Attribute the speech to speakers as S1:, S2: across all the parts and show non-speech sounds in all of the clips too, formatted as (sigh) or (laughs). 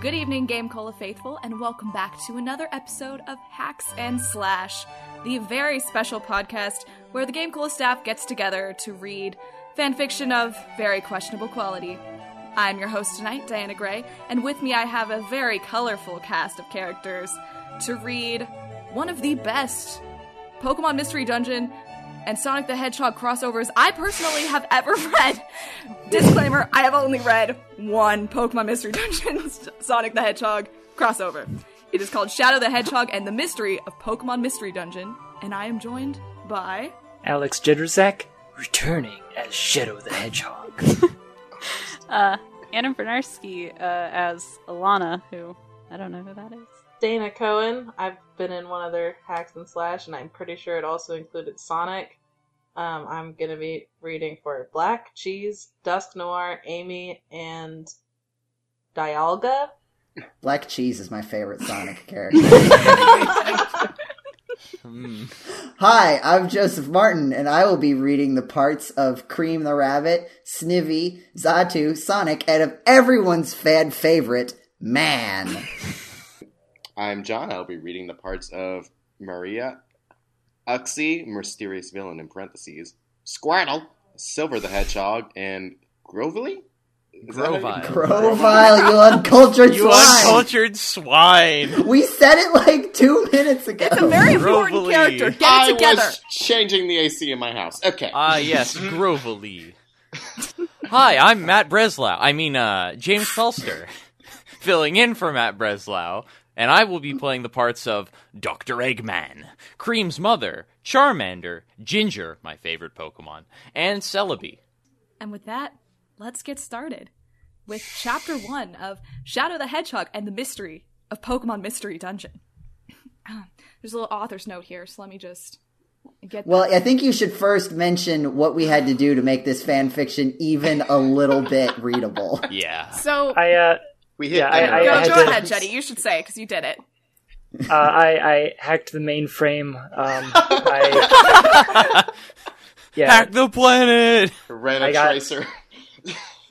S1: Good evening, Game Cola faithful, and welcome back to another episode of Hacks and Slash, the very special podcast where the Game Cola staff gets together to read fanfiction of very questionable quality. I'm your host tonight, Diana Gray, and with me I have a very colorful cast of characters to read one of the best Pokemon Mystery Dungeon and Sonic the Hedgehog crossovers I personally have ever (laughs) read. Disclaimer, I have only read one Pokemon Mystery Dungeon (laughs) Sonic the Hedgehog crossover. It is called Shadow the Hedgehog and the Mystery of Pokemon Mystery Dungeon, and I am joined by
S2: Alex Jedrzak returning as Shadow the Hedgehog.
S3: Uh, Anna Bernarski uh, as Alana, who I don't know who that is.
S4: Dana Cohen. I've been in one other Hacks and Slash, and I'm pretty sure it also included Sonic. Um, I'm gonna be reading for Black Cheese, Dusk Noir, Amy, and Dialga.
S5: Black Cheese is my favorite Sonic character. Hi, I'm Joseph Martin, and I will be reading the parts of Cream the Rabbit, Snivy, Zatu, Sonic, and of everyone's fan favorite, Man.
S6: I'm John. I'll be reading the parts of Maria, Uxie, mysterious villain in parentheses, Squirtle, Silver the Hedgehog, and Grovely? Is that how you-
S7: Grovyle.
S5: Profile, you uncultured
S7: You
S5: swine.
S7: uncultured swine.
S5: we said it like two minutes ago.
S1: It's a very important
S7: Grovely.
S1: character. Get it
S6: I
S1: together.
S6: was changing the AC in my house. Okay.
S8: Uh,
S7: Ah, yes, Grovely. Hi, I'm Matt Breslau. I mean, uh, James Felster, (laughs) filling in for Matt Breslau, and I will be playing the parts of Dr. Eggman, Cream's mother, Charmander, Ginger, my favorite Pokemon, and Celebi.
S1: And with that, let's get started with chapter one of Shadow the Hedgehog and the Mystery of Pokemon Mystery Dungeon. (clears throat) There's a little author's note here, so let me just get
S5: Well, I think you should first mention what we had to do to make this fan fiction even a little bit readable.
S1: (laughs)
S7: Yeah.
S1: So
S8: (laughs) I uh,
S6: We hit
S8: Yeah, I-
S6: enter.
S1: go,
S8: I had
S1: go
S8: to-
S1: ahead, Jetty. You should say because you did it.
S8: uh I I hacked the mainframe. Um, I yeah,
S7: (laughs) Hack the planet!
S6: Ran
S8: I
S6: a
S8: got-
S6: tracer.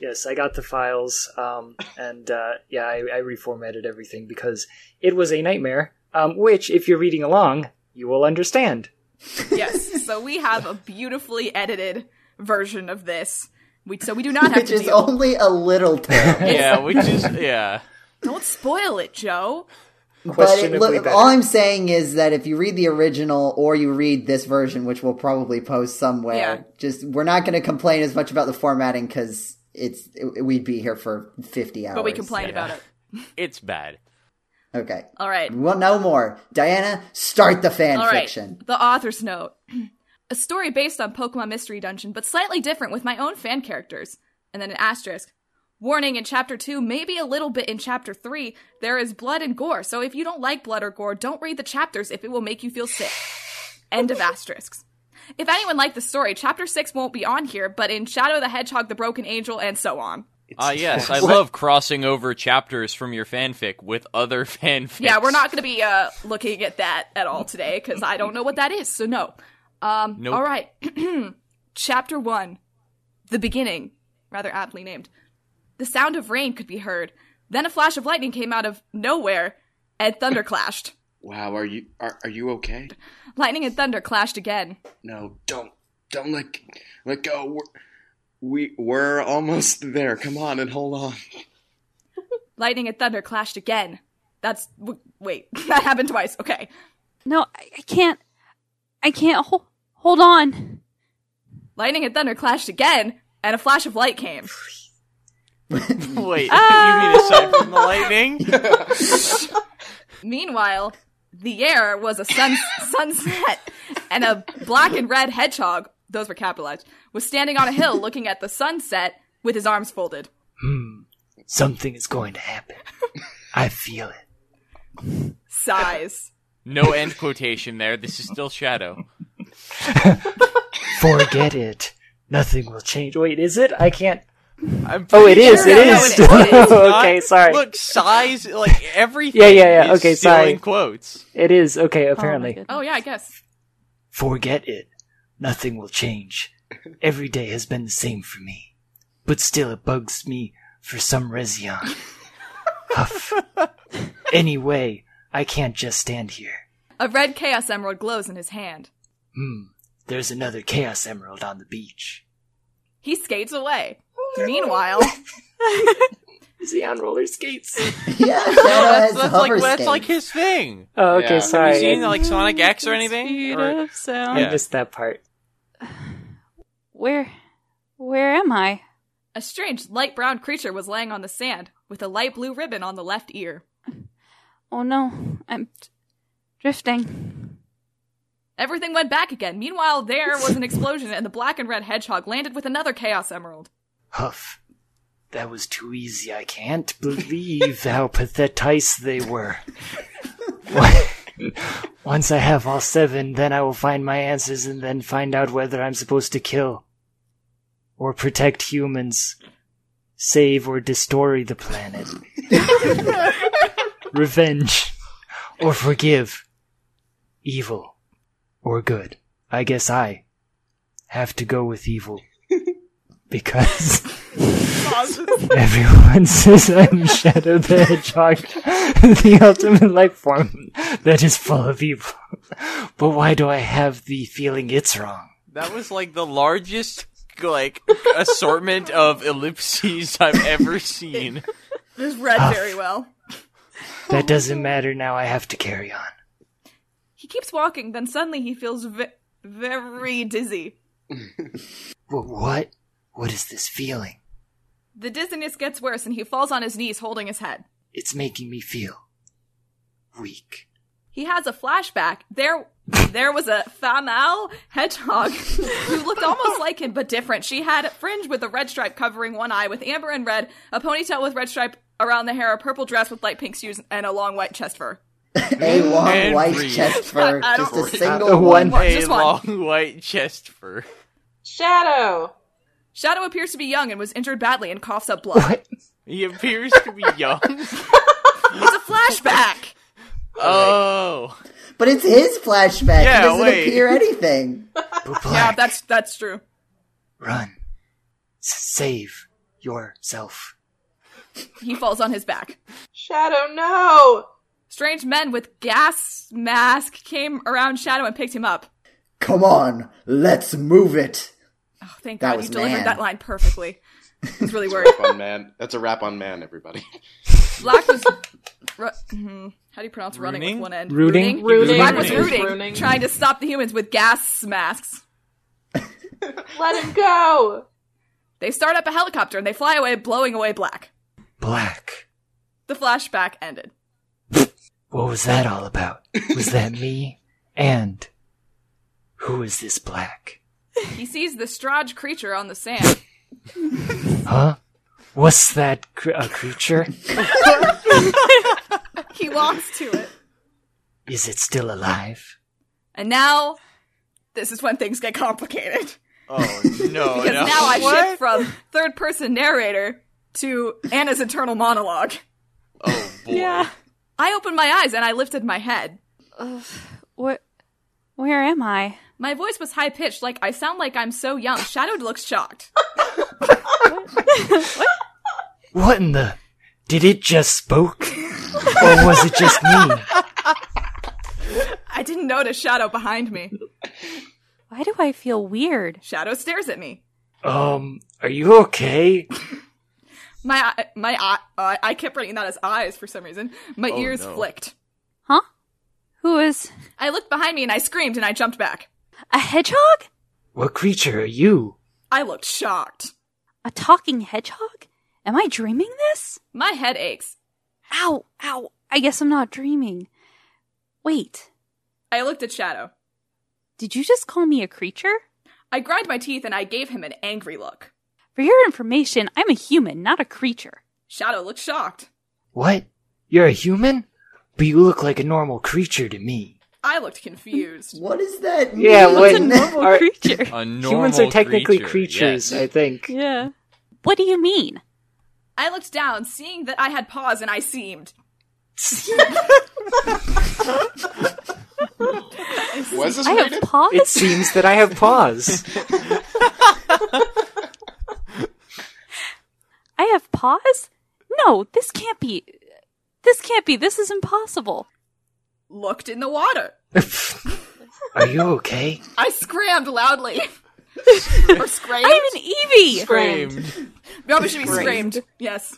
S8: yes, I got the files. Um, and uh, yeah, I, I reformatted everything because it was a nightmare. Um, which, if you're reading along, you will understand.
S1: Yes. so we have a beautifully edited version of this. We, so we do not have
S5: Which
S1: to
S5: is
S1: deal.
S5: only a little terrible.
S7: Yeah, which is, yeah.
S1: Don't spoil it, Joe.
S5: but it,
S8: Questionably
S5: look,
S8: better.
S5: all I'm saying is that if you read the original or you read this version, which we'll probably post somewhere,
S1: Yeah.
S5: just we're not going to complain as much about the formatting because it's it- we'd be here for 50 hours.
S1: But we complain about it.
S7: It's bad.
S5: Okay.
S1: All right.
S5: Well, no more. Diana, start the fan
S1: All right,
S5: fiction. (laughs)
S1: The author's note. (clears throat) a story based on Pokemon Mystery Dungeon, but slightly different with my own fan characters. And then an asterisk. Warning in chapter 2, maybe a little bit in chapter 3, there is blood and gore, so if you don't like blood or gore, don't read the chapters if it will make you feel sick. End of asterisks. If anyone liked the story, chapter 6 won't be on here, but in Shadow the Hedgehog, The Broken Angel, and so on.
S7: (laughs) Ah, yes, I love crossing over chapters from your fanfic with other (laughs) fanfics.
S1: Yeah, we're not going to be uh, looking at that at all today because I don't know what that is. So no. Um,
S7: Nope.
S1: All right. (clears throat) Chapter one, the beginning, rather aptly named. The sound of rain could be heard. Then a flash of lightning came out of nowhere, and thunder clashed.
S6: (laughs) Wow, are you are, are you okay?
S1: (laughs) Lightning and thunder clashed again.
S6: No, don't don't let let go. We're, we we're almost there. Come on and hold on.
S1: Lightning and thunder clashed again. That's w- wait, (laughs) that happened twice. Okay.
S3: No, I, I can't. I can't hold hold on.
S1: Lightning and thunder clashed again, and a flash of light came.
S7: (laughs) Wait,
S8: Ah.
S7: you mean aside from the lightning?
S1: Meanwhile, the air was a (laughs) sun- sunset, and a black and red hedgehog, those were capitalized, was standing on a hill looking at the sunset with his arms folded.
S8: Something is going to happen. I feel it.
S1: Sighs.
S7: (laughs) No end quotation there. This is still shadow.
S8: Forget it. Nothing will change. Wait, is it? I can't.
S7: I'm
S8: Oh, it
S7: pretty
S8: is.
S7: sure
S8: It
S1: no,
S8: is. (laughs)
S1: it is, it is.
S8: okay,
S7: not-
S8: sorry.
S7: Look, size like everything.
S8: Yeah, yeah, yeah,
S7: is
S8: okay,
S7: still
S8: sorry.
S7: in quotes.
S8: It is. Okay,
S3: Oh my
S8: apparently.
S3: goodness.
S1: Oh, yeah, I guess.
S8: Forget it. Nothing will change. Every day has been the same for me. But still, it bugs me for some Rezion. Huff. anyway, I can't just stand here.
S1: A red chaos emerald glows in his hand.
S8: Hmm. There's another Chaos Emerald on the beach.
S1: He skates away. (laughs) Meanwhile,
S8: Is he on roller skates?
S5: yeah, Shadow has
S7: that's, that's
S5: hover
S7: like that's
S5: skates.
S7: like his thing.
S8: Oh, okay.
S6: Yeah.
S8: Sorry.
S7: Have you seen
S8: I,
S7: like Sonic X or anything?
S3: Speed
S7: Or-
S3: of sound.
S8: I
S7: Yeah.
S8: missed that part.
S3: Where, where am I?
S1: a strange light brown creature was laying on the sand with a light blue ribbon on the left ear.
S3: Oh no, I'm d- drifting.
S1: Everything went back again. Meanwhile, there was an explosion and the black and red hedgehog landed with another chaos emerald.
S8: Huff. That was too easy. I can't believe how pathetic they were. (laughs) Once I have all seven, then I will find my answers and then find out whether I'm supposed to kill or protect humans, save or destroy the planet, revenge or forgive, evil or good. I guess I have to go with evil because. Everyone says I'm Shadow the Hedgehog, (laughs) the ultimate life form that is full of evil. But why do I have the feeling it's wrong?
S7: That was like the largest like assortment of ellipses I've ever seen.
S8: (laughs)
S1: This read very well.
S8: That doesn't matter now, I have to carry on.
S1: He keeps walking, then suddenly he feels ve- very dizzy.
S8: But what? What is this feeling?
S1: The dizziness gets worse and he falls on his knees holding his head.
S8: It's making me feel weak.
S1: He has a flashback. There there was a Fanal hedgehog (laughs) who looked almost like him but different. She had fringe with a red stripe covering one eye with amber and red, a ponytail with red stripe around the hair, a purple dress with light pink shoes, and a long white chest fur.
S5: a long
S7: And
S5: white
S7: breathe.
S5: chest fur,
S1: (laughs) I
S5: just a
S1: don't-
S5: single
S8: One.
S5: one.
S1: What,
S7: a
S1: just one.
S7: long white chest fur.
S4: Shadow!
S1: Shadow appears to be young and was injured badly and coughs up blood.
S8: What?
S7: He appears to be (laughs) young.
S1: It's a flashback.
S7: oh,
S5: But it's his flashback.
S7: Yeah,
S5: he doesn't
S7: wait.
S5: appear anything.
S8: But
S1: yeah,
S8: Black,
S1: that's that's true.
S8: run. S- save yourself.
S1: He falls on his back.
S4: Shadow, no!
S1: Strange men with gas mask came around Shadow and picked him up.
S5: Come on, let's move it.
S1: Oh, thank
S5: That
S1: God
S5: was
S1: you delivered
S5: man.
S1: that line perfectly. I was really
S8: (laughs)
S1: worried.
S6: Wrap on man. That's a wrap on man, everybody.
S1: Black was. Ru- hmm, how do you pronounce running
S7: Rooting?
S1: with one end?
S8: Rooting?
S4: Rooting.
S1: Black was
S7: Rooting.
S1: rooting,
S4: Rooting.
S1: trying to stop the humans with gas masks.
S4: Let him go!
S1: They start up a helicopter and they fly away, blowing away Black.
S8: Black.
S1: The flashback ended.
S8: What was that all about? Was that me? And who is this black?
S1: He sees the Straj creature on the sand.
S8: Huh? What's that cr- a creature?
S1: He walks to it.
S8: Is it still alive?
S1: And now, this is when things get complicated.
S7: (laughs) oh no!
S1: Because
S7: no.
S1: now I
S7: What?
S1: shift from third person narrator to Anna's internal monologue.
S7: Oh (laughs) boy!
S1: I opened my eyes and I lifted my head.
S3: What? Where am I?
S1: My voice was high pitched, like I sound like I'm so young. Shadow looks shocked.
S8: What in the? Did it just spoke, or was it just me?
S1: I didn't notice Shadow behind me.
S3: Why do I feel weird?
S1: Shadow stares at me.
S8: Um, are you okay?
S1: My eye- my eye, uh, I kept writing that as eyes for some reason. My
S7: Oh,
S1: ears
S7: no.
S1: flicked.
S3: Huh? Who is
S1: I looked behind me and I screamed and I jumped back.
S3: a hedgehog?
S8: What creature are you?
S1: I looked shocked.
S3: A talking hedgehog? Am I dreaming this?
S1: My head aches.
S3: Ow! Ow! I guess I'm not dreaming. Wait,
S1: I looked at Shadow.
S3: did you just call me a creature?
S1: I grind my teeth and I gave him an angry look.
S3: For your information, I'm a human, not a creature.
S1: Shadow looked shocked.
S8: What? You're a human, but you look like a normal creature to me.
S1: I looked
S5: (laughs)
S1: confused.
S5: What is that?
S8: Yeah,
S5: mean?
S8: what-
S3: What's a normal
S8: Are-
S3: creature?
S7: (laughs) A normal
S8: Humans are technically
S7: creature,
S8: creatures,
S7: yes.
S8: I think.
S3: yeah. What do you mean?
S1: I looked down, seeing that I had paws and I seamed.
S6: Was this
S3: I have (laughs)
S6: rated?
S3: paws.
S8: It seems that I have paws.
S3: I have paws? No, this can't be. This can't be. This is impossible.
S1: Looked in the water.
S8: Are you okay?
S1: I screamed loudly. (laughs) or screamed.
S3: I'm an Eevee!
S4: Screamed.
S1: Probably should be screamed. Yes.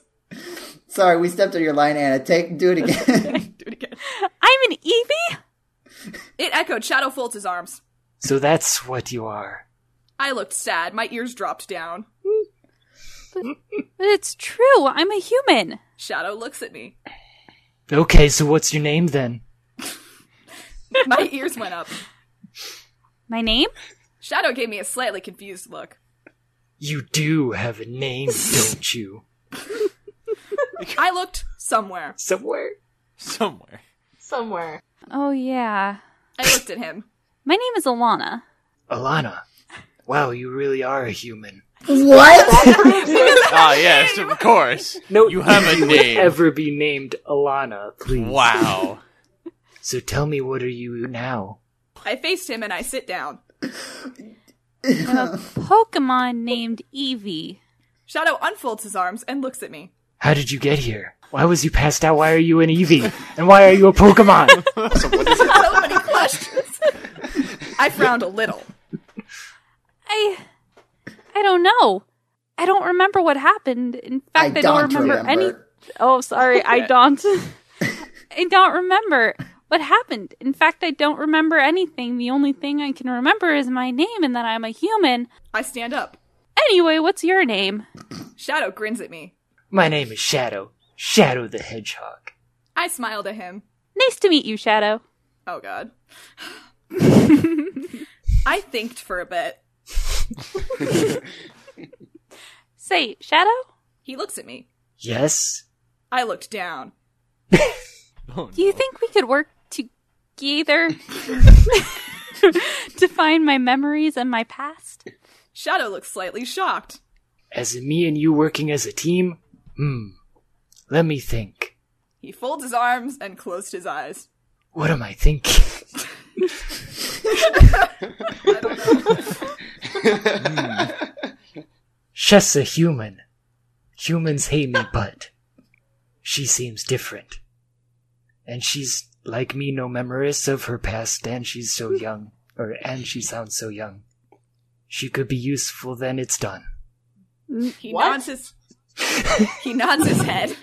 S5: Sorry, we stepped on your line, Anna. Take do
S3: (laughs)
S5: it again.
S1: Do it again.
S3: I'm an Eevee?
S1: It echoed Shadow Folds' arms.
S8: So that's what you are.
S1: I looked sad. My ears dropped down.
S3: But it's true. I'm a human.
S1: Shadow looks at me. (laughs)
S8: Okay, so what's your name then?
S1: My ears went up.
S3: My name?
S1: Shadow gave me a slightly confused look.
S8: You do have a name, don't you?
S1: I looked somewhere.
S8: Somewhere.
S7: somewhere.
S4: Somewhere.
S3: Oh, yeah.
S1: I looked at him.
S3: My name is Alana.
S8: Alana. Wow, you really are a human.
S5: what?
S7: Ah, yes, (laughs) of course.
S8: No,
S7: You have a
S8: would
S7: name.
S8: Ever be named Alana, please?
S7: Wow.
S8: So tell me, what are you now?
S1: I faced him and I sit down.
S3: I'm a Pokemon named Eevee.
S1: Shadow unfolds his arms and looks at me.
S8: How did you get here? Why was you passed out? Why are you an Eevee? And why are you a Pokemon?
S1: So many questions. I frowned a little.
S3: I. I don't know. I don't remember what happened. In
S5: I
S3: fact, I, don't
S5: don't
S3: remember, any.
S5: remember.
S3: Oh, sorry. I
S5: (laughs)
S3: don't. I don't remember what happened. In fact, I don't remember anything. The only thing I can remember is my name and that I'm a human.
S1: I stand up.
S3: Anyway, what's your name?
S1: Shadow grins at me.
S8: My name is Shadow. Shadow the Hedgehog.
S1: I smiled at him.
S3: Nice to meet you, Shadow.
S1: Oh god. I thinked for a bit.
S3: Say, Shadow?
S1: He looks at me.
S8: Yes?
S1: I looked down.
S3: Do you think we could work together (laughs) to find my memories and my past?
S1: Shadow looks slightly shocked.
S8: As in me and you working as a team? Hmm. Let me think.
S1: He folds his arms and closed his eyes.
S8: What am I thinking? She's a human. Humans hate me, but she seems different. And she's like me, no memories of her past, and she's so young. Or and she sounds so young. She could be useful, then it's done.
S1: He
S4: What?
S1: nods his He nods his head.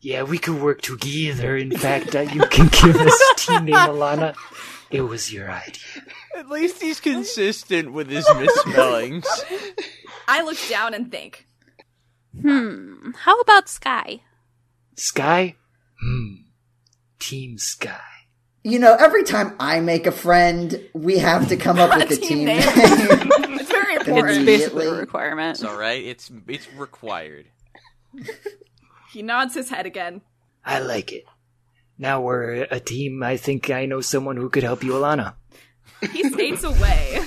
S8: Yeah, we could work together. In fact, uh, you can give us team name Alana. It was your idea.
S7: At least he's consistent with his (laughs) misspellings.
S1: I look down and think.
S3: Hmm. How about Sky?
S8: Sky? Hmm. Team Sky.
S5: you know, every time I make a friend, we have to
S3: (laughs)
S5: come up with the team
S1: Team (laughs)
S5: name. (laughs)
S1: It's very important.
S5: It's big.
S3: Basically, a
S5: Immediately.
S3: requirement.
S7: It's all right. It's it's (laughs) required.
S1: He nods his head again.
S8: I like it. Now we're a team. I think I know someone who could help you, Alana.
S1: He skates away.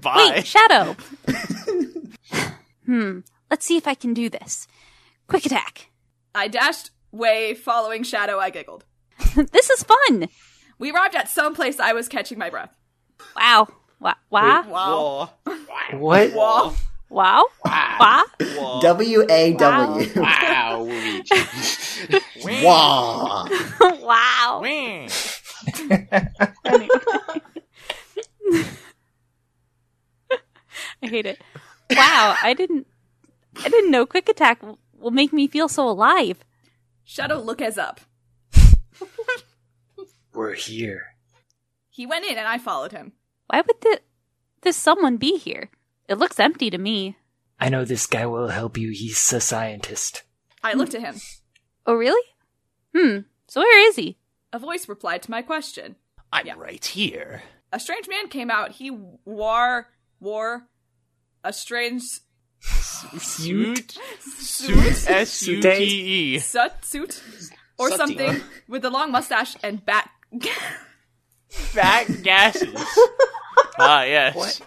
S7: Bye.
S3: Wait, Shadow! (laughs) hmm. Let's see if I can do this. Quick attack. (laughs)
S1: I dashed way following Shadow. I giggled.
S3: this is fun!
S1: We arrived at some place I was catching my breath.
S3: Wow. Wah. Wah.
S1: Wow.
S8: What?
S1: Wow.
S3: Wow. Wah.
S5: W A W.
S6: Wow, Luigi. Ah.
S5: Wow.
S3: (laughs) Wow.
S7: Wah.
S3: I hate it. Wow, I didn't I didn't know quick attack w- will make me feel so alive.
S1: Shadow look as up.
S8: We're here.
S1: He went in and I followed him.
S3: Why would th- this someone be here? It looks empty to me.
S8: I know this guy will help you. He's a scientist.
S1: I looked at him.
S3: Oh, really? Hmm. So where is he?
S1: A voice replied to my question.
S7: I'm right here.
S1: A strange man came out. He wore wore a strange
S7: Suit. Suit. S U T E.
S1: sut suit or
S6: Sutty.
S1: something with a long mustache and bat. (laughs)
S7: Fat gases. Ah, yes.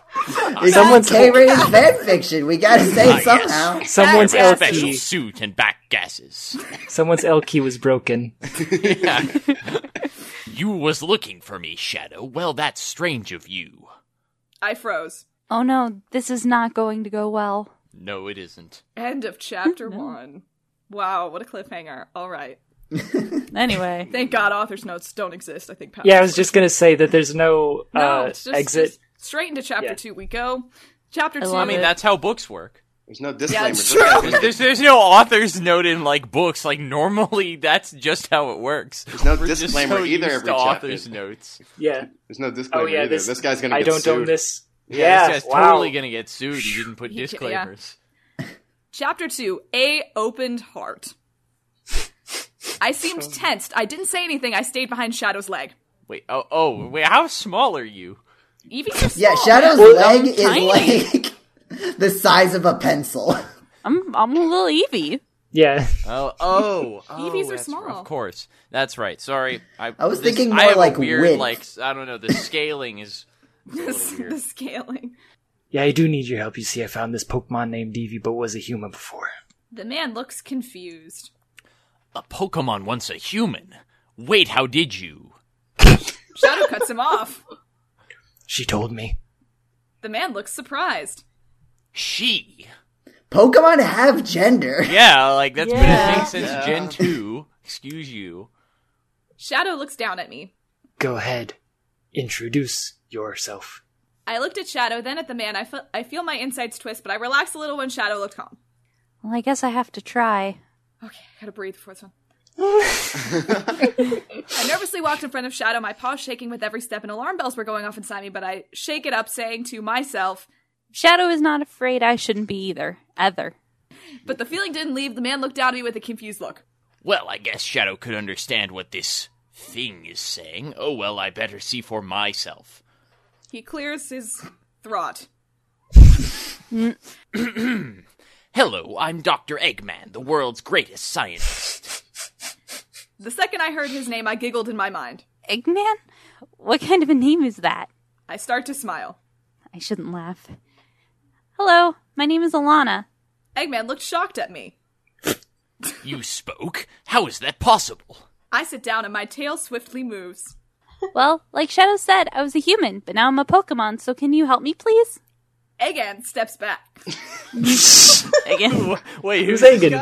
S5: Someone K-rated fan fiction. We gotta say it somehow.
S8: Someone's
S1: Back
S8: L
S7: Special
S8: key.
S7: suit and back (laughs) gases.
S8: Someone's L key was broken.
S7: You was looking for me, Shadow. Well, that's strange of you.
S1: I froze.
S3: Oh no, this is not going to go well.
S7: No, it isn't.
S1: End of chapter one. Wow, what a cliffhanger. All right.
S3: Anyway,
S1: Thank God author's notes don't exist, I think. Pat.
S8: Yeah, I was just gonna say that there's no,
S1: No,
S8: uh,
S1: it's just,
S8: exit.
S1: just straight into chapter
S8: Yeah.
S1: two we go. Chapter
S3: I
S1: two.
S3: love
S7: I mean,
S3: it.
S7: that's how books work.
S6: There's no disclaimer.
S1: it's
S6: Just like-
S7: There's, there's no author's note in like books. Like normally, (laughs) that's just how it works. There's
S6: no disclaimer
S7: so
S6: either
S7: used
S6: every
S7: to
S6: chapter. (laughs)
S7: author's notes.
S8: yeah.
S6: There's no
S8: Oh
S6: disclaimer
S8: yeah,
S6: either.
S8: this,
S6: This, guy's gonna.
S8: I
S6: get
S8: don't
S6: sued.
S8: own this.
S7: Yeah,
S8: Yeah,
S7: this guy's
S8: wow.
S7: totally gonna get sued. He didn't put
S1: He- yeah.
S7: disclaimers.
S1: Chapter 2 A Opened Heart. I seemed tensed. I didn't say anything. I stayed behind Shadow's leg.
S7: Wait, oh, oh, wait. How small are you?
S1: Evie's just
S5: Yeah,
S1: small.
S5: Shadow's
S1: (laughs)
S5: (laughs)
S8: Well,
S5: leg is
S3: tiny.
S5: like (laughs) the size of a pencil.
S3: I'm I'm a little Evie.
S8: Yeah.
S7: Oh, oh, oh
S1: Eevees are
S7: that's right.
S1: small.
S7: Of course, that's right. Sorry, I,
S5: I was
S7: this-
S5: thinking
S7: I
S5: more
S7: have a
S5: like
S7: weird,
S5: width.
S7: like s- I don't
S5: (laughs)
S7: know. The scaling is a little
S1: the
S7: weird.
S1: scaling.
S8: Yeah, I do need your help. You see, I found this Pokemon named Eevee, but was a human before.
S1: The man looks confused.
S7: A Pokemon once a human. Wait, how did you?
S1: Shadow cuts him off.
S8: She told me.
S1: The man looks surprised.
S7: She.
S5: Pokemon have gender.
S7: Yeah, like that's been a thing since
S6: Yeah.
S7: Gen two. (laughs) Excuse you.
S1: Shadow looks down at me.
S8: Go ahead. Introduce yourself.
S1: I looked at Shadow, then at the man. I, fe- I feel my insides twist, but I relax a little when Shadow looked calm.
S3: Well, I guess I have to try.
S1: Okay, I gotta breathe before this one. I nervously walked in front of Shadow, my paws shaking with every step, and alarm bells were going off inside me, but I shake it up, saying to myself,
S3: Shadow is not afraid. I shouldn't be either. Ever.
S1: But the feeling didn't leave. The man looked down at me with a confused look.
S7: Well, I guess Shadow could understand what this thing is saying. Oh well, I better see for myself.
S1: He clears his throat.
S7: Hello, I'm Dr. Eggman, the world's greatest scientist.
S1: The second I heard his name, I giggled in my mind.
S3: Eggman? What kind of a name is that?
S1: I start to smile.
S3: I shouldn't laugh. Hello, my name is Alana.
S1: Eggman looked shocked at me.
S7: you spoke? How is that possible?
S1: I sit down and my tail swiftly moves.
S3: Well, like Shadow said, I was a human, but now I'm a Pokemon, so can you help me, please?
S1: Eggman steps back. (laughs)
S3: Again.
S7: Wait,
S8: Who's Aegon?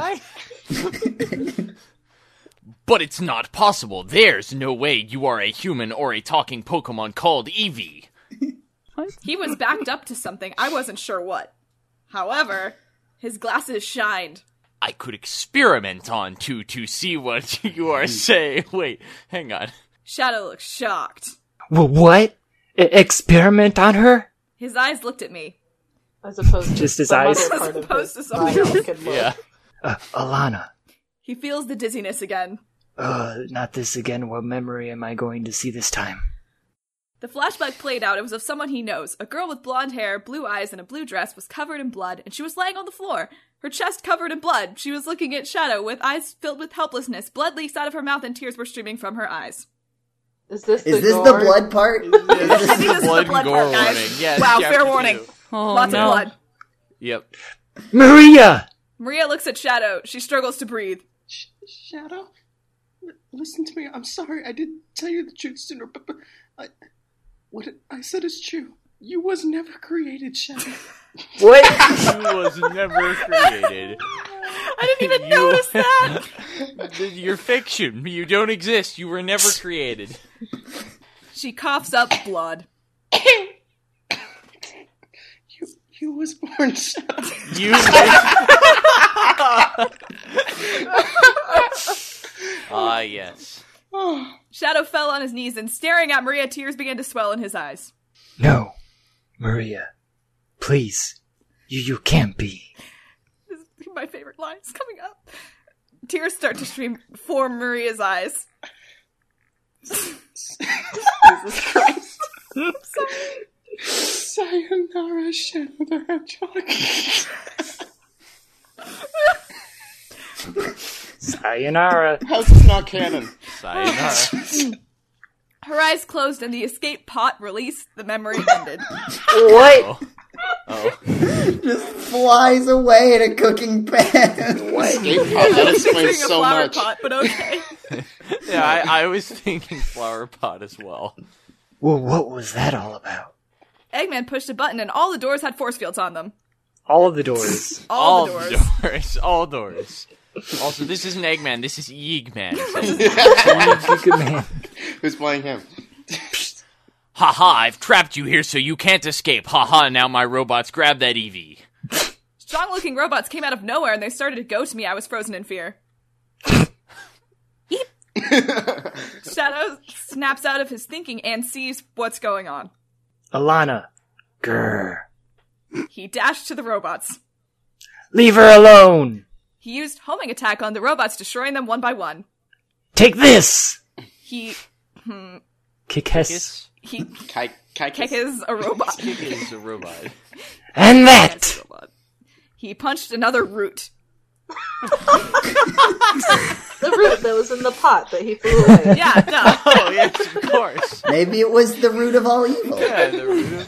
S7: But it's not possible. There's no way you are a human or a talking Pokemon called Eevee.
S1: He was backed up to something. I wasn't sure what. However, his glasses shined.
S7: I could experiment on to to see what (laughs) you are saying. Wait, hang on.
S1: Shadow looked shocked.
S8: Wh- what? E- experiment on her?
S1: His eyes looked at me.
S4: As opposed to
S8: Just his
S4: some
S8: eyes.
S4: other part
S1: As
S4: of
S1: opposed
S4: his
S1: to something
S4: bio
S1: else.
S4: could look.
S7: Yeah.
S8: Uh, Alana.
S1: He feels the dizziness again.
S8: Uh, not this again. What memory am I going to see this time?
S1: The flashback played out. It was of someone he knows. A girl with blonde hair, blue eyes, and a blue dress was covered in blood, and she was laying on the floor, her chest covered in blood. She was looking at Shadow with eyes filled with helplessness. Blood leaks out of her mouth, and tears were streaming from her eyes.
S4: Is this
S5: Is
S4: the
S5: this the
S4: gore?
S5: blood part?
S4: Yeah.
S1: I think this is the
S7: Blood
S1: blood
S7: gore
S1: part, guys.
S7: warning. Yes,
S1: wow,
S7: chapter
S1: fair
S7: two.
S1: warning.
S3: Oh,
S1: Lots
S3: no.
S1: of blood.
S7: Yep.
S8: Maria!
S1: Maria looks at Shadow. She struggles to
S7: (laughs)
S1: breathe.
S6: Sh- Shadow, L- listen to me. I'm sorry. I didn't tell you the truth sooner, but, but I, what I said is true. You was never created, Shadow.
S8: What?
S7: You was never created.
S1: I didn't even
S7: You-
S1: notice
S7: (laughs)
S1: that.
S7: You're fiction. You don't exist. You were never created.
S1: She coughs up blood.
S6: you you was born, (laughs) Shadow.
S7: You. Ah, yes.
S6: Oh,
S1: Shadow fell on his knees, and staring at Maria, tears began to swell in his eyes.
S8: No. Maria. Please. You, you can't be.
S1: my favorite lines coming up. Tears start to stream from Maria's eyes.
S6: Jesus Christ. Sayonara, Shadow the Hedgehog.
S8: Sayonara.
S6: How's this not canon?
S7: Sayonara.
S1: Her eyes closed and the escape pot released. The
S8: (laughs)
S1: memory ended.
S8: What?
S7: Oh.
S5: (laughs) Flies away in a cooking pan. (laughs)
S6: Escape pod. That
S1: Picturing
S6: explains
S1: a
S6: so
S1: flower
S6: much.
S1: pot, but okay.
S7: Yeah, I, I was thinking flower pot as well.
S8: Well, what was that all about?
S1: Eggman pushed a button and all the doors had force fields on them.
S8: (laughs) All of the doors.
S1: All, the
S7: (laughs) All
S1: doors.
S7: doors. All doors. Also, this isn't Eggman. This is Yeegman. (laughs) So,
S8: Good man.
S6: Who's playing him?
S7: haha! I've trapped you here, so you can't escape. Haha! Now my robots grab that E Eevee.
S1: Strong looking robots came out of nowhere and they started to go to me. I was frozen in fear. Shadow snaps out of his thinking and sees what's going on.
S8: Alana. Grr.
S1: He dashed to the robots.
S8: Leave her alone.
S1: He used homing attack on the robots, destroying them one by one.
S8: Take this.
S1: He
S8: Kick Hess.
S7: Kiss
S1: he
S6: Kai, Kai Kiss.
S1: is a
S6: (laughs)
S1: robot.
S7: is a robot.
S8: And that.
S1: He punched another root.
S4: The root that was in the pot that he
S5: (laughs)
S4: threw away.
S1: Yeah, (laughs) duh.
S7: Oh yes, of course.
S5: Maybe it was the root of all evil.
S7: Yeah, the root.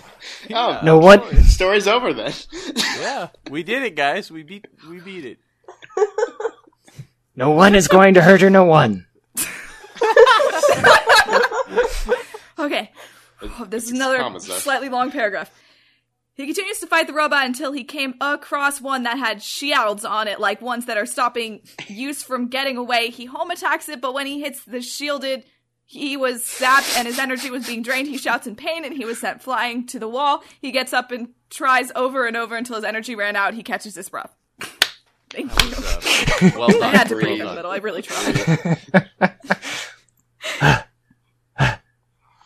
S6: Oh,
S8: No one.
S6: Story's over then.
S7: (laughs) yeah, we did it, guys. We beat we beat it.
S8: No one is going to hurt her. No one.
S1: Okay. Oh, this is
S6: it's
S1: another
S6: commas, though.
S1: slightly long paragraph. He continues to fight the robot until he came across one that had shields on it, like ones that are stopping use from getting away. He home attacks it, but when he hits the shielded, he was zapped and his energy was being drained. He shouts in pain and he was sent flying to the wall. He gets up and tries over and over until his energy ran out. He catches his breath. Thank you.
S7: (laughs)
S1: (laughs)
S7: Well
S1: I
S6: uh,
S7: done.
S1: had to
S7: well
S1: breathe in the
S7: done.
S1: middle. I really tried.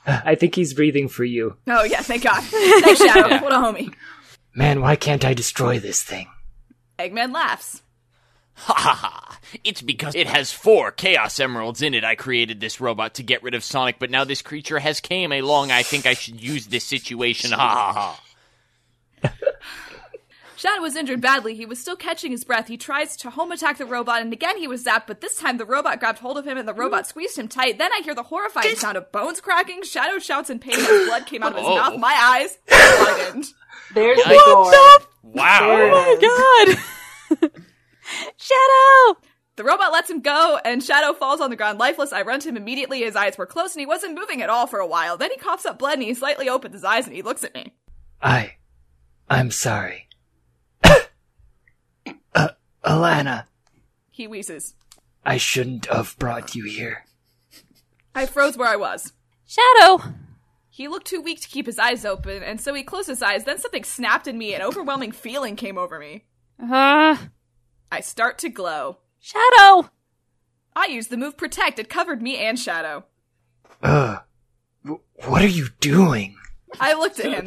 S8: I think he's breathing for you.
S1: Oh, yeah, thank God. Thanks, Shadow. What a homie.
S8: Man, why can't I destroy this thing?
S1: Eggman laughs.
S7: Ha ha ha! It's because it has four Chaos Emeralds in it. I created this robot to get rid of Sonic, but now this creature has came along. I think I should use this situation. Ha ha ha!
S1: Shadow was injured badly. He was still catching his breath. He tries to home attack the robot, and again he was zapped, but this time the robot grabbed hold of him and the robot squeezed him tight. Then I hear the horrifying sound of bones cracking. Shadow shouts in pain as blood came out of his
S7: Oh.
S1: mouth. My eyes widened.
S4: There's the
S7: What
S4: gore.
S7: Wow!
S4: There it is.
S3: (laughs) God. (laughs) Shadow.
S1: The robot lets him go, and Shadow falls on the ground lifeless. I run to him immediately. His eyes were closed, and he wasn't moving at all for a while. Then he coughs up blood, and he slightly opens his eyes, and he looks at me.
S8: I. I'm sorry. (coughs) uh, Alana,
S1: He wheezes.
S8: I shouldn't have brought you here.
S1: I froze where I was.
S3: Shadow.
S1: He looked too weak to keep his eyes open, and so he closed his eyes. Then something snapped in me. An overwhelming feeling came over me.
S3: Uh,
S1: I start to glow.
S3: Shadow.
S1: I used the move Protect. It covered me and Shadow.
S8: Ugh. Uh, W- what are you doing?
S1: I looked at him.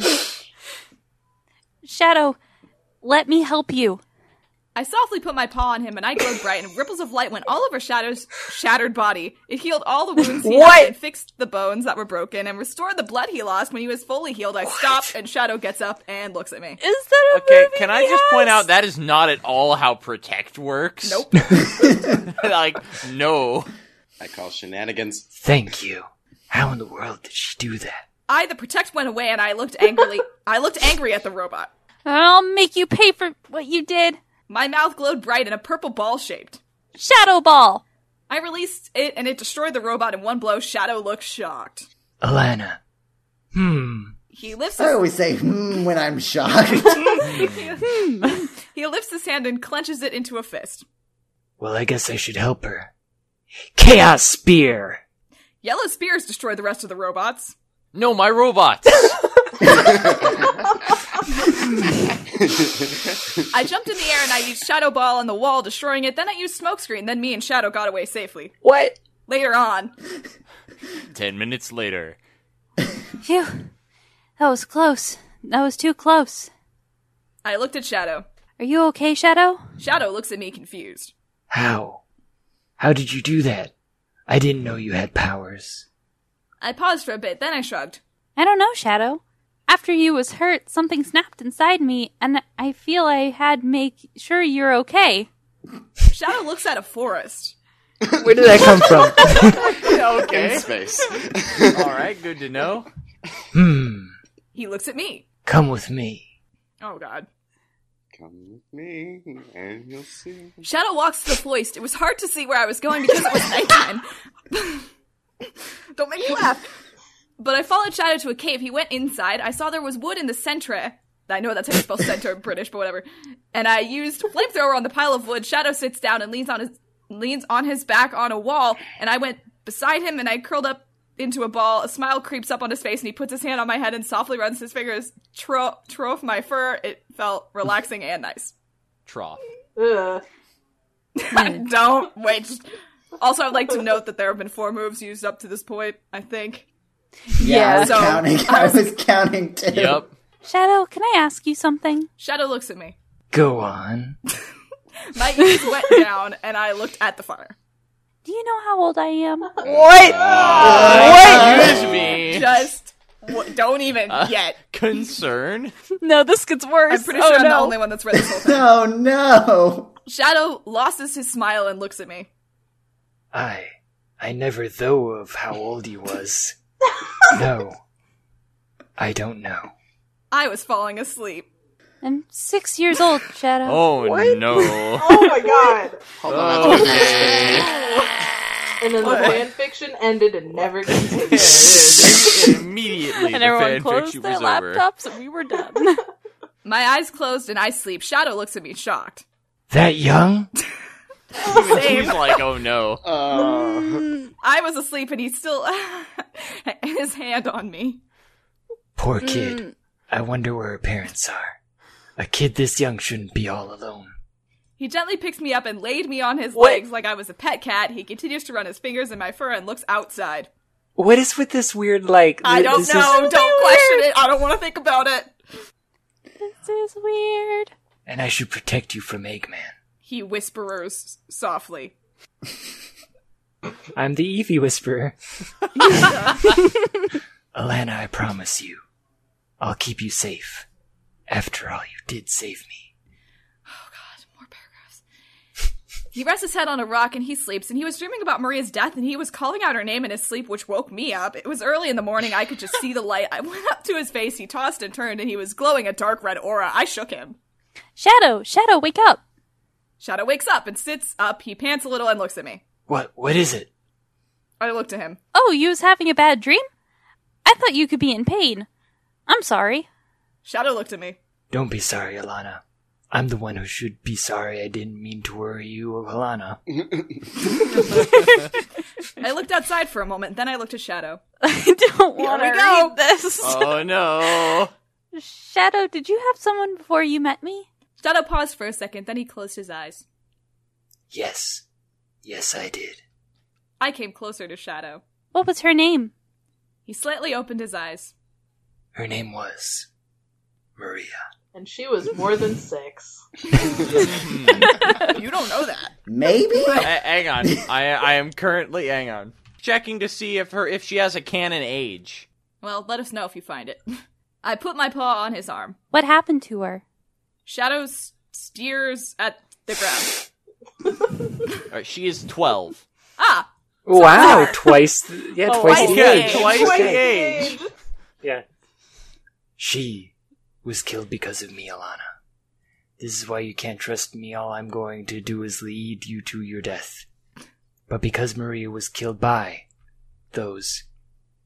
S3: Shadow. Let me help you.
S1: I softly put my paw on him, and I glowed bright, and ripples of light went all over Shadow's shattered body. It healed all the wounds he had, and fixed the bones that were broken, and restored the blood he lost. When he was fully healed, I stopped, and Shadow gets up and looks at me.
S3: Is that a
S7: Okay,
S3: movie
S7: can I
S3: he
S7: just point
S3: has?
S7: out that is not at all how Protect works?
S1: Nope.
S7: (laughs) like, no.
S6: I call shenanigans.
S8: Thank you. How in the world did she do that?
S1: I, the Protect, went away, and I looked angrily. I looked angry at the robot.
S3: I'll make you pay for what you did.
S1: My mouth glowed bright, and a purple ball shaped.
S3: Shadow Ball.
S1: I released it, and it destroyed the robot in one blow. Shadow looked shocked.
S8: Alana. Hmm.
S1: He lifts his
S5: I always say hmm when I'm shocked.
S1: (laughs) He lifts his hand and clenches it into a fist.
S8: Well, I guess I should help her. Chaos Spear!
S1: Yellow spears destroy the rest of the robots.
S7: No, my robots! (laughs)
S1: I jumped in the air and I used Shadow Ball on the wall, destroying it. Then I used Smokescreen. Then me and Shadow got away safely.
S5: what?
S1: Later on,
S7: Ten minutes later.
S3: Phew. That was close. That was too close.
S1: I looked at Shadow.
S3: Are you okay, Shadow?
S1: Shadow looks at me confused.
S8: How? How did you do that? I didn't know you had powers.
S1: I paused for a bit, then I shrugged.
S3: I don't know, Shadow. After you was hurt, something snapped inside me, and I feel I had make sure you're okay.
S1: Shadow looks at a forest.
S8: Where did that come from?
S6: In space.
S7: Alright, good to know.
S8: (laughs) hmm.
S1: He looks at me.
S8: Come with me.
S1: Oh god.
S6: Come with me and you'll see.
S1: Shadow walks to the foist. It was hard to see where I was going because it was nighttime. Don't make me laugh. But I followed Shadow to a cave. He went inside. I saw there was wood in the centre. I know that's how you spell centaur in (laughs) British, but whatever. And I used flamethrower on the pile of wood. Shadow sits down and leans on his leans on his back on a wall, and I went beside him and I curled up into a ball. A smile creeps up on his face, and he puts his hand on my head and softly runs his fingers tro- trough my fur. It felt relaxing and nice.
S7: Trough.
S1: Oh
S4: Ugh.
S1: Don't wait. Just- Also, I'd like to note that there have been four moves used up to this point. I think.
S5: (laughs) Yeah, I was
S1: so-
S5: counting. I was counting too.
S7: Yep.
S3: Shadow, can I ask you something?
S1: Shadow looks at me.
S8: Go on.
S1: My ears went down, and I looked at the fire.
S3: Do you know how old I am?
S7: Uh, Excuse me.
S1: Just w- don't even yet.
S7: Concern.
S3: (laughs) No, this gets worse. Oh,
S1: I'm pretty sure I'm the only one that's read this whole
S5: (laughs)
S1: thing.
S5: Oh no!
S1: Shadow loses his smile and looks at me.
S8: I I never though of how old he was. No. I don't know.
S1: I was falling asleep.
S3: I'm six years old, Shadow.
S7: Oh no.
S4: Oh my god!
S6: Hold on.
S4: And then the fan fiction ended and never continued.
S7: Immediately,
S3: and
S7: the
S3: everyone
S7: fan
S3: closed
S7: fiction
S3: their
S7: was over.
S3: laptops and we were done.
S1: My eyes closed and I sleep. Shadow looks at me shocked.
S8: That young?
S7: Even He's like, oh no.
S3: (laughs)
S1: I was asleep and he still (laughs) his hand on me.
S8: Poor kid. I wonder where her parents are. A kid this young shouldn't be all alone.
S1: He gently picks me up and laid me on his legs like I was a pet cat. He continues to run his fingers in my fur and looks outside.
S8: What is with this weird like
S1: I don't
S8: this is-
S1: know. Don't question it. I don't want to think about it.
S3: (laughs) this is weird.
S8: and I should protect you from Eggman.
S1: He whispers softly.
S8: I'm the Evie Whisperer. (laughs) Alana, I promise you, I'll keep you safe. After all, you did save me.
S1: More paragraphs. He rests his head on a rock and he sleeps, and he was dreaming about Maria's death, and he was calling out her name in his sleep, which woke me up. It was early in the morning, I could just see the light. I went up to his face, he tossed and turned, and he was glowing a dark red aura. I shook him.
S3: Shadow, Shadow, wake up.
S1: Shadow wakes up and sits up, he pants a little and looks at me.
S8: What? What is it?
S1: I looked at him.
S3: Oh, you was having a bad dream? I thought you could be in pain. I'm sorry. (laughs)
S1: Shadow looked at me.
S8: Don't be sorry, Alana. I'm the one who should be sorry. I didn't mean to worry you, Alana.
S1: I looked outside for a moment, then I looked at Shadow.
S3: I don't want to
S1: we go.
S3: read this.
S7: Oh
S3: (laughs)
S7: no.
S3: Shadow, did you have someone before you met me?
S1: Shadow paused for a second, then he closed his eyes.
S8: Yes, yes, I did.
S1: I came closer to Shadow.
S3: What was her name?
S1: He slightly opened his eyes.
S8: Her name was Maria.
S4: and she was more than six.
S7: Hmm.
S1: You don't know that.
S5: Maybe.
S7: A- hang on. I I am currently hang on checking to see if her if she has a canon age.
S1: Well, let us know if you find it. (laughs) I put my paw on his arm.
S3: What happened to her?
S1: Shadow s- steers at the ground.
S7: All right, Uh, she is twelve.
S1: Ah,
S8: (laughs) Wow, twice. th- yeah,
S1: Oh,
S8: twice.
S1: I
S8: the
S1: see.
S8: age.
S7: twice
S4: Twice
S7: the
S4: the
S7: age.
S8: Yeah. She was killed because of me, Alana. This is why you can't trust me. All I'm going to do is lead you to your death. But because Maria was killed by those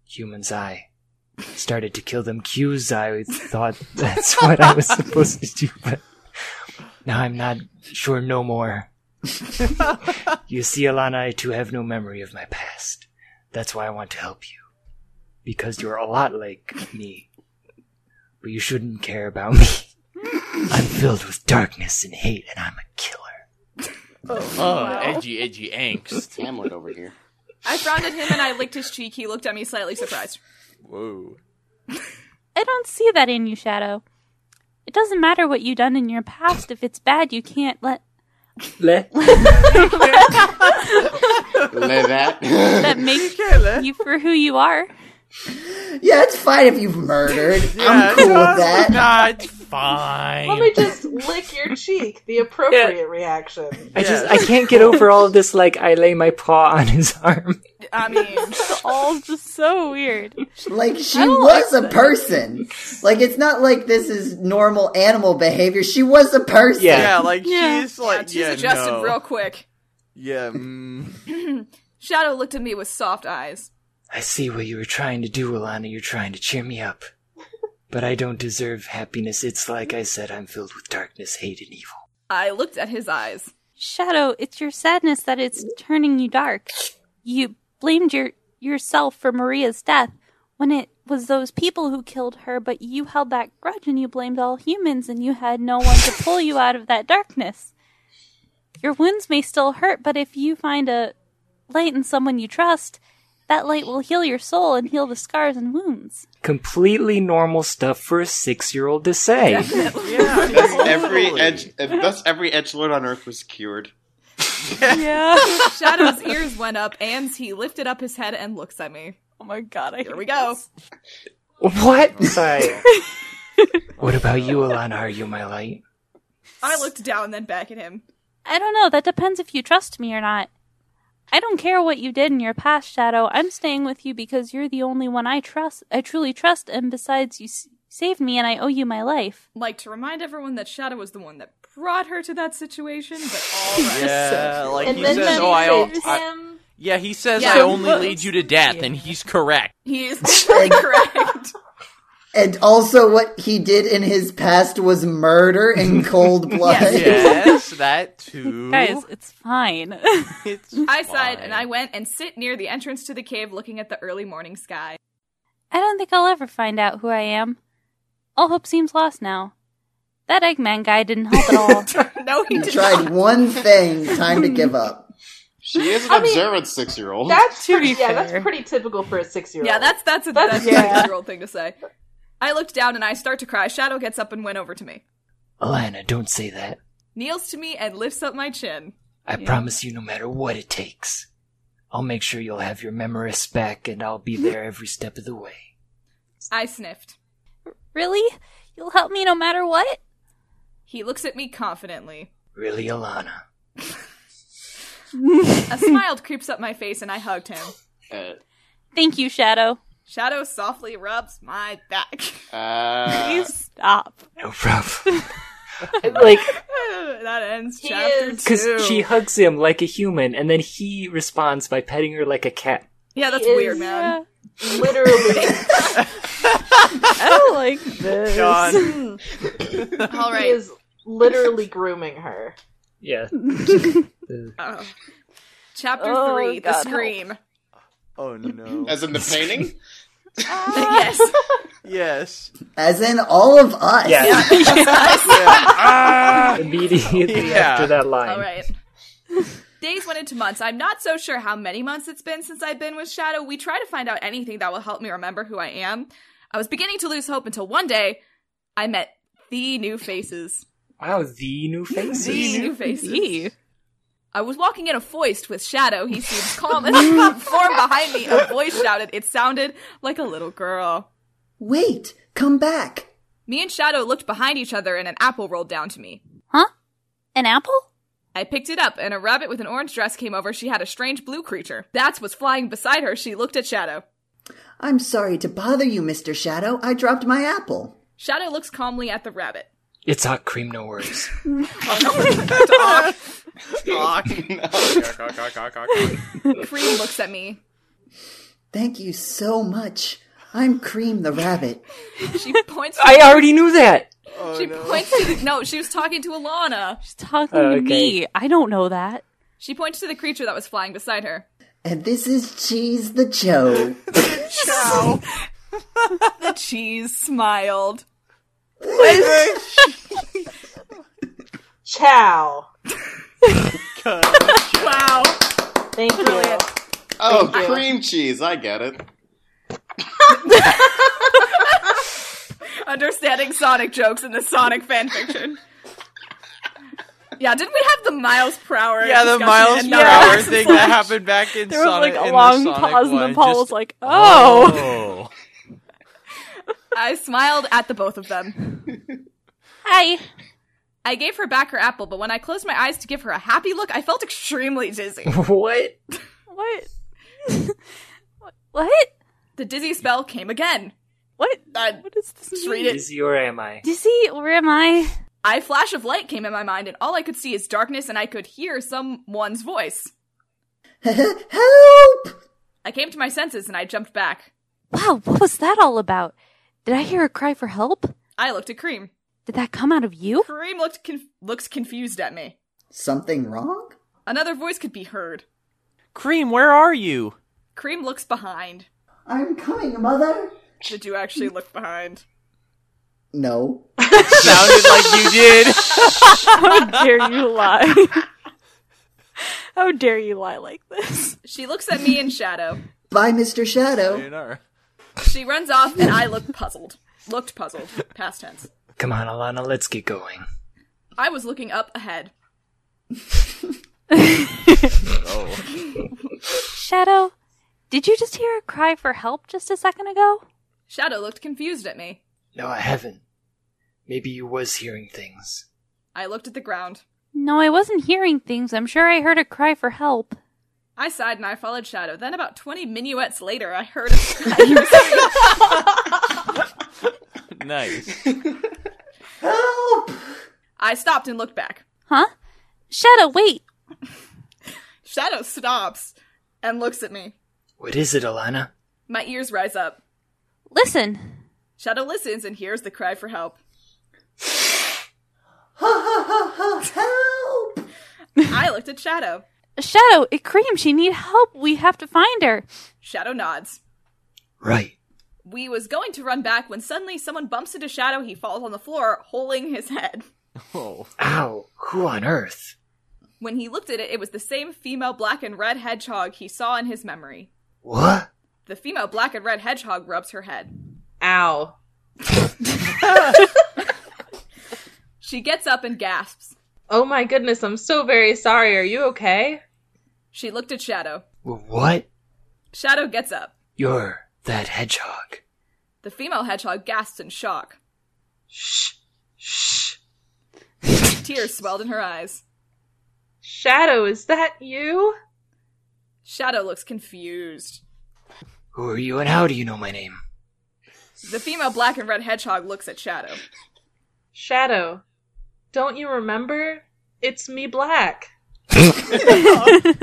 S8: humans, I started to kill them. Cues I thought that's what I was supposed to do, but now I'm not sure no more. you see, Alana, I too have no memory of my past. That's why I want to help you because you're a lot like me. But you shouldn't care about me. (laughs) I'm filled with darkness and hate, and I'm a killer.
S7: Oh, edgy, edgy angst.
S6: Hamlet over here.
S1: I frowned at him and I licked his cheek. He looked at me slightly surprised.
S7: Whoa.
S3: I don't see that in you, Shadow. It doesn't matter what you done in your past. If it's bad, you can't let
S6: Lay that.
S3: that make (laughs) you for who you are.
S5: Yeah, it's fine if you've murdered. I'm cool with
S7: (laughs)
S5: that.
S7: Nah, it's fine.
S4: Let me just lick your cheek. The appropriate reaction.
S8: I just I can't get over all of this. Like I lay my paw on his (laughs) arm.
S1: I mean,
S3: (laughs) It's all just so weird.
S5: Like she was a person. Like it's not like this is normal animal behavior. She was a person.
S7: yeah, like
S3: Yeah.
S7: she's like
S1: she
S7: yeah,
S1: suggested
S7: no.
S1: real quick. (laughs)
S7: Yeah. Mm.
S1: Shadow looked at me with soft eyes.
S8: I see what you were trying to do, Alana. You're trying to cheer me up. But I don't deserve happiness. It's like I said, I'm filled with darkness, hate, and evil.
S1: I looked at his eyes.
S3: Shadow, it's your sadness that it's turning you dark. You blamed your yourself for Maria's death when it was those people who killed her, but you held that grudge and you blamed all humans and you had no one to pull you out of that darkness. Your wounds may still hurt, but if you find a light in someone you trust, that light will heal your soul and heal the scars and wounds.
S8: Completely normal stuff for a six year old to say.
S6: (laughs)
S7: Yeah,
S6: That's every edge. Thus, every edge lord on earth was cured.
S3: Yeah.
S1: Shadow's ears went up, and he lifted up his head and looks at me.
S3: oh my god, I
S1: Here we go.
S8: What? (laughs) Sorry. what about you, Alana? Are you my light?
S1: I looked down, then back at him.
S3: I don't know. That depends if you trust me or not. I don't care what you did in your past, Shadow. I'm staying with you because you're the only one I trust. I truly trust, and besides, you s- saved me, and I owe you my life.
S1: Like to remind everyone that Shadow was the one that brought her to that situation, but all right.
S7: yeah like
S4: And
S7: he
S4: then
S7: says,
S4: she
S7: "Oh, I, o-
S4: saves
S7: I-
S4: him.
S7: yeah." He says,
S1: Yeah.
S7: "I only lead you to death," and he's correct.
S1: He is totally correct.
S5: And also, what he did in his past was murder in cold blood.
S7: yes, that too.
S3: Guys, it's fine. (laughs)
S7: It's
S1: I sighed and I
S7: fine.
S1: went and sit near the entrance to the cave looking at the early morning sky. (laughs)
S3: I don't think I'll ever find out who I am. All hope seems lost now. That Eggman guy didn't help at all.
S1: No, he
S5: (laughs) He
S1: did
S5: tried
S1: not.
S5: one thing, time to give up.
S6: She is an
S4: I mean,
S6: observant six-year-old.
S4: That's
S3: To
S4: pretty,
S3: be
S4: yeah, that's
S3: fair.
S4: pretty typical for a six year old.
S1: Yeah, that's that's a that's,
S4: That's-
S1: a
S4: yeah.
S1: year old thing to say. I looked down and I start to cry. Shadow gets up and went over to me,
S8: Alana, don't say that.
S1: kneels to me, and lifts up my chin.
S8: I promise you, no matter what it takes, I'll make sure you'll have your memoris back, and I'll be there every step of the way.
S1: I sniffed.
S3: really? You'll help me no matter what?
S1: He looks at me confidently.
S8: Really, Alana?
S1: A smile creeps up my face and I hugged him.
S6: Uh,
S3: Thank you, Shadow.
S1: Shadow softly rubs my back. (laughs)
S6: uh,
S3: Please stop.
S8: No problem.
S1: (laughs)
S8: like,
S1: that ends
S4: He
S1: chapter
S4: is-
S8: because
S1: two.
S8: she hugs him like a human, and then he responds by petting her like a cat.
S1: yeah, that's
S4: He is-
S1: weird, man.
S4: (laughs) literally.
S3: I don't Oh, like this.
S7: John.
S1: (laughs) All
S4: he
S1: right.
S4: is literally grooming her.
S1: (laughs)
S8: Yeah.
S1: Oh. Chapter
S3: Oh,
S1: three: The
S3: God help.
S1: Scream.
S7: Oh no.
S6: as in the painting.
S4: (laughs)
S1: (laughs) yes.
S7: yes.
S5: As in all of us.
S8: Yeah.
S7: Ah!
S8: Immediately
S7: Yeah.
S8: after that line.
S1: All right. Days went into months. I'm not so sure how many months it's been since I've been with Shadow. We try to find out anything that will help me remember who I am. I was beginning to lose hope until one day I met the new faces.
S8: Wow, the new faces.
S1: The new faces.
S3: Ew.
S1: I was walking in a foist with Shadow. He seemed (laughs) calm as a platform behind me. A voice shouted. It sounded like a little girl.
S5: Wait, come back.
S1: Me and Shadow looked behind each other and an apple rolled down to me.
S3: Huh? An apple?
S1: I picked it up, and a rabbit with an orange dress came over. She had a strange blue creature. That's was flying beside her. She looked at Shadow.
S5: I'm sorry to bother you, Mr. Shadow. I dropped my apple.
S1: Shadow looks calmly at the rabbit.
S8: It's hot cream, no worries.
S6: (laughs)
S1: Cream looks at me.
S5: Thank you so much. I'm Cream the Rabbit.
S1: She points.
S8: I already knew that!
S1: she points to the, no. She was talking to Alana.
S3: She's talking to
S8: Okay.
S3: me. I don't know that.
S1: She points to the creature that was flying beside her.
S5: And this is Cheese the Joe. (laughs)
S1: (laughs) The cheese smiled.
S4: Chow.
S1: Wow.
S4: Thank you.
S6: oh,
S4: (laughs)
S6: cream cheese. I get it.
S1: Understanding Sonic jokes in the Sonic fanfiction. Yeah, didn't we have the miles per hour?
S7: Yeah, the
S1: discussion
S7: miles per
S1: another
S7: hour
S1: episode?
S7: thing that happened back in
S3: There
S7: Sonic.
S3: was like
S7: in
S3: a
S7: the
S3: long
S7: Sonic
S3: pause, and
S7: one,
S3: then Paul
S7: just-
S3: was like, "Oh,
S7: Oh.
S1: I smiled at the both of them.
S3: (laughs) hi."
S1: I gave her back her apple, but when I closed my eyes to give her a happy look, I felt extremely dizzy.
S8: (laughs) What?
S3: What? (laughs) what?
S1: The dizzy spell came again.
S3: What?
S1: Uh,
S3: what is this?
S1: Read
S3: Mean?
S1: it.
S8: Is or am I?
S3: Dizzy, where am I?
S1: A flash of light came in my mind, and all I could see is darkness, and I could hear someone's voice.
S5: Help!
S1: I came to my senses and I jumped back.
S3: Wow, what was that all about? Did I hear a cry for help?
S1: I looked at Cream.
S3: Did that come out of you?
S1: Cream looked conf- looks confused at me.
S5: Something wrong?
S1: Another voice could be heard.
S7: Cream, where are you?
S1: Cream looks behind.
S5: I'm coming, mother.
S1: Did you actually look behind?
S5: No.
S7: (laughs) Sounded like you did.
S3: (laughs) How dare you lie? (laughs) How dare you lie like this?
S1: She looks at me in shadow.
S5: Bye, Mr. Shadow.
S7: Sayonara.
S1: She runs off, and I look puzzled. Looked puzzled. Past tense.
S8: Come on, Alana, let's get going.
S1: I was looking up ahead.
S3: Shadow, did you just hear a cry for help just a second ago?
S1: Shadow looked confused at me.
S8: No, I haven't. Maybe you was hearing things.
S1: I looked at the ground.
S3: No, I wasn't hearing things. I'm sure I heard a cry for help.
S1: I sighed and I followed Shadow. Then, about 20 minuets later, I heard a
S7: Nice.
S5: Help!
S1: I stopped and looked back.
S3: Huh? Shadow, wait.
S1: Shadow stops and looks at me.
S8: What is it, Alana?
S1: My ears rise up.
S3: Listen.
S1: Shadow listens and hears the cry for help.
S5: Help!
S1: I looked at Shadow.
S3: Shadow, it cream, she need help. We have to find her.
S1: Shadow nods.
S8: Right.
S1: We was going to run back when suddenly someone bumps into Shadow. He falls on the floor, holding his head.
S7: Oh.
S8: Ow, who on earth?
S1: When he looked at it, it was the same female black and red hedgehog he saw in his memory.
S8: What?
S1: The female black and red hedgehog rubs her head.
S4: Ow.
S1: She gets up and gasps.
S4: Oh my goodness, I'm so very sorry. Are you okay?
S1: She looked at Shadow.
S8: W- What?
S1: Shadow gets up.
S8: You're that hedgehog.
S1: The female hedgehog gasps in shock.
S4: Shh. Shh.
S1: Tears swelled in her eyes.
S4: Shadow, is that you?
S1: Shadow looks confused.
S8: Who are you and how do you know my name?
S1: The female black and red hedgehog looks at Shadow.
S4: Shadow, don't you remember? It's me, Black.
S5: It's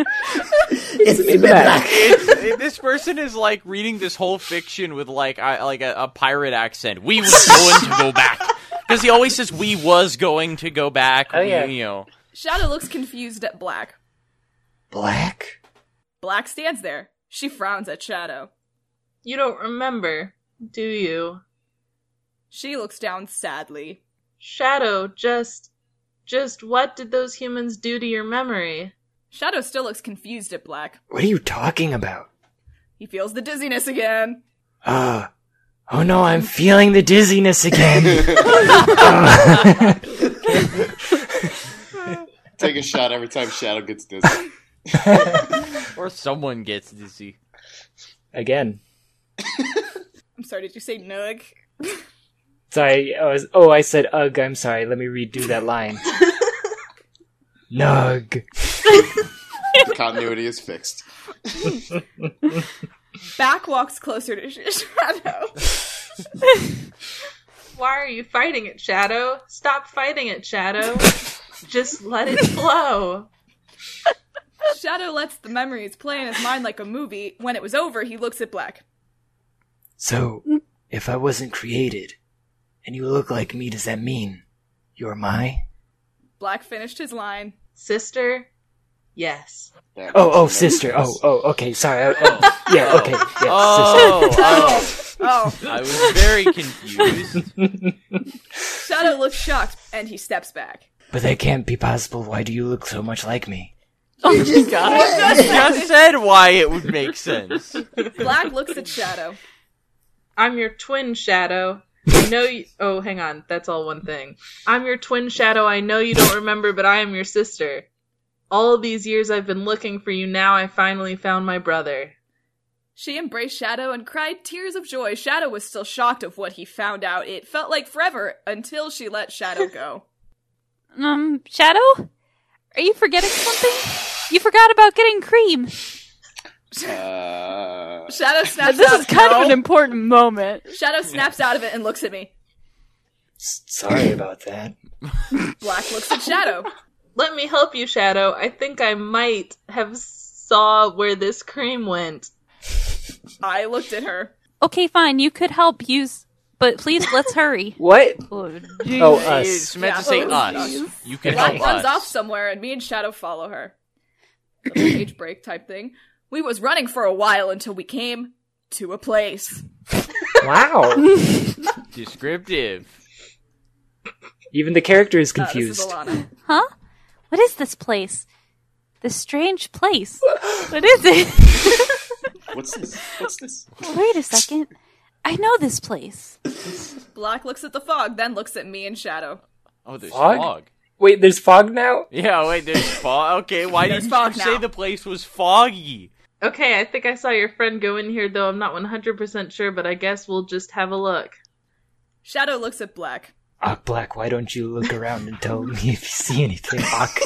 S5: me back.
S7: It's, it- this person is like reading this whole fiction with like I, like a, a pirate accent. We was going to go back because he always says we was going to go back.
S2: Oh,
S7: we-
S2: yeah.
S7: you know.
S1: Shadow looks confused at Black.
S8: Black?
S1: Black stands there. She frowns at Shadow.
S4: You don't remember, do you?
S1: She looks down sadly.
S4: Shadow, just. Just what did those humans do to your memory?
S1: Shadow still looks confused at Black.
S8: What are you talking about?
S1: He feels the dizziness again.
S8: Uh, oh no, I'm feeling the dizziness again.
S6: Take a shot every time Shadow gets dizzy.
S7: Or someone gets
S2: (laughs)
S7: dizzy.
S8: again.
S1: I'm sorry, did you say nug?
S8: Sorry, I was, oh, I said ugh, I'm sorry, let me redo that line. (laughs) Nug.
S6: The continuity is fixed.
S1: Back walks closer to (laughs) Sh- Shadow.
S4: Why are you fighting it, Shadow? Stop fighting it, Shadow. just let it flow.
S1: Shadow lets the memories play in his mind like a movie. When it was over, he looks at Black.
S8: So, if I wasn't created, and you look like me, does that mean you're my?
S1: Black finished his line.
S4: Sister, yes.
S6: That
S8: Oh, oh,
S6: makes no
S8: sister. Oh,
S6: sense.
S8: oh, okay. Sorry. I, I- yeah, okay. Yeah,
S7: Oh, I,
S1: Oh,
S7: I was very confused.
S1: Shadow looks shocked and he steps back.
S8: sister. But that can't be possible. Why do you look so much like me?
S3: Oh
S7: (laughs)
S3: my god.
S7: Just said why it would
S8: (laughs)
S7: make sense.
S8: Oh,
S1: Black looks at Shadow.
S4: I'm your twin shadow. I know you. Oh, hang on. That's all one thing. I'm your twin shadow. I know you don't remember, but I am your sister. All these years I've been looking for you. Now I finally found my brother.
S1: She embraced Shadow and cried tears of joy. Shadow was still shocked of what he found out. It felt like forever until she let Shadow go.
S3: Um, Shadow? Are you forgetting something? You forgot about getting cream.
S6: Uh,
S1: Shadow snaps
S3: This
S1: out.
S3: is kind of
S1: No.
S3: an important moment.
S1: Shadow snaps out of it and looks at me.
S8: S- sorry about that.
S1: Black looks at Shadow.
S4: Let me help you, Shadow. I think I might have saw where this cream went.
S1: I looked at her.
S3: Okay, fine. You could help use but please let's
S6: (laughs)
S3: hurry.
S9: What?
S3: Oh,
S2: Oh, us.
S7: It's meant to say
S1: Yeah.
S7: us. You can
S1: Black
S7: help
S1: runs
S7: us.
S1: off somewhere, and me and Shadow follow her. Little page break type thing. We was running for a while until we came to a place.
S8: (laughs) Wow.
S7: Descriptive.
S8: Even the character is
S1: Uh, this is
S8: confused.
S1: Alana.
S3: Huh? What is this place? This strange place. What is it?
S6: (laughs) What's this? What's this?
S3: Wait a second. I know this place.
S1: Black looks at the fog, then looks at me and Shadow.
S7: Oh, there's
S8: Fog?
S7: fog.
S8: Wait, there's fog now?
S7: Yeah, wait,
S8: (laughs)
S7: there's fog. Okay, why
S1: There's
S7: didn't
S1: fog
S7: you say
S1: now.
S7: the place was foggy?
S4: Okay, I think I saw your friend go in here, though I'm not 100% sure, but I guess we'll just have a look.
S1: Shadow looks at Black.
S8: Ah, Black, why don't you look around and tell me if you see (laughs) anything? Ock.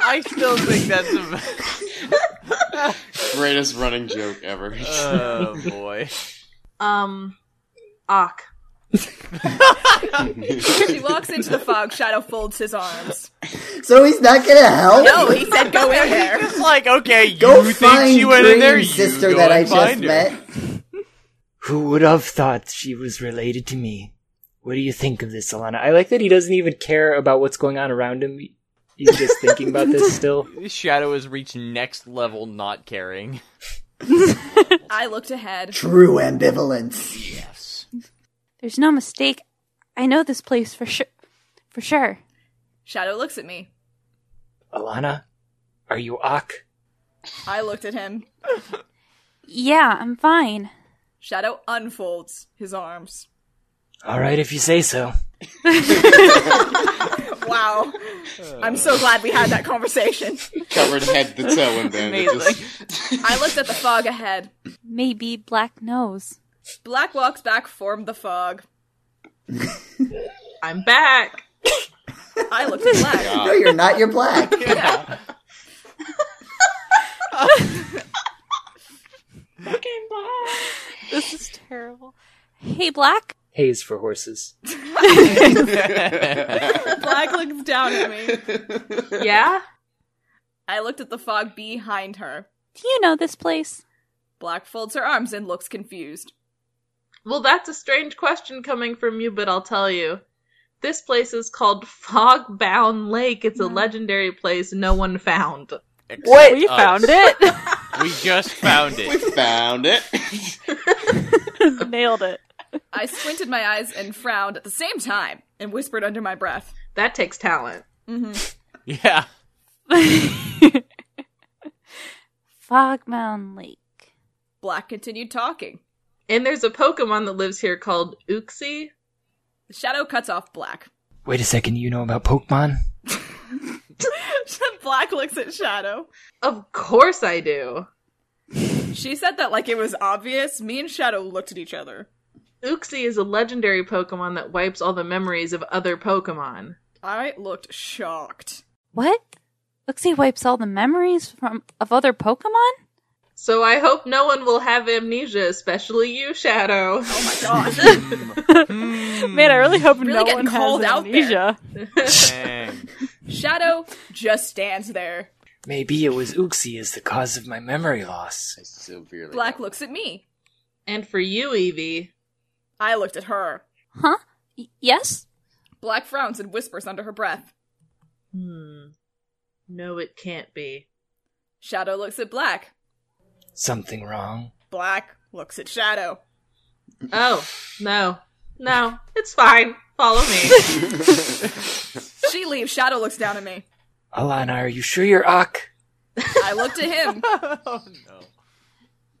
S7: I still think that's a.
S6: Greatest running joke ever.
S7: (laughs)
S4: Uh,
S7: Oh boy.
S4: Um, Ock.
S1: She walks into the fog. Shadow folds his arms.
S5: (laughs) So he's not gonna help?
S1: No, Oh, he said go in there.
S7: It's like okay, you
S5: Go
S7: think
S5: find
S7: she went in there,
S5: Green's
S7: you
S5: sister
S7: go
S5: that I
S7: and
S5: just
S7: find her.
S5: met.
S8: Who would have thought she was related to me? What do you think of this, Alana? I like that he doesn't even care about what's going on around him. He's just thinking about this still.
S7: This Shadow has reached next level, not caring.
S1: I looked ahead.
S5: True ambivalence.
S7: Yes.
S3: There's no mistake. I know this place for sure. For sure.
S1: Shadow looks at me.
S8: Alana, are you Ock?
S1: I looked at him.
S3: Yeah, I'm fine.
S1: Shadow unfolds his arms.
S8: All right, if you say so.
S1: Wow. I'm so glad we had that conversation.
S6: Covered head to toe and then it just
S1: I looked at the fog ahead.
S3: Maybe Black knows.
S1: Black walks back, formed the fog.
S4: I'm back!
S1: I looked at Black.
S5: (laughs) No, you're not.
S4: (laughs)
S5: You're black.
S3: This is terrible. Hey, Black.
S8: Hayes for horses.
S1: (laughs) Black looks down at me.
S4: (laughs) Yeah?
S1: I looked at the fog behind her.
S3: Do you know this place?
S1: Black folds her arms and looks confused.
S4: Well, that's a strange question coming from you, but I'll tell you. This place is called Fogbound Lake. It's a legendary place no one found.
S7: Except
S9: We
S7: us.
S9: found it.
S7: We just found
S6: we (laughs)
S7: it.
S6: found it.
S9: (laughs) Nailed it.
S1: I squinted my eyes and frowned at the same time and whispered under my breath.
S4: That takes talent.
S7: Yeah.
S3: (laughs) Fog Mound Lake.
S1: Black continued talking.
S4: And there's a Pokemon that lives here called Uxie.
S1: The shadow cuts off Black. (laughs)
S8: Wait a second, you know about Pokemon?
S1: Black looks at Shadow.
S4: Of course I do.
S1: She said that like it was obvious. Me and Shadow looked at each other.
S4: Uxie is a legendary Pokemon that wipes all the memories of other Pokemon.
S1: I looked shocked.
S3: What? Uxie wipes all the memories from of other Pokemon?
S4: So I hope no one will have amnesia, especially you, Shadow.
S1: Oh my god.
S9: (laughs) Man, I really
S3: Hmm.
S9: hope
S1: Really
S9: no
S1: getting
S9: one
S1: called
S9: has
S1: out there.
S9: amnesia.
S7: Dang.
S1: Shadow just stands there.
S8: Maybe it was Uxie is the cause of my memory loss.
S6: I severely
S1: Black
S6: doubt
S1: looks at me.
S4: And for you, Evie,
S1: I looked at her.
S3: Huh? Y- yes?
S1: Black frowns and whispers under her breath.
S4: hmm. No, it can't be.
S1: Shadow looks at Black.
S8: Something wrong.
S1: Black looks at Shadow.
S4: Oh, no. No, it's fine. Follow me.
S1: She leaves. Shadow looks down at me.
S8: Alana, are you sure you're Ock?
S1: I looked at
S4: (laughs)
S1: him.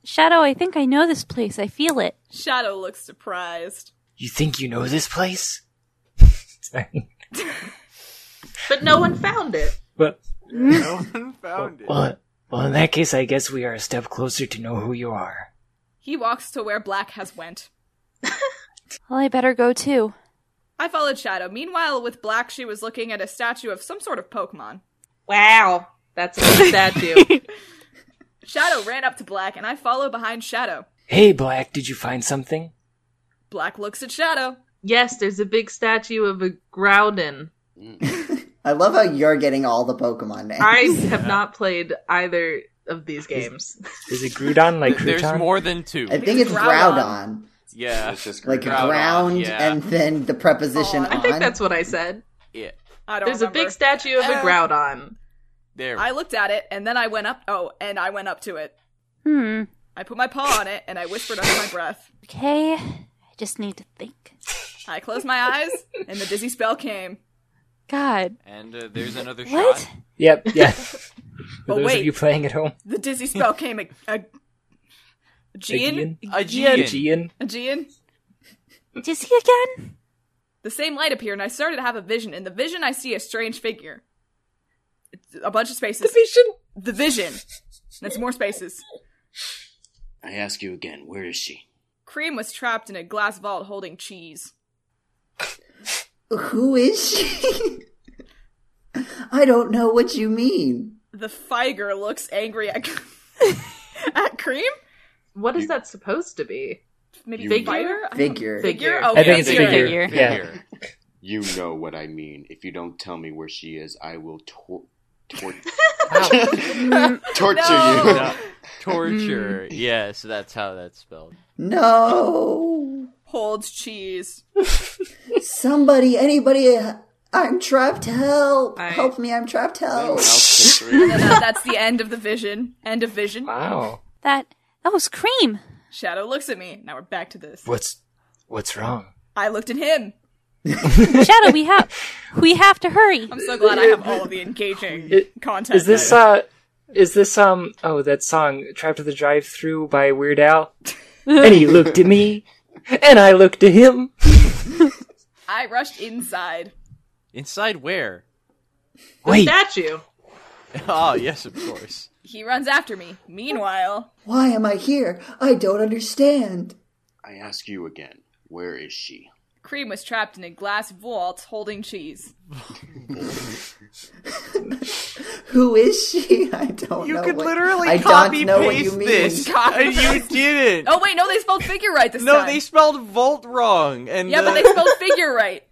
S3: Shadow, I think I know this place. I feel it.
S1: Shadow looks surprised.
S8: You think you know this (laughs) place? Sorry.
S4: but no one found it.
S8: Well,
S7: No one found it.
S8: well, well, in that case, I guess we are a step closer to know who you are.
S1: He walks to where Black has went.
S3: Well, I better go too.
S1: I followed Shadow. Meanwhile, with Black, she was looking at a statue of some sort of Pokemon.
S4: Wow. That's a good statue.
S1: Shadow ran up to Black, and I follow behind Shadow.
S8: Hey, Black, did you find something?
S1: Black looks at Shadow.
S4: yes, there's a big statue of a Groudon.
S5: I love how you're getting all the Pokemon names.
S4: I have not played either of these games.
S8: Is it Groudon like
S7: There's
S8: Crouton?
S7: more than two.
S5: I think it's
S1: Groudon.
S5: Groudon.
S7: Yeah.
S6: It's just
S5: Like
S7: Groudon,
S5: ground,
S7: yeah.
S5: and then the preposition
S1: Aw,
S5: on.
S4: I think that's what I said.
S7: Yeah.
S1: I don't
S4: There's a big
S1: remember.
S4: statue of a
S7: Uh,
S4: Groudon.
S7: There.
S1: I looked at it and then I went up. Oh, and I went up to it.
S3: Hmm.
S1: I put my paw on it and I whispered under my breath.
S3: Okay. I just need to think.
S1: I closed my (laughs) eyes and the dizzy spell came.
S3: God.
S7: and uh, there's another
S3: What?
S7: shot. (laughs)
S8: Yep,
S7: Oh,
S8: yeah. For
S1: But
S8: those
S1: wait.
S8: of you playing at home,
S1: The dizzy spell came. A, a, Aegean?
S7: Aegean.
S8: Gian,
S1: Aegean?
S3: Dizzy again?
S1: The same light appeared and I started to have a vision. In the vision, I see a strange figure. It's a bunch of spaces. The vision? The vision. That's more spaces.
S6: I ask you again, where is she?
S1: Cream was trapped in a glass vault holding cheese.
S5: Who is she? (laughs) I don't know what you mean.
S1: The Figer looks angry at, (laughs) at Cream?
S4: What is that supposed to be?
S1: Maybe
S6: You-
S1: Figer?
S5: Figure.
S1: Figure?
S4: Figure.
S1: Oh,
S8: I think
S1: yeah,
S8: it's a
S1: figure.
S8: figure. Yeah.
S6: You know what I mean. If you don't tell me where she is, I will tor- tor- torture you.
S1: No.
S6: (laughs)
S7: No.
S1: Hmm.
S7: Torture. Yeah, so that's how that's spelled.
S5: No.
S1: Holds cheese.
S5: Somebody, anybody, I'm trapped. Help.
S4: I-
S5: Help me. I'm trapped. Help.
S6: Anyone else take three?
S1: And that- that's the end of the vision. End of vision.
S8: Wow.
S3: That that was cream.
S1: Shadow looks at me. Now we're back to this.
S8: What's what's wrong?
S1: I looked at him.
S3: Shadow, we have we have to hurry.
S1: I'm so glad I have all of the engaging
S8: It-
S1: content.
S8: Is this
S1: I-
S8: uh is this um oh that song Trapped to the Drive Through by Weird
S7: (laughs)
S8: Al? and he looked at me and I looked at him.
S1: I rushed inside.
S7: Inside
S1: (laughs)
S7: where?
S4: The
S8: Wait,
S4: statue.
S7: Oh, yes, of course.
S1: He runs after me. Meanwhile,
S5: Why am I here? I don't understand.
S6: I ask you again, where is she?
S1: Cream was trapped in a glass vault holding cheese.
S5: Who is she? (laughs) I don't know. what- I don't know what you mean.
S7: (laughs)
S1: Copy (laughs) paste.
S7: Uh, didn't.
S1: Oh wait, no, they spelled figure right this
S7: no,
S1: time.
S7: they spelled Volt wrong. And
S1: yeah, but
S7: the-
S1: they
S7: (laughs)
S1: spelled figure right,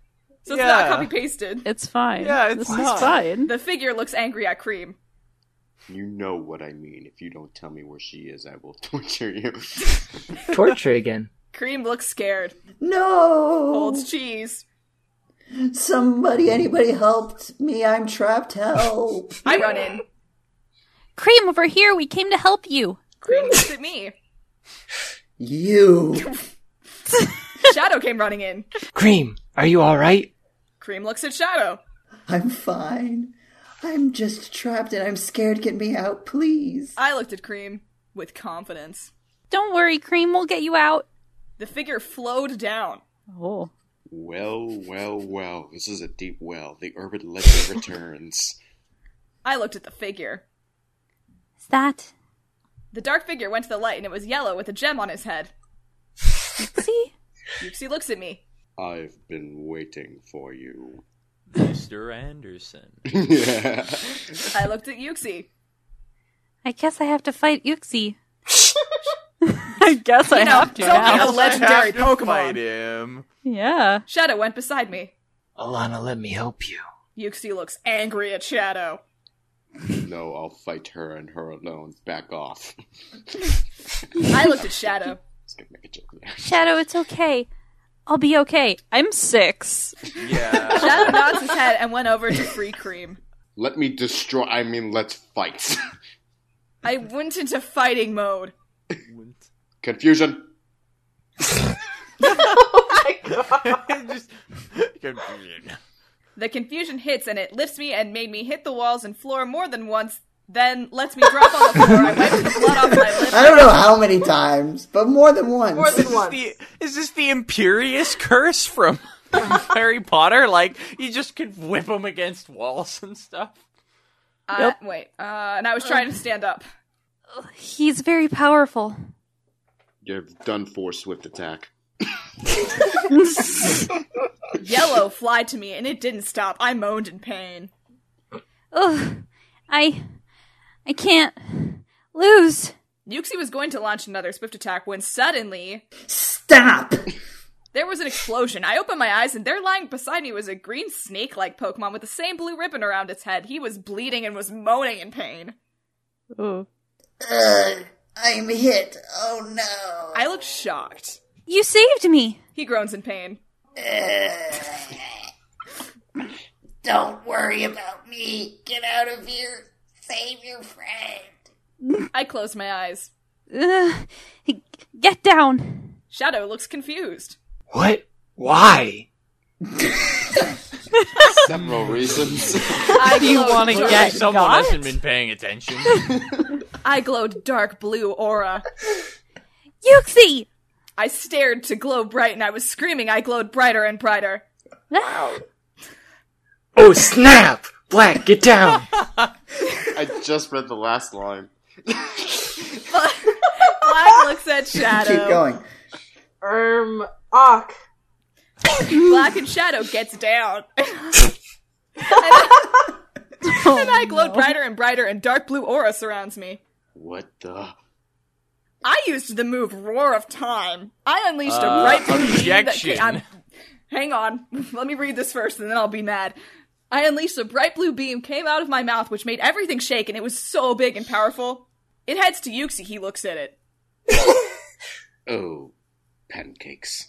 S1: so it's not
S7: Yeah.
S1: copy pasted.
S9: It's fine.
S7: Yeah, it's
S9: this
S7: not.
S9: is fine.
S1: The figure looks angry at Cream.
S6: You know what I mean. If you don't tell me where she is, I will (laughs) torture you.
S8: torture again.
S1: Cream looks scared.
S5: No.
S1: Holds cheese.
S5: Somebody, anybody helped me. I'm trapped. Help.
S1: I run in.
S3: Cream over here, we came to help you.
S1: Cream looks at
S7: (laughs)
S1: me.
S5: you.
S1: Shadow came running in.
S8: Cream, are you all right?
S1: Cream looks at Shadow.
S5: I'm fine. I'm just trapped and I'm scared. Get me out, please.
S1: I looked at Cream with confidence.
S3: Don't worry, Cream, we'll get you out.
S1: The figure flowed down.
S9: Oh.
S6: well, well, well. This is a deep well. The urban legend returns.
S1: I looked at the figure.
S3: Is that
S1: The dark figure went to the light and it was yellow with a gem on his head.
S3: see?
S1: Yuxi looks at me.
S6: I've been waiting for you. (laughs)
S7: (laughs) Mr.
S1: (laughs)
S7: Anderson.
S6: yeah.
S1: I looked at Yuxi.
S3: I guess I have to fight Uxie.
S9: (laughs) I guess I
S1: You know,
S9: have
S1: it's
S9: to.
S1: only a
S9: Now.
S7: (laughs)
S1: legendary
S7: Fight
S1: Pokemon.
S7: him.
S9: Yeah.
S1: Shadow went beside me.
S8: Alana, let me help you.
S1: Yuxi looks angry at Shadow.
S6: No, I'll fight her and her alone. Back off. (laughs) I
S1: I looked at Shadow.
S6: was gonna make a joke. there.
S3: Shadow, it's okay. I'll be okay.
S9: I'm six.
S7: Yeah. (laughs)
S1: Shadow nods his head and went over to Free Cream.
S6: Let me destroy. I mean, let's fight. (laughs)
S1: I went into fighting mode.
S6: Confusion.
S1: (laughs)
S7: Just confusion.
S1: The confusion hits and it lifts me and made me hit the walls and floor more than once, then lets me drop on the floor. I wiped the blood off my lips.
S5: I don't know how many times, but more than once.
S4: More than
S7: Is
S4: once.
S7: this the, is this the imperious curse from, (laughs) from Harry Potter? Like you just could whip them against walls and stuff.
S1: Uh, Wait, uh, and I was trying to stand up.
S3: He's very powerful.
S6: You've done for swift attack.
S1: (laughs) Yellow flied to me and it didn't stop. I moaned in pain.
S3: Ugh. I I can't lose.
S1: Yuxi was going to launch another swift attack when suddenly
S5: Stop.
S1: there was an explosion. I opened my eyes and there lying beside me was a green snake like Pokemon with the same blue ribbon around its head. He was bleeding and was moaning in pain.
S9: Ooh.
S5: Ugh, I'm hit. Oh no.
S1: I looked shocked.
S3: You saved me.
S1: He groans in pain.
S10: Don't worry about me. Get out of here. Save your friend.
S1: I close my eyes.
S3: Ugh. Get down.
S1: Shadow looks
S7: (laughs)
S1: confused.
S8: What? Why?
S6: Several reasons.
S1: I
S7: Do you
S1: glowed
S7: want to
S1: blue-
S7: get someone
S9: got?
S7: hasn't been paying (laughs) attention?
S1: I glowed dark blue aura.
S3: Yuxi!
S1: I stared to glow bright and I was screaming I glowed brighter and brighter.
S8: Oh snap! Black, get down!
S6: I just read the last line.
S1: Black looks
S7: (laughs)
S1: at Shadow.
S5: Keep going.
S4: Erm, Ock.
S1: Black and Shadow gets down. (laughs)
S7: (laughs)
S1: and, I,
S7: Oh,
S1: and I glowed brighter and brighter and dark blue aura surrounds me.
S6: What the?
S1: I used the move Roar of Time. I unleashed a
S7: Uh,
S1: bright blue beam that
S7: objection.
S1: ca- I'm- Hang on. (laughs) Let me read this first and then I'll be mad. I unleashed a bright blue beam came out of my mouth which made everything shake and it was so big and powerful. It heads to Yuxi, he looks at it.
S6: Oh, pancakes.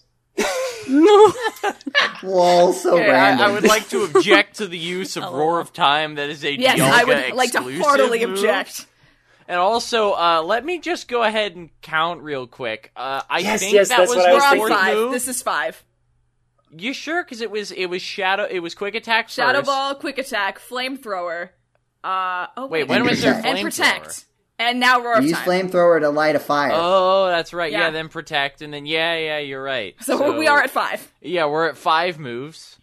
S5: Lol, so
S7: Okay, I,
S5: random.
S7: I would like to object to the use
S1: (laughs)
S7: of Roar of Time that is a
S1: Oh. Yes,
S7: Dialga
S1: I would like to
S7: exclusive
S1: heartily
S7: move.
S1: object.
S7: And also, uh, let me just go ahead and count real quick. Uh, I
S8: Yes,
S7: think
S8: yes,
S7: that
S8: that's
S7: was
S8: what I
S1: We're
S8: was
S7: Roar
S1: on
S8: thinking.
S1: five.
S7: move.
S1: This is five.
S7: You sure? Because it was it was shadow. It was quick attack.
S1: Shadow
S7: first.
S1: Ball, Quick Attack, Flamethrower. Uh, oh,
S7: Wait,
S1: wait,
S7: when
S5: And
S7: was there
S1: and
S5: protect.
S7: flamethrower?
S1: Protect. And now Roar of
S5: Use
S1: Time.
S5: flamethrower to light a fire.
S7: Oh, that's right. Yeah.
S1: Yeah.
S7: then protect, and then yeah, yeah, you're right.
S1: so, we are at five.
S7: yeah, we're at five moves.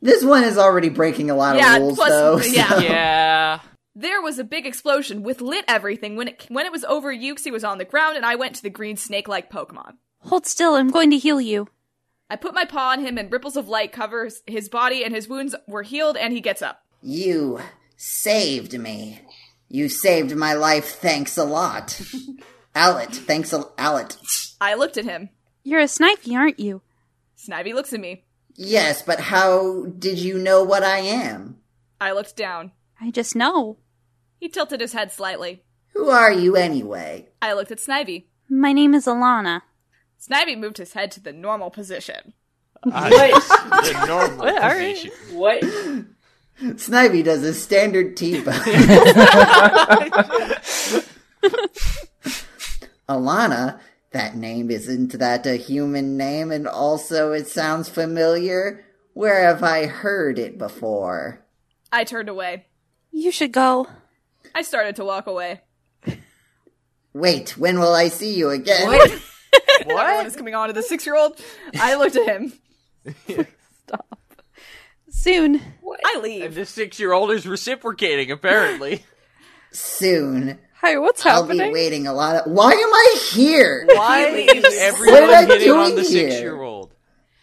S5: This one is already breaking a lot
S1: Yeah,
S5: of rules,
S1: plus-
S5: though.
S1: (laughs) yeah.
S2: (laughs)
S5: so-
S7: Yeah,
S1: There was a big explosion with lit everything. When it when it was over, Yuxi was on the ground, and I went to the green snake-like Pokemon.
S3: Hold still, I'm going to heal you.
S1: I put my paw on him, and ripples of light covers his body, and his wounds were healed, and he gets up.
S5: You saved me. You saved my life. Thanks a lot. Allet, thanks a Allet.
S1: I looked at him.
S3: You're a snipey, aren't you?
S1: Snivy looks at me.
S5: Yes, but how did you know what I am?
S1: I looked down.
S3: I just know.
S1: He tilted his head slightly.
S5: Who are you anyway?
S1: I looked at Snivy.
S3: My name is Alana.
S1: Snivy moved his head to the normal position.
S2: What?
S7: the normal position.
S2: what?
S5: Snivy does his standard T-bone. (laughs) Alana, that name isn't that a human name, and also it sounds familiar. Where have I heard it before?
S1: I turned away.
S3: You should go.
S1: I started to walk away. (laughs)
S5: Wait, when will I see you again?
S1: Everyone is coming on to the six-year-old. I looked at him.
S3: Soon.
S1: I
S7: And
S1: leave.
S7: the six-year-old is
S5: (laughs)
S7: reciprocating. Apparently,
S5: Soon.
S9: Hi, what's
S5: I'll
S9: happening?
S5: be waiting a lot of. Why am I here?
S7: why is
S5: What
S7: everyone
S5: am I
S7: hitting on
S5: doing
S7: the
S5: here?
S7: six-year-old?
S1: (laughs)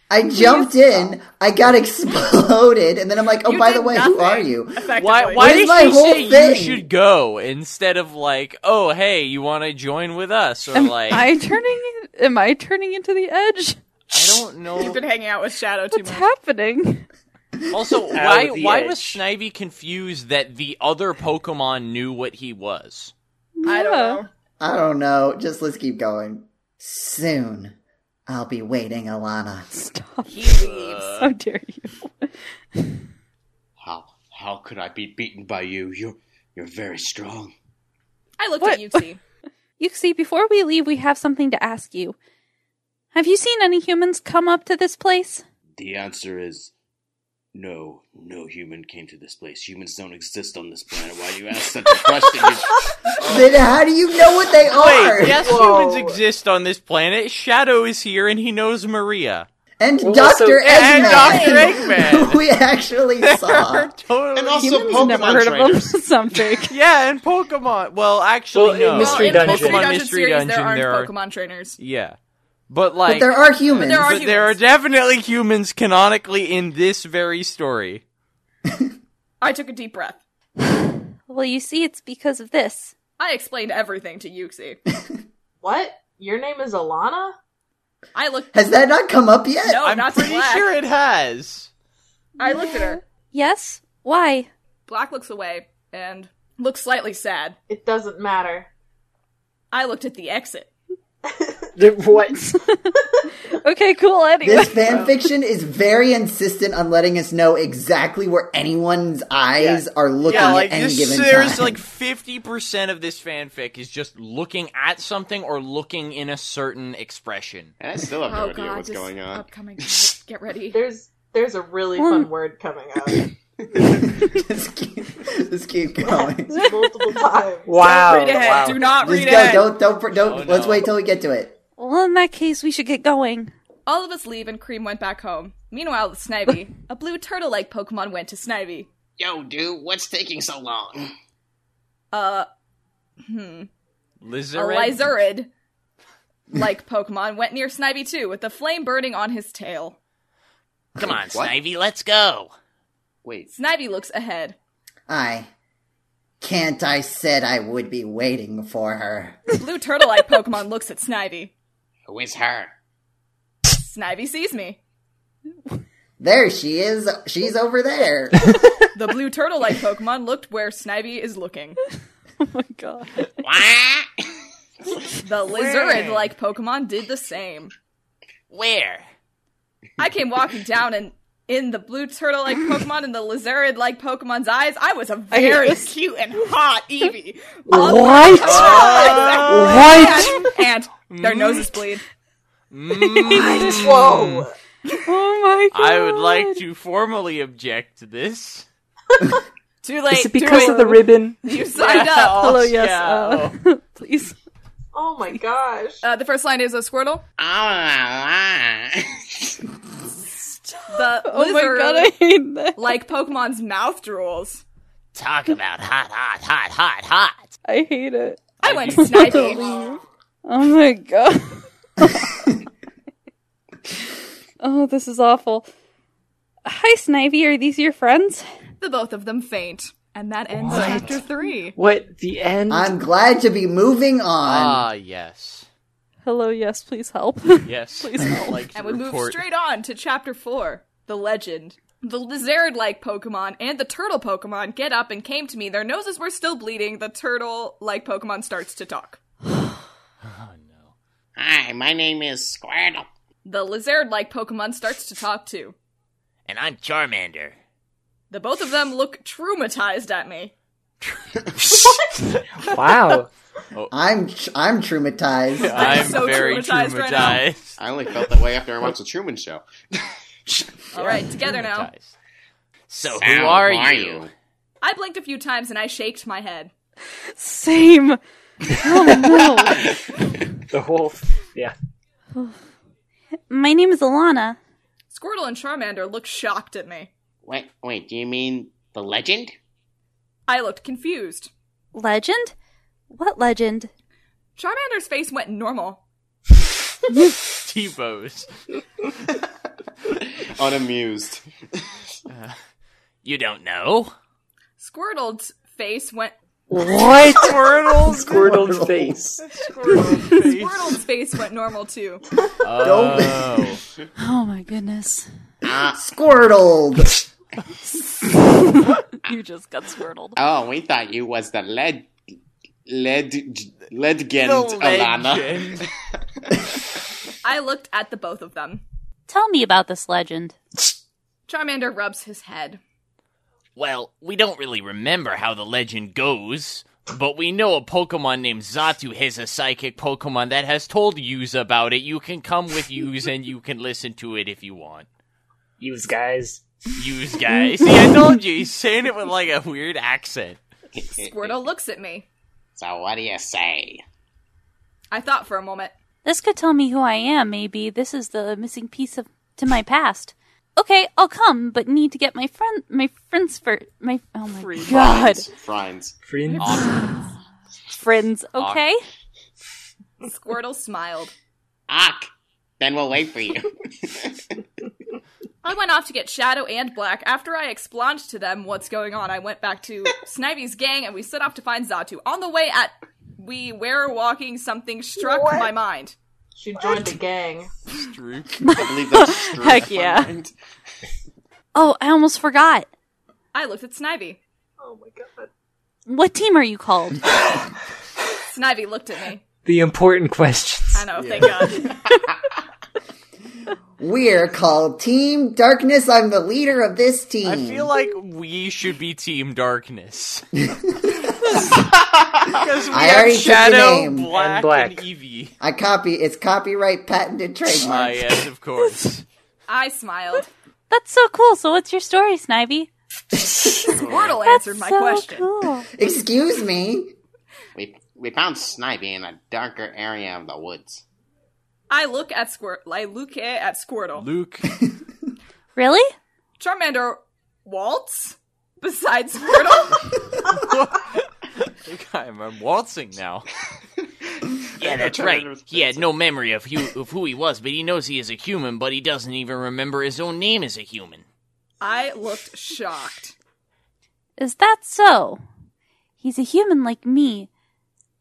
S5: I jumped in, I got exploded, and then I'm like, oh,
S1: You
S5: by the
S1: did
S5: way, who
S1: nothing,
S5: are you?
S1: effectively.
S7: Why? Why
S5: Where's
S7: did
S5: my
S7: she
S5: whole
S7: say you
S5: thing?
S7: should go instead of like, oh hey, you want to join with us or
S9: Am
S7: like?
S9: I turning? Am I turning into the edge?
S7: I
S2: (laughs)
S7: don't know.
S1: You've been hanging out with Shadow too
S9: What's
S1: much.
S9: happening?
S7: Also,
S2: (laughs) Out
S7: why
S2: of the
S7: why
S2: edge.
S7: was Snivy confused that the other Pokemon knew what he was?
S1: I don't
S9: Yeah.
S1: know.
S5: I don't know. Just let's keep going. Soon. I'll be waiting, Alana.
S9: Stop!
S1: He leaves.
S9: How dare you?
S6: How how could I be beaten by you? You're you're very strong.
S1: I looked
S9: What?
S1: at Yuxi.
S3: You see, before we leave, we have something to ask you. Have you seen any humans come up to this place?
S6: The answer is no. No human came to this place. Humans don't exist on this planet. Why do you ask such a question? (laughs) You-
S5: Then how do you know what they are?
S7: Wait, yes,
S4: Whoa.
S7: humans exist on this planet. Shadow is here, and he knows Maria.
S5: And
S2: Well, so-
S5: Dr. Eggman!
S7: And Dr. Eggman.
S5: (laughs) who
S1: (laughs)
S5: we actually saw.
S7: totally.
S6: and also
S9: Humans
S6: Pokemon
S9: never heard (laughs)
S6: trainers.
S9: of them. Some fake.
S7: yeah, and Pokemon. Well,
S8: Well,
S7: actually,
S8: in
S7: no.
S8: Mystery
S1: well, in the Mystery
S8: Dungeon.
S7: Pokemon
S1: Dungeon
S7: (laughs) Mystery
S1: series,
S7: Dungeon,
S1: there aren't
S7: there are-
S1: Pokemon trainers.
S7: yeah, but like,
S5: But there are humans.
S1: there are
S7: but there are
S1: humans.
S7: definitely humans canonically in this very story.
S1: I took a deep breath.
S3: Well, you see, it's because of this.
S1: I explained everything to Yuxi.
S4: What? Your name is Alana?
S1: I
S7: (laughs)
S1: looked.
S5: Has that not come up yet?
S1: No,
S7: I'm
S1: Oh, not to
S7: pretty
S1: Black.
S7: sure it has.
S1: I looked at her.
S3: Yes? Why?
S1: Black looks away and looks slightly sad.
S4: It doesn't matter.
S1: I looked at the exit.
S2: The- What?
S9: okay, cool. Anyway,
S5: (laughs) This
S7: uh,
S5: fanfiction is very insistent on letting us know exactly where anyone's eyes are looking
S7: yeah, like
S5: at any
S7: this,
S5: given
S7: there's
S5: time.
S7: like fifty percent of this fanfic is just looking at something or looking in a certain expression.
S6: And I still have no
S1: oh
S6: idea
S1: god,
S6: what's
S1: this
S6: going on.
S1: upcoming fight. Get ready.
S7: (laughs)
S4: There's there's a really fun word coming (laughs) up.
S5: (laughs) just, keep, just
S7: (laughs)
S5: keep going.
S4: multiple times.
S2: Wow.
S1: Read ahead.
S2: wow.
S1: Do not
S5: Just
S1: read
S5: go.
S1: ahead.
S5: Don't don't don't.
S7: Oh,
S5: Let's
S7: no.
S5: wait till we get to it.
S3: Well, in that case, we should get going.
S1: All of us leave and Cream went back home. Meanwhile,
S7: (laughs)
S1: Snivy, a blue turtle like Pokemon, went to Snivy.
S10: Yo, dude, what's taking so long?
S1: Uh, hmm. A
S7: Lizard.
S1: Lyzurid like Pokemon went near Snivy too, with the flame burning on his tail.
S7: Come on,
S6: What?
S7: Snivy, let's
S1: (laughs)
S7: go.
S6: Wait,
S1: Snivy looks ahead.
S5: I can't. I said I would be waiting for her.
S1: The blue turtle like Pokemon looks at Snivy.
S10: Who is her?
S1: Snivy sees me.
S5: There she is. She's over
S7: (laughs)
S5: there.
S1: The blue turtle like Pokemon looked where Snivy is
S2: (laughs)
S1: looking.
S9: oh my god.
S10: What?
S1: The Lizard like Pokemon did the same.
S7: Where?
S1: I came walking down and in the blue turtle like Pokemon and the lizard like Pokemon's eyes, I was a very cute and hot Eevee. Oh
S2: What? What?
S1: And, and their noses bleed.
S7: Mm,
S4: Whoa!
S9: Oh my god.
S7: I would like to formally object to this.
S1: Too late.
S2: Is it because of the ribbon?
S1: you signed up?
S9: Hello, yes. Uh, (laughs) please.
S4: Oh my gosh!
S1: Uh, the first line is a Squirtle.
S10: Ah, ah.
S1: The
S9: (laughs) Oh my god, I
S1: lizard
S9: hate that.
S1: like Pokemon's mouth drools.
S7: Talk about hot, hot, hot, hot, hot.
S9: I hate it.
S1: I went sniping.
S9: Oh my god. (laughs) oh, this is awful. Hi, Snivy. Are these your friends?
S1: the both of them faint, and that ends
S2: What?
S1: chapter three.
S2: What? The end?
S5: I'm glad to be moving on.
S7: Ah, yes.
S9: Hello, yes, please help. (laughs)
S7: Yes.
S9: Please help.
S7: Like to
S1: And we move
S7: report-
S1: straight on to chapter four, the legend. The lizard like Pokemon and the turtle Pokemon get up and came to me. Their noses were still bleeding. The turtle like Pokemon starts to talk.
S7: Oh, no.
S10: Hi, my name is Squirtle.
S1: The lizard like Pokemon starts to talk too.
S7: And I'm Charmander.
S1: The both of them look traumatized at me.
S2: wow.
S5: I'm tr- I'm traumatized.
S1: I'm
S7: I'm
S1: so
S7: very
S1: traumatized right now.
S7: traumatized.
S6: I only felt that way after I watched the Truman Show.
S1: All right, together now.
S7: Traumatized. So,
S10: How
S7: who are,
S10: are
S7: you?
S10: you?
S1: I blinked a few times and I shaked my head.
S9: Same. Oh
S2: The whole. Yeah.
S3: My name is Alana.
S1: Squirtle and Charmander look shocked at me.
S10: Wait, wait, do you mean the legend?
S1: I looked confused.
S3: Legend? What legend?
S1: Charmander's face went normal.
S7: T-Bose.
S6: Unamused.
S7: You don't know?
S1: Squirtle's face went
S7: (laughs)
S2: What? Squirtle's (laughs) Squirtle's face.
S1: (laughs) Squirtle's face went normal too.
S7: Oh.
S3: Oh my goodness.
S7: Ah.
S5: Squirtled.
S9: no. you just got squirtled.
S10: Oh, we thought you was the lead, lead, legend, Alana.
S7: legend.
S1: I looked at the both of them.
S3: Tell me about this legend.
S1: Charmander rubs his head.
S7: Well, we don't really remember how the legend goes, but we know a Pokemon named Zatu has a psychic Pokemon that has told Yuz about it. You can come with Yuz and you can listen to it if you want.
S2: Use guys.
S7: Yuz guys. See, I told you, he's saying it with like a weird accent.
S1: Squirtle looks at me.
S10: So what do you say?
S1: I thought for a moment.
S3: This could tell me who I am, maybe. This is the missing piece of to my past. Okay, I'll come, but need to get my friend my friends for my oh my god.
S6: Friends.
S2: Friends.
S3: Friends, okay?
S1: Squirtle smiled.
S10: Ak, then we'll wait for you.
S1: I went off to get Shadow and Black. After I explained to them what's going on, I went back to Snivy's gang and we set off to find Zatu. On the way at we were walking, something struck my mind.
S4: She joined a gang.
S7: Stroop.
S6: I believe that's true.
S9: Heck yeah.
S3: Oh, I almost forgot.
S1: I looked at Snivy.
S4: Oh my god!
S1: (laughs)
S3: What team are you called?
S1: Snivy looked at me.
S2: The important questions.
S1: I know, thank God.
S5: We're called Team Darkness. I'm the leader of this team.
S7: I feel like we should be Team
S5: (laughs)
S7: Darkness. Because we
S5: I
S7: have
S5: already took the
S7: Shadow,
S5: name.
S7: Black,
S8: And
S7: and
S8: Black.
S7: Eevee.
S5: I copy. It's copyright patented
S7: Ah,
S4: Oh,
S5: trademark.
S7: yes,
S8: (laughs)
S7: of course.
S1: I smiled.
S3: That's so cool. So, what's your story, Snivy?
S1: Squirtle
S3: That's
S1: answered my
S3: so
S1: question.
S3: cool.
S5: Excuse me.
S6: We, we found Snivy in a darker area of the woods.
S1: I look at Squirtle. I look at Squirtle.
S7: Luke,
S3: Really?
S1: Charmander waltz besides Squirtle.
S7: (laughs) I'm, I'm waltzing now.
S6: Yeah,
S7: That's right. He had no memory of who, of who he was, but he knows he is a human, but he doesn't even remember his own name as a human.
S1: I looked shocked.
S3: Is that so? He's a human like me,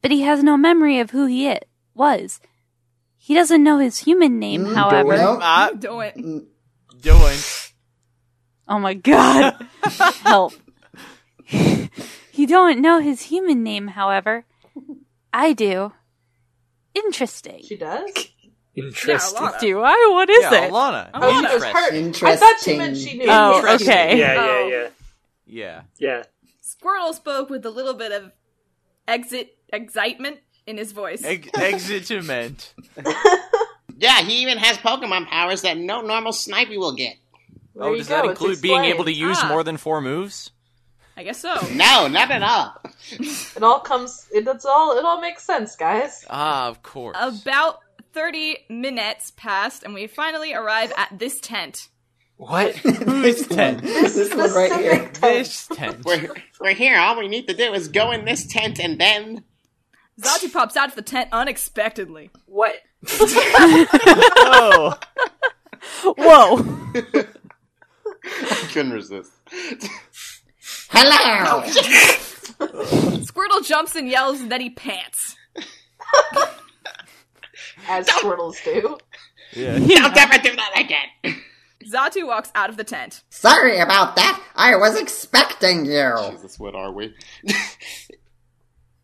S3: but he has no memory of who he it was. He doesn't know his human name,
S5: Mm,
S3: however.
S5: Nope. Mm,
S7: Ah,
S1: Doing
S7: doing.
S3: Oh my
S9: (laughs)
S3: god. (laughs) Help. he don't know his human name, however. I do. Interesting.
S4: She does?
S1: yeah,
S8: Interesting.
S1: Alana.
S3: Do I? What is
S7: yeah,
S3: it?
S7: Alana.
S1: Oh, she was
S7: Interesting.
S4: hurt.
S5: Interesting.
S4: I thought she meant she knew.
S3: Oh,
S4: Interesting.
S3: okay.
S8: yeah, yeah,
S1: Oh.
S8: yeah,
S7: Yeah.
S8: yeah.
S1: Squirtle spoke with a little bit of exit excitement in his voice.
S7: Ex- exigement.
S6: Yeah, he even has Pokemon powers that no normal Snivy will get.
S4: There
S7: Oh,
S4: you
S7: does
S4: go,
S7: that
S4: it's
S7: include being able to
S4: explained.
S7: use
S1: Ah.
S7: more than four moves?
S1: I guess so.
S6: No, not at all.
S4: It all comes. It, it's all. It all makes sense, guys.
S7: Ah, of course.
S1: About 30 minutes passed, and we finally arrive at this tent.
S7: what?
S5: This,
S7: Who's tent?
S5: one right here.
S4: Specific tent.
S7: This tent.
S6: We're, we're here. All we need to do is go in this tent and then.
S1: Zatu pops out of the tent unexpectedly.
S4: What?
S7: Oh.
S3: Whoa.
S6: I couldn't resist.
S5: Hello.
S6: (laughs)
S1: Squirtle jumps and yells, and then he pants.
S4: As squirtles do.
S7: Yeah.
S6: Don't ever do that again.
S1: Zatu walks out of the tent.
S5: Sorry about that. I was expecting you.
S6: Jesus, what are we?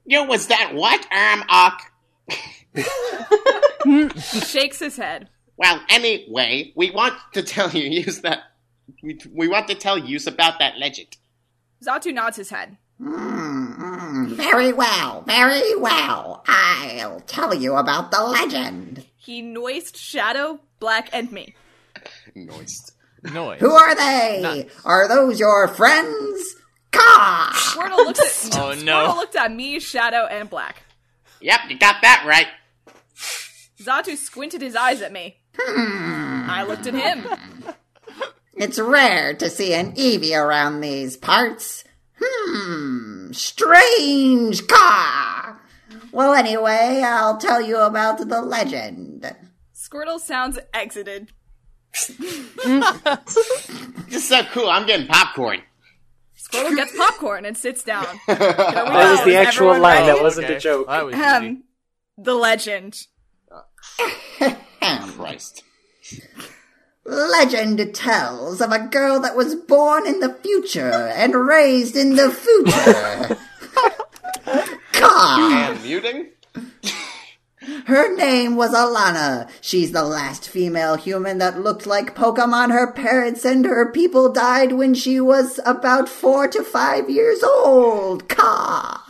S6: Yo, was that what? Um, ok.
S1: Shakes his head.
S6: Well, anyway, we want to tell you (laughs) use that. We, we want to tell you about that legend.
S1: Zatu nods his head.
S5: Mm, mm, very well. Very well. I'll tell you about the legend.
S1: He noiced Shadow, Black, and me.
S6: Noise.
S7: Noise.
S5: Who are they? Are those your friends? Gosh.
S1: Squirtle looks at
S7: (laughs) Oh,
S1: Squirtle
S7: no.
S1: looked at me, Shadow, and Black.
S6: Yep, you got that right.
S1: Zatu squinted his eyes at me. I looked at him.
S5: It's rare to see an Eevee around these parts. Hmm, strange car. Well, anyway, I'll tell you about the legend.
S1: Squirtle sounds
S6: (laughs)
S1: exited.
S6: This is so cool. I'm getting popcorn.
S1: Squirtle gets popcorn and sits
S6: (laughs)
S1: down.
S8: That was the actual
S1: everyone
S8: line.
S1: ready?
S8: That wasn't a joke.
S7: That was easy.
S1: Um, the legend.
S6: Christ.
S5: Legend tells of a girl that was born in the future and raised in the future. (laughs) God,
S6: And muting?
S5: her name was Alana. She's the last female human that looked like Pokemon. Her parents and her people died when she was about four to five years old. Ka.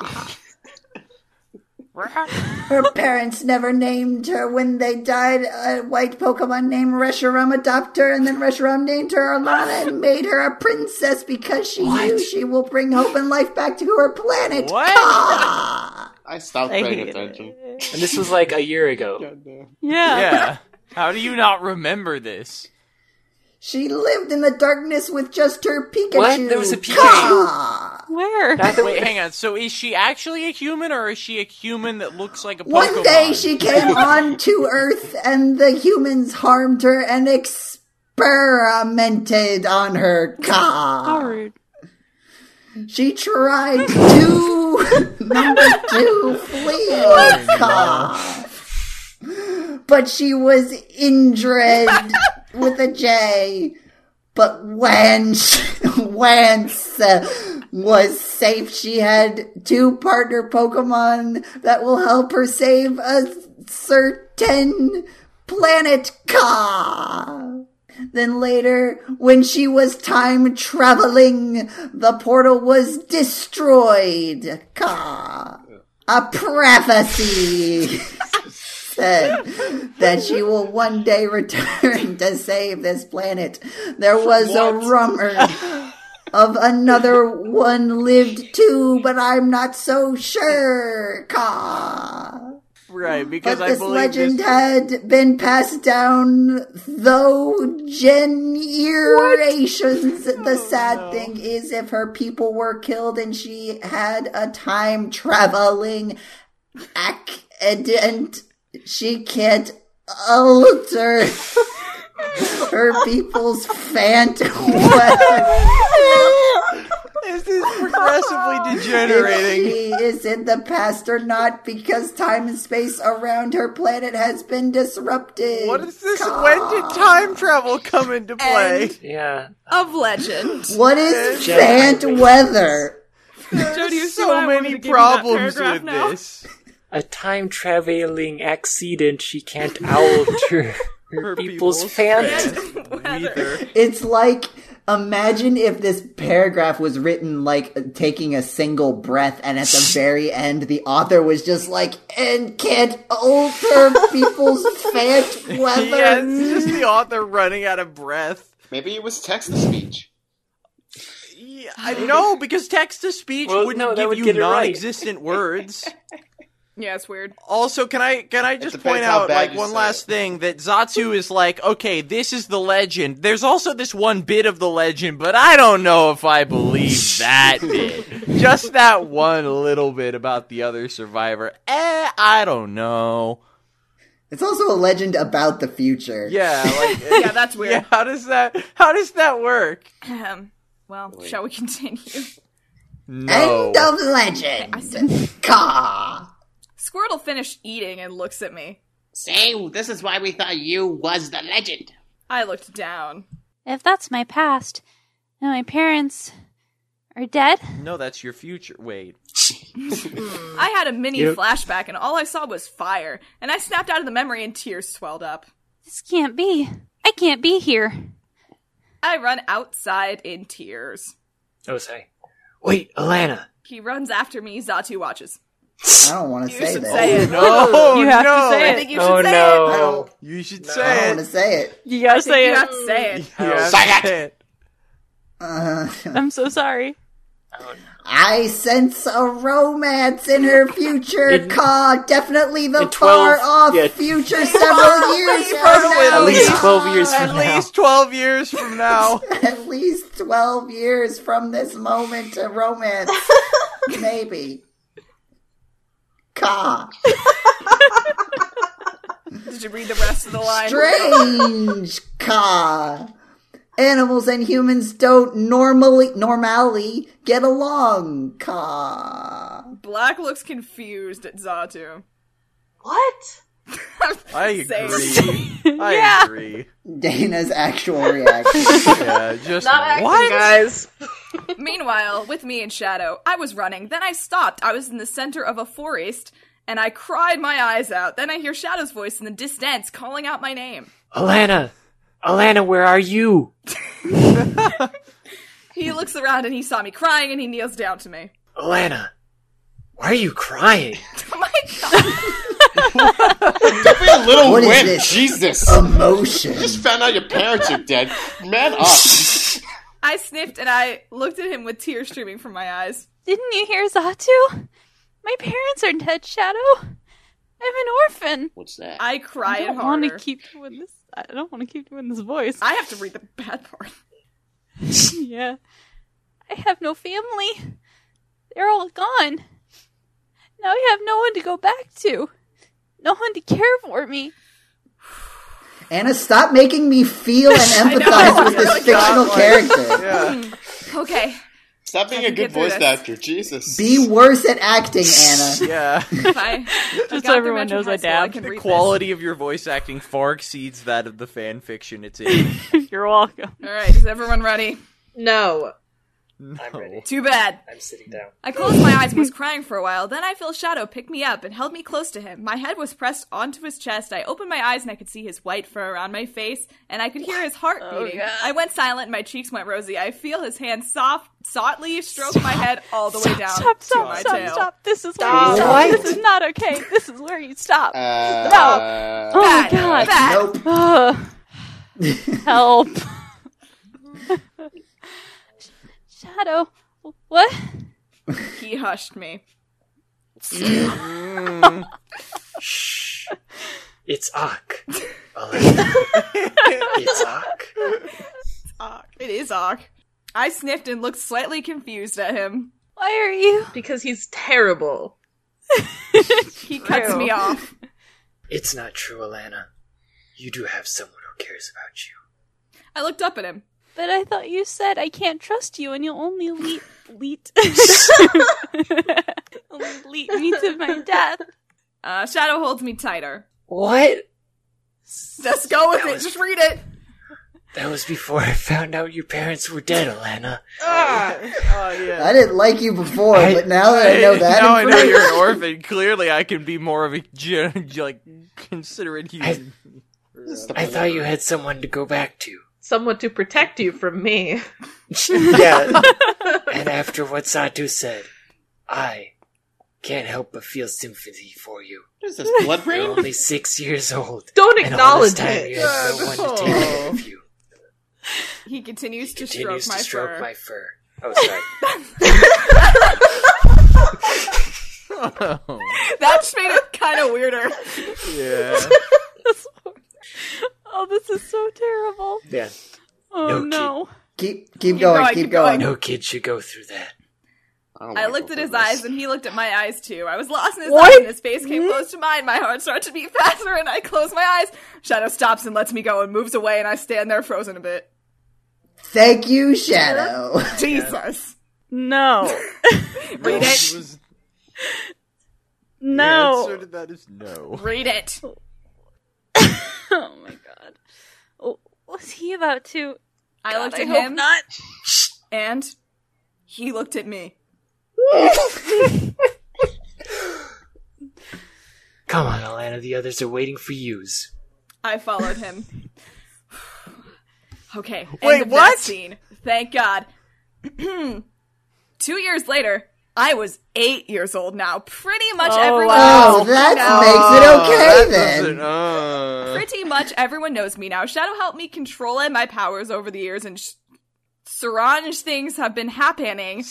S5: Her parents never named her when they died. A white Pokemon named Reshiram adopted her, and then Reshiram named her Alana and made her a princess because she knew she will bring hope and life back to her planet.
S7: What?
S5: Ah!
S6: I stopped
S3: I
S6: paying
S3: hate
S6: attention.
S8: And this was like a year ago.
S6: God damn.
S3: Yeah.
S7: Yeah. (laughs) How do you not remember this?
S5: She lived in the darkness with just her Pikachu.
S8: What? There was a Pikachu?
S5: Ah!
S3: Where?
S7: Wait, hang on. So is she actually a human, or is she a human that looks like a Pokemon?
S5: One day she
S8: (laughs)
S5: came onto Earth, and the humans harmed her and experimented on her. Ka.
S3: How rude.
S5: She tried to (laughs) number two flee, but she was injured with a J. But when (laughs) she, Wance uh, was safe, she had two partner Pokemon that will help her save a certain planet Ka. Then later, when she was time traveling, the portal was destroyed. Ka. A prophecy (laughs) said that she will one day return to save this planet. There was a rumor of another one lived too, but I'm not so sure. Ka.
S7: Right, because
S5: But
S7: I
S5: this
S7: believe
S5: legend
S7: this.
S5: had been passed down though generations.
S7: Oh,
S5: The sad thing is, if her people were killed and she had a time traveling accident, she can't
S7: (laughs)
S5: alter her people's phantom.
S7: This is
S1: (laughs)
S7: progressively
S5: if
S7: degenerating.
S5: she is in the past or not because time and space around her planet has been disrupted.
S7: What is this? When did
S1: (laughs)
S7: time travel come into play?
S2: Yeah.
S1: Of legend.
S6: (laughs)
S5: What is
S2: Gen-
S5: fant weather?
S1: Jody, you see why I wanted
S7: so many
S1: to give you that
S7: problems
S1: paragraph
S7: with
S1: now?
S7: this.
S2: A time traveling accident she can't (laughs) alter her,
S7: Her
S2: people's,
S7: people's
S2: phantom.
S1: (laughs)
S7: Weather.
S5: It's like imagine if this paragraph was written like taking a single breath, and at the very end, the author was just like, "And can't alter
S1: (laughs)
S5: people's fant weather."
S7: Yeah, it's just the author running out of breath.
S6: Maybe it was text to speech.
S7: Yeah, I know because text to speech
S2: Well,
S7: wouldn't
S2: no, that
S7: give
S2: would
S7: you
S2: get it right.
S7: non-existent
S1: (laughs)
S7: words.
S1: Yeah, it's weird.
S7: Also, can I can I just
S6: depends
S7: point
S6: how
S7: out
S6: bad
S7: like
S6: you
S7: one
S6: say
S7: last
S6: it.
S7: thing that Zatsu is like, okay, this is the legend. There's also this one bit of the legend, but I don't know if I believe that bit. just that one little bit about the other survivor. Eh, I don't know.
S5: It's also a legend about the future.
S7: Yeah, like
S1: Yeah, that's weird.
S7: yeah, how does that how does that work?
S1: Ahem. well, shall we continue?
S7: No.
S5: End of legend. Ka.
S1: Squirtle finished eating and looks at me.
S10: Say, this is why we thought you was the legend.
S1: I looked down.
S3: If that's my past, and my parents are dead,
S7: No, that's your future. Wait.
S1: I had a mini
S8: Yep.
S1: flashback, and all I saw was fire. And I snapped out of the memory, and tears swelled up.
S3: this can't be. I can't be here.
S1: I run outside in tears.
S2: Oh, sorry. Wait, Alana.
S1: He runs after me. Zatu watches.
S5: I don't want to
S1: You
S5: say
S1: should
S5: this.
S1: say it.
S7: No,
S9: You have to
S7: no.
S9: say
S1: I
S9: it.
S1: think you should
S2: oh
S1: say
S2: no.
S1: it.
S5: I don't.
S7: You should
S5: I don't
S7: say
S5: want to
S7: it.
S5: say it.
S9: You
S1: I
S9: gotta
S1: think
S9: say
S1: you
S9: it.
S1: have
S9: (laughs)
S1: to say it.
S7: You have
S6: Say
S7: to
S6: it.
S7: say it.
S5: Uh,
S9: I'm so sorry.
S5: I sense a romance in her future,
S2: In-
S5: Ka. Definitely the
S2: in 12
S5: far off
S2: yeah.
S5: future
S2: (laughs)
S5: several years from now.
S2: At
S5: (laughs)
S2: least 12 years from
S7: At
S2: now.
S7: least 12 years from now.
S5: At least 12 years from this moment to
S2: (laughs)
S5: romance. Maybe.
S2: (laughs)
S5: Ka.
S1: Did you read the rest of the line?
S5: Strange Ka. Animals and humans don't normally normally get along. Ka.
S1: Black looks confused at Zatu.
S4: What?
S7: I
S1: Same. (laughs)
S7: agree. I agree.
S5: Dana's actual reaction.
S2: (laughs)
S7: Yeah, just
S4: Not acting,
S7: what?
S4: guys.
S1: Meanwhile, with me in shadow, I was running. Then I stopped. I was in the center of a forest, and I cried my eyes out. Then I hear Shadow's voice in the distance calling out my name.
S2: Alana! Alana, where are you?
S1: He looks around and he saw me crying, and he kneels down to me. (laughs)
S2: Alana, why are you crying?
S1: Oh my god!
S6: Give me a little (laughs)
S7: Oh,
S5: What is
S6: win.
S5: this?
S6: Jesus.
S5: Emotion.
S6: just found out your parents are dead. Man up.
S1: I sniffed and I looked at him with tears streaming from my eyes.
S3: Didn't you hear Zatu? My parents are dead, Shadow. I'm an orphan.
S6: What's that?
S1: I
S9: I
S1: cried
S9: don't want
S1: harder.
S9: to keep doing this. I don't want to keep doing this voice.
S3: (laughs)
S1: I have to read the bad part.
S9: yeah.
S3: I have no family. They're all gone. Now I have no one to go back to. No one to care for me.
S5: Anna, stop making me feel and empathize with this fictional character.
S7: Yeah.
S1: Okay,
S6: Stop being
S1: I
S6: a
S1: can
S6: good
S1: get through
S6: voice
S1: this.
S6: actor. Jesus.
S5: Be worse at acting, Anna.
S1: (laughs)
S7: Yeah.
S1: if I I got
S9: so
S1: through
S9: everyone
S1: Metro
S9: knows
S1: High
S9: I
S1: School,
S9: dabbed.
S1: can
S7: The
S1: read this.
S7: quality of your voice acting far exceeds that of
S1: (laughs)
S7: the fan fiction it's in.
S9: (laughs) You're welcome.
S1: All right, is everyone ready?
S4: No.
S2: (laughs) I'm ready.
S1: Too bad.
S2: I'm sitting down.
S1: I closed my eyes and was crying for a while. Then I feel Shadow pick me up and held me close to him. My head was pressed onto his chest. I opened my eyes and I could see his white fur around my face, and I could hear his heart beating. I went silent and my cheeks went rosy. I feel his hand soft, softly stroke my head all the way down
S3: Stop,
S1: to
S3: stop,
S1: my
S3: stop,
S1: tail.
S3: stop. This is where you stop.
S2: What?
S3: This is not okay. This is where you stop.
S6: Uh,
S3: oh my
S1: Bad,
S3: god.
S1: bad.
S5: Nope.
S3: Ugh. help. Sh- Shadow. What?
S1: He hushed me.
S7: Hmm. Uh,
S8: Shh. It's
S4: (laughs)
S8: Ock. All right. it's Ock.
S1: Ark. It is Ark. I sniffed and looked slightly confused at him.
S3: Why are you?
S4: Because he's terrible.
S3: He
S1: Cuts me off.
S8: It's not true, Alana. You do have someone who cares about you.
S1: I looked up at him.
S3: But I thought you said I can't trust you, and you'll only (laughs) lead lead only lead me to (laughs) my death.
S1: Uh, Shadow holds me tighter.
S2: What?
S1: Just go with it. Just read it.
S8: That was before I found out your parents were dead, Alana.
S4: Ah.
S5: I didn't like you before,
S8: I-
S5: but now that I know that,
S7: (laughs) now I know
S5: information-
S7: you're an orphan. Clearly, I can be more of a gen- (laughs) like considerate
S5: (laughs)
S7: human.
S8: I thought you had someone to go back
S4: (laughs)
S8: to.
S4: Someone to protect you from me.
S8: yeah. (laughs) and after what Satu said, I can't help but feel sympathy for you.
S6: what is this, Blood
S8: You're
S6: Rain?
S8: only six years old.
S4: Don't
S8: and all this
S4: acknowledge
S8: time
S4: it.
S8: You have no one to take care of you.
S1: He continues to stroke
S8: Continues
S1: my
S8: to stroke
S1: fur.
S8: my fur. Oh, sorry.
S1: That just made it kind of weirder.
S7: (laughs) yeah.
S3: Oh, this is so terrible.
S8: yeah.
S3: Oh
S8: No,
S3: no.
S8: kid.
S5: keep keep going,
S1: going,
S5: keep
S1: keep going.
S5: going.
S8: No kid should go through that.
S6: don't
S1: I
S6: wanna
S1: looked
S6: go
S1: at
S6: through
S1: his
S6: this.
S1: eyes, and he looked at my eyes too. I was lost in his
S9: What?
S1: eyes, and his face came close to mine. My heart started to beat faster, and I closed my eyes. Shadow stops and lets me go, and moves away, and I stand there frozen a bit.
S5: Thank you, Shadow.
S1: Jesus,
S9: No.
S1: read it,
S7: was,
S9: No.
S7: answer to that is no.
S1: read it.
S3: (laughs) Oh my god. Oh, what's he about to?
S1: I
S3: God,
S1: looked
S3: I
S1: at
S3: hope
S1: him,
S3: not.
S1: and he looked at me.
S8: Come on, Alana. The others are waiting for yous.
S2: (laughs)
S1: I followed him. (sighs) okay.
S7: Wait,
S1: end of
S7: what?
S1: That scene. Thank God. (clears throat) Two years later, I was eight years old now. Pretty much everyone.
S5: (laughs) Oh, that makes it okay
S7: Oh, Doesn't-
S5: then.
S7: uh,
S1: Pretty much everyone knows me now. Shadow helped me control my powers over the years, and sh- Sarange things have been happening.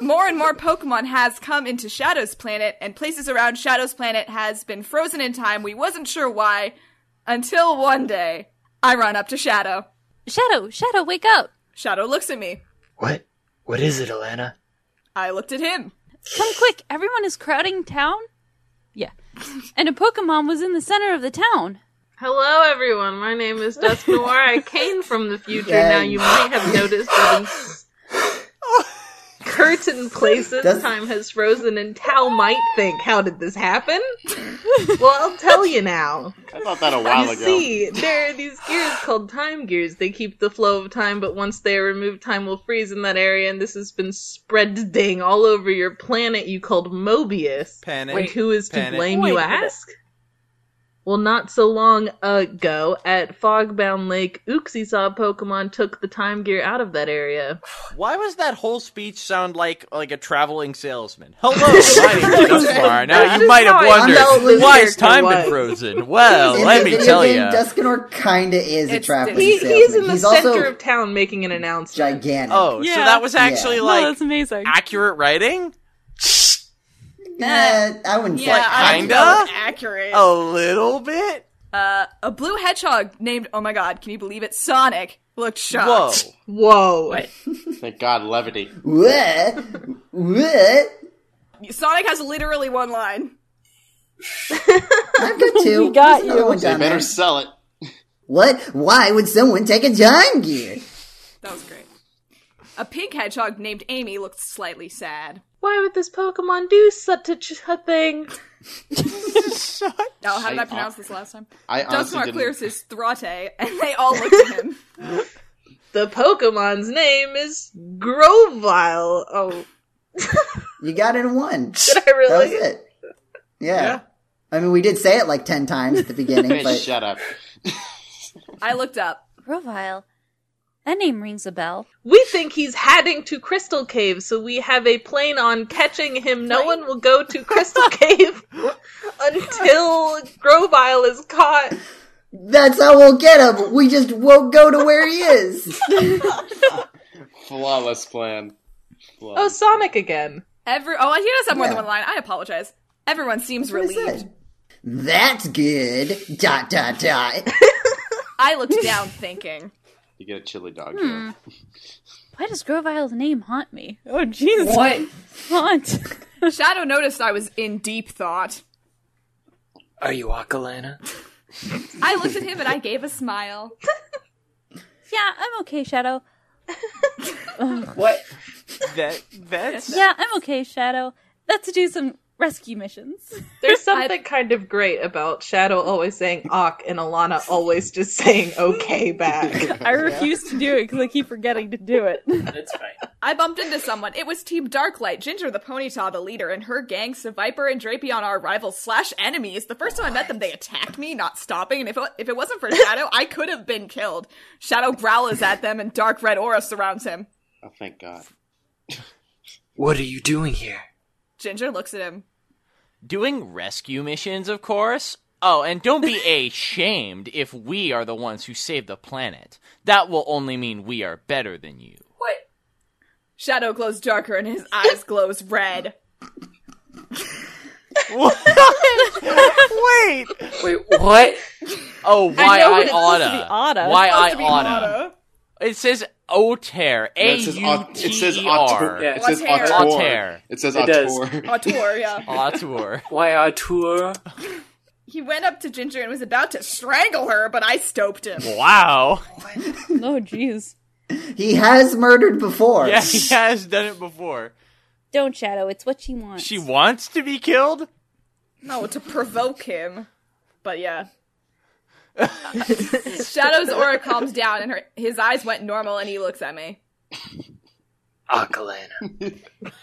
S1: More and more Pokemon has come into Shadow's planet, and places around Shadow's planet has been frozen in time. We wasn't sure why, until one day I run up to Shadow.
S3: Shadow, Shadow, wake up!
S1: Shadow looks at me.
S8: What? What is it, Alana?
S1: I looked at him.
S3: Come quick! Everyone is crowding town. Yeah, and a Pokemon was in the center of the town.
S4: Hello, everyone. My name is Dust Noir. I came from the future.
S5: Yay.
S4: Now you might have noticed that in s-
S8: (laughs)
S4: certain places,
S5: Does-
S4: time has frozen, and Tal might think, "How did this happen?" well, I'll tell you now.
S6: I thought that a while
S4: you
S6: ago.
S4: see, there are these gears called time gears. They keep the flow of time, but once they are removed, time will freeze in that area, and this has been spreading all over your planet you called Mobius.
S7: Panic.
S4: And who is to
S7: panic.
S4: blame, you
S3: Wait a minute.
S4: ask? Well, not so long ago, at Fogbound Lake, Uxie saw a Pokemon took the time gear out of that area.
S7: Why was that whole speech sound like like a traveling salesman? Hello, my name is Duskmar. Now
S4: That's
S7: you might have
S4: how I felt
S7: wondered
S4: this
S7: why has
S4: character
S7: time
S4: was.
S7: been frozen. Well,
S5: In
S7: let
S5: the
S7: me
S5: video
S7: tell
S5: game,
S7: you.
S5: Dusknor kinda is a
S1: It's-
S5: traveling
S4: He,
S5: salesman.
S4: he's in the
S5: He's
S4: center
S5: also
S4: of town making an announcement.
S5: gigantic.
S7: Oh, so
S3: Yeah.
S7: that was actually
S5: Yeah.
S3: no,
S7: like
S3: that's amazing.
S7: accurate writing?
S5: Eh, I wouldn't
S1: Yeah,
S5: say.
S1: I don't
S7: kinda?
S1: know if accurate.
S6: Oh.
S7: A little bit.
S1: Uh, a blue hedgehog named oh my god, can you believe it? Sonic looked
S7: Whoa.
S1: shocked.
S4: Whoa.
S6: Thank God, levity.
S5: What? What?
S1: Sonic has literally one line.
S5: I've got two.
S9: We got
S5: There's another
S9: you.
S5: one
S6: They
S5: down
S6: better
S5: there.
S6: sell it.
S5: What? Why would someone take a time gear?
S1: That was great. A pink hedgehog named Amy looked slightly sad.
S4: Why would this Pokemon do such a, ch- a thing?
S1: Oh, how did
S6: I-
S1: I pronounce this last time?
S6: I honestly
S1: Duskmar
S6: didn't.
S1: clears his throtte, and they all looked at him.
S4: The Pokemon's name is Grovile. Oh,
S5: You got it in one.
S4: did I
S5: That was
S4: really?
S5: it. Yeah. I mean, we did say it like 10 times at the
S7: (laughs)
S5: beginning,
S6: Hey,
S5: but
S6: shut up.
S1: I looked up.
S3: Grovile. That name rings a bell.
S4: We think he's heading to Crystal Cave, so we have a plan on catching him. No one will go to Crystal Cave until Grovile is caught.
S5: that's how we'll get him. We just won't go to where he is.
S6: Flawless plan.
S4: Oh,
S6: Flawless.
S4: Sonic again.
S1: Every oh, he does have more than
S5: Yeah.
S1: one line. I apologize. Everyone seems
S5: What I
S1: relieved.
S5: said. That's good. Dot, dot, dot.
S1: I
S5: (laughs)
S1: looked down, thinking.
S6: You get a chili dog.
S1: Hmm.
S6: Joe.
S3: Why does Grovile's name haunt me? Oh, Jesus.
S11: What?
S3: Haunt.
S1: Shadow noticed I was in deep thought.
S2: Are you Akalana?
S1: I looked at him and I gave a smile.
S3: Yeah, I'm okay, Shadow.
S11: What?
S7: (laughs) That that's
S3: Yeah, I'm okay, Shadow. Let's do some rescue missions.
S4: There's something kind of great about Shadow always saying "ok" and Alana always just saying (laughs) "okay" back.
S3: I refuse to do it because I keep forgetting to do it. (laughs)
S2: That's fine.
S1: I bumped into someone. It was Team Darklight, Ginger the Ponyta, the leader, and her gang, Seviper and Drapion, our rivals slash enemies. The first time I met them, they attacked me, not stopping, and if it, if it wasn't for Shadow, I could have been killed. Shadow growls at them, and dark red aura surrounds him.
S6: Oh, thank God.
S2: What are you doing here?
S1: Ginger looks at him.
S7: doing rescue missions, of course. Oh, and don't be ashamed if we are the ones who save the planet. That will only mean we are better than you.
S1: Shadow glows darker, and his eyes glows red.
S7: Wait.
S2: Wait, what?
S7: Oh, why
S3: know,
S7: I,
S3: but it's supposed
S7: oughta?
S3: to be oughta. It's
S7: Why I
S1: Supposed to be
S7: oughta?
S1: Otto.
S7: It says Oter.
S6: No,
S7: A
S6: it says aut-
S7: U
S6: it says
S7: T E
S6: auteur.
S2: Yeah.
S6: It says
S1: Auteur.
S6: auteur.
S7: Auteur.
S6: It says
S2: It does.
S6: auteur. (laughs)
S1: Autor,
S7: (laughs)
S1: yeah.
S7: Auteur.
S2: Why Artur?
S1: He went up to Ginger and was about to strangle her, but I stoped him.
S7: (laughs) Wow.
S9: No, jeez.
S5: He has murdered before.
S7: Yeah, he has done it before.
S3: Don't, Shadow. It's what she wants.
S7: She wants to be killed?
S1: No, to provoke him. But yeah. Shadow's aura calms down and her, his eyes went normal and he looks at me.
S2: Akalana.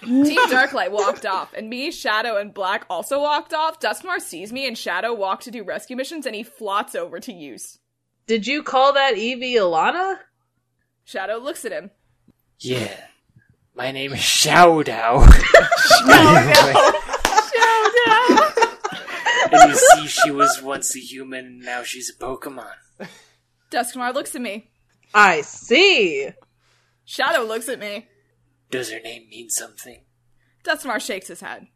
S1: Team Darklight walked off, and me, Shadow, and Black also walked off. Duskmar sees me and Shadow walk to do rescue missions and he flots over to use.
S4: Did you call that Evie Alana?
S1: Shadow looks at him.
S2: Yeah. My name is (laughs) Shoudow. Shoudow. and you see, she was once a human, now she's a Pokemon.
S1: Duskmar looks at me.
S4: I see.
S1: Shadow looks at me.
S2: Does her name mean something?
S1: Duskmar shakes his head.
S4: (laughs)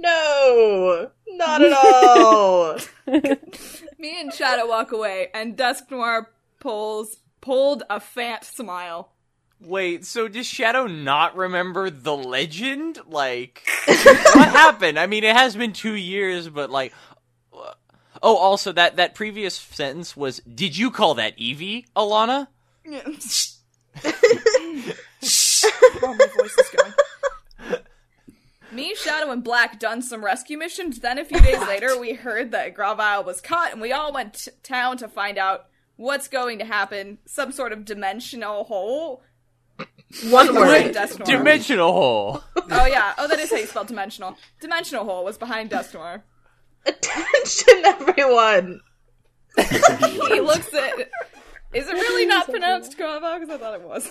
S4: No, not at all.
S1: Me and Shadow walk away, and Duskmar pulls pulled a fat smile.
S7: Wait, so does Shadow not remember the legend? Like, (laughs) what happened? I mean, it has been two years, but like. wha- Oh, also, that, that previous sentence was Did you call that Evie, Alana?
S1: Oh, my voice is going. Me, Shadow, and Black done some rescue missions. Then a few days later, we heard that Gravile was caught, and we all went to town to find out what's going to happen. Some sort of dimensional hole.
S4: One
S1: Behind
S4: word.
S1: Dusknoir.
S7: Dimensional hole.
S1: oh yeah. Oh, that is how you spell dimensional. Dimensional hole was behind Dusknoir.
S4: Attention, (laughs) everyone.
S1: He looks at. Is it really not pronounced Gravile? Because I thought it was.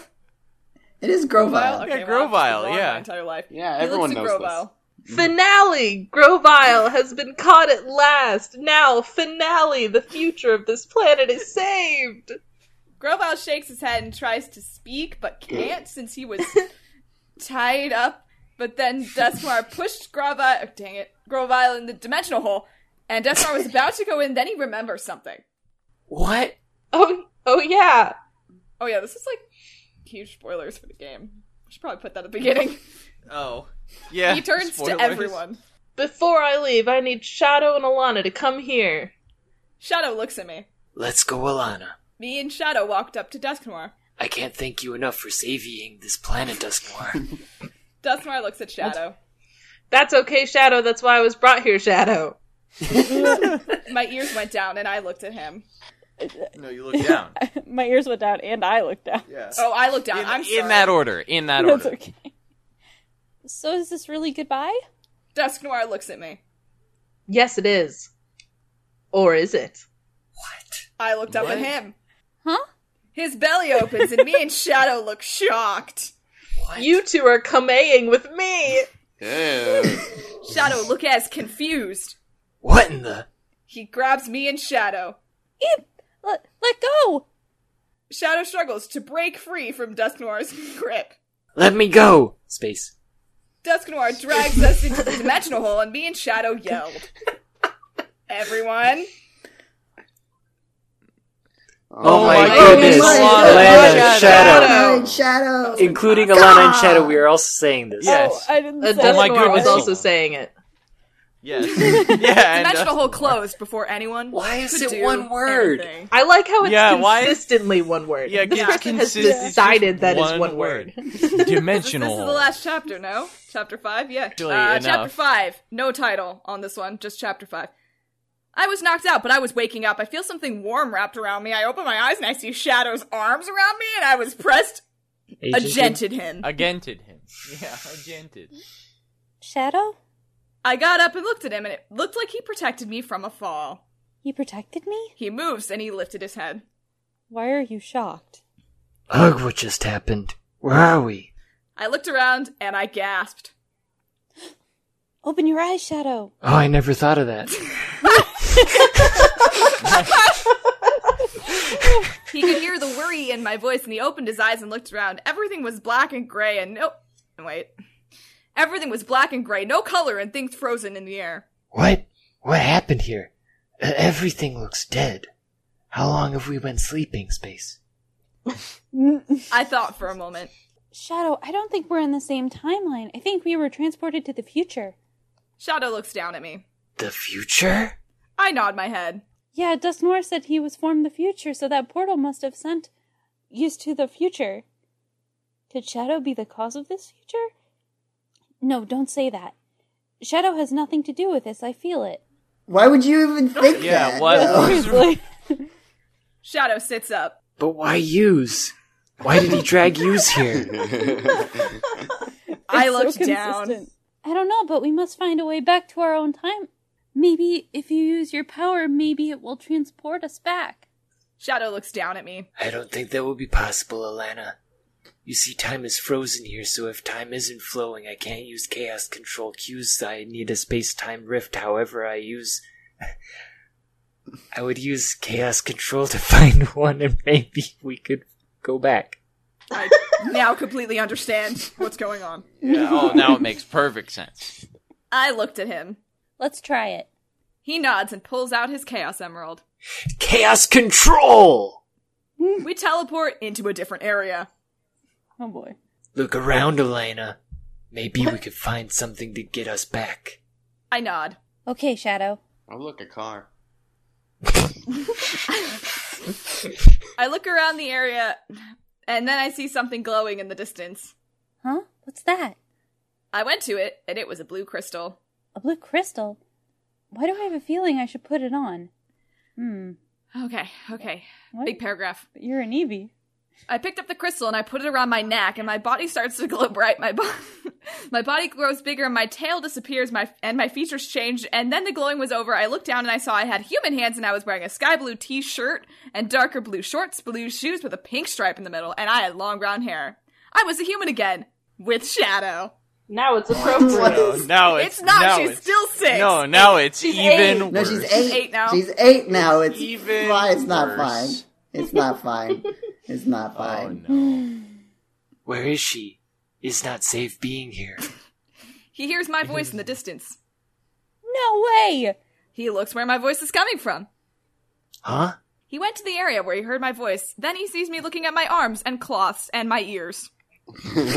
S5: It is Grovile.
S1: Okay,
S7: Yeah,
S1: well, I've
S7: Grovile,
S1: been wrong
S7: yeah.
S1: My entire life.
S6: Yeah,
S1: He
S6: everyone
S1: looks at
S6: knows
S1: Grovile.
S6: this.
S4: Finale! Grovile has been caught at last! Now, finale! The future of this planet is saved!
S1: Grovile shakes his head and tries to speak, but can't since he
S7: (laughs)
S1: was tied up. But then Desmar pushed Grovile, oh, dang it, Grovile in the dimensional hole, and Desmar was about to go in. Then he remembers something.
S2: What?
S4: Oh, oh yeah!
S1: Oh yeah, this is like huge spoilers for the game. I should probably put that at the beginning.
S7: Oh. Yeah.
S1: he turns
S7: spoilers.
S1: to everyone.
S4: Before I leave, I need Shadow and Alana to come here.
S1: Shadow looks at me.
S2: Let's go, Alana.
S1: Me and Shadow walked up to Dusknoir.
S2: I can't thank you enough for saving this planet, Dusknoir.
S1: Dusknoir looks at Shadow.
S4: That's okay, Shadow, that's why I was brought here, Shadow.
S1: My ears went down and I looked at him.
S7: No, you look
S1: (laughs)
S7: down.
S3: (laughs) My ears went down and I looked down.
S7: Yes.
S1: Oh, I looked down. I'm sorry.
S7: In that order. In that
S3: That's
S7: order.
S3: okay. So is this really goodbye?
S1: Dusk Noir looks at me.
S4: Yes, it is. Or is it?
S1: I looked up at
S4: What?
S1: him.
S3: Huh?
S1: His belly opens, and me and Shadow look shocked.
S4: You two are kameying with
S7: (laughs)
S4: me.
S1: Shadow look as confused.
S8: (laughs) What in the?
S1: He grabs me and Shadow.
S3: let, let go!
S1: Shadow struggles to break free from Dusk Noir's (laughs) grip.
S8: Let me go! Space.
S1: Dusk Noir drags us into the dimensional hole, and me and Shadow yelled. Everyone,
S8: Oh, my,
S7: my
S8: goodness.
S7: goodness.
S8: Alana, Shadow.
S7: Alana,
S5: Shadow. Shadow.
S8: Including
S5: Oh my
S8: Alana and
S5: God.
S8: Shadow, we are also saying this.
S7: Yes.
S3: Oh, I didn't
S4: Uh,
S3: say
S4: Dust
S7: Oh my
S4: Noir was
S7: goodness.
S4: also saying it.
S1: (laughs)
S7: Yes. yeah. and,
S1: dimensional
S7: uh,
S1: hole closed before anyone.
S8: Why is
S1: could
S8: it
S1: do
S8: one word?
S1: anything.
S4: I like how it's
S7: Yeah, why-
S4: consistently one word.
S7: yeah,
S4: this
S7: it's
S4: person has
S7: consist- it's just
S4: decided that is one word.
S1: (laughs) This is the
S7: Dimensional.
S1: last chapter, no? Chapter 5? Yeah.
S7: Actually,
S1: uh,
S7: enough.
S1: chapter 5. No title on this one, just chapter 5. I was knocked out, but I was waking up. I feel something warm wrapped around me. I open my eyes and I see Shadow's arms around me, and I was pressed, agented him.
S7: Agented him. Yeah, agented.
S3: Shadow?
S1: I got up and looked at him, and it looked like he protected me from a fall.
S3: You protected me?
S1: He moves and he lifted his head.
S3: Why are you shocked?
S12: Ugh, what just happened? Where are we?
S1: I looked around and I gasped.
S3: Open your eyes, Shadow.
S12: Oh, I never thought of that.
S1: He could hear the worry in my voice, and he opened his eyes and looked around. Everything was black and gray, and no. Wait. Everything was black and gray, no color, and things frozen in the air.
S12: What? What happened here? E- Everything looks dead. How long have we been sleeping, Space?
S1: I thought for a moment.
S3: Shadow, I don't think we're in the same timeline. I think we were transported to the future.
S1: Shadow looks down at me.
S8: The future?
S1: I nod my head.
S3: Yeah, Dust Noir said he was from the future, so that portal must have sent used to the future. Could Shadow be the cause of this future? No, don't say that. Shadow has nothing to do with this. I feel it.
S5: Why would you even think
S7: Yeah,
S5: that?
S7: what-
S5: though?
S3: Seriously.
S1: Shadow sits up.
S8: But why use? Why did he drag use here?
S1: I
S3: It's so
S1: looked down.
S3: consistent. I don't know, but we must find a way back to our own time. Maybe if you use your power, maybe it will transport us back.
S1: Shadow looks down at me.
S8: I don't think that will be possible, Alana. You see, time is frozen here, so if time isn't flowing, I can't use chaos control cues. I need a space time rift, however, I use. I would use chaos control to (laughs) find one, and maybe we could go back.
S1: I now completely understand what's going on.
S7: Yeah. Oh, now it makes perfect sense.
S1: I looked at him.
S3: Let's try it.
S1: He nods and pulls out his Chaos Emerald.
S8: Chaos control!
S1: We teleport into a different area.
S3: Oh boy.
S8: Look around, Elena. Maybe we could find something to get us back.
S1: I nod.
S3: Okay, Shadow.
S10: Oh, look, a car.
S1: I look around the area, and then I see something glowing in the distance.
S3: Huh? What's that?
S1: I went to it, and it was a blue crystal.
S3: A blue crystal? Why do I have a feeling I should put it on? Hmm.
S1: Okay, okay.
S3: What?
S1: Big paragraph.
S3: You're an Eevee.
S1: I picked up the crystal and I put it around my neck, and my body starts to glow bright. My, bo- (laughs) my body grows bigger, and my tail disappears, my and my features change. And then the glowing was over. I looked down and I saw I had human hands, and I was wearing a sky blue t shirt and darker blue shorts, blue shoes with a pink stripe in the middle, and I had long brown hair. I was a human again, with shadow.
S4: Now it's appropriate.
S7: No, Oh, now it's,
S1: It's not,
S7: Now
S1: she's
S7: it's,
S1: still six.
S7: No, now it's even
S5: No,
S7: worse.
S5: she's eight.
S1: eight now.
S5: She's eight now. It's
S7: Even
S5: why it's not fine.
S7: worse.
S5: It's not fine. It's not
S7: Oh
S5: fine.
S7: no.
S8: Where is she? Is not safe being here.
S1: He hears my voice in the distance.
S3: No way!
S1: He looks where my voice is coming from.
S8: Huh?
S1: He went to the area where he heard my voice. Then he sees me looking at my arms and cloths and my ears.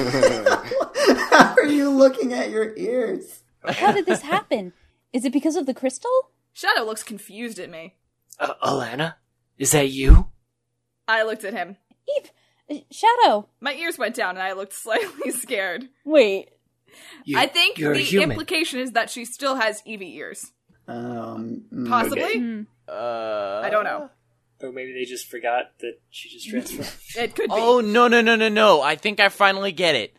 S5: (laughs) How are you looking at your ears?
S3: How did this happen? Is it because of the crystal?
S1: Shadow looks confused at me.
S8: Uh, Alana? Is that you?
S1: I looked at him.
S3: Eve! uh, Shadow!
S1: My ears went down and I looked (laughs) slightly scared.
S3: Wait.
S8: you
S1: I think
S8: you're
S1: the
S8: a human.
S1: implication is that she still has Eevee ears.
S5: Um, mm.
S1: Possibly?
S3: Hmm.
S7: Uh,
S1: I don't know.
S8: Or Oh, maybe they just forgot that she just transformed.
S1: It could be.
S7: Oh no no no no no! I think I finally get it.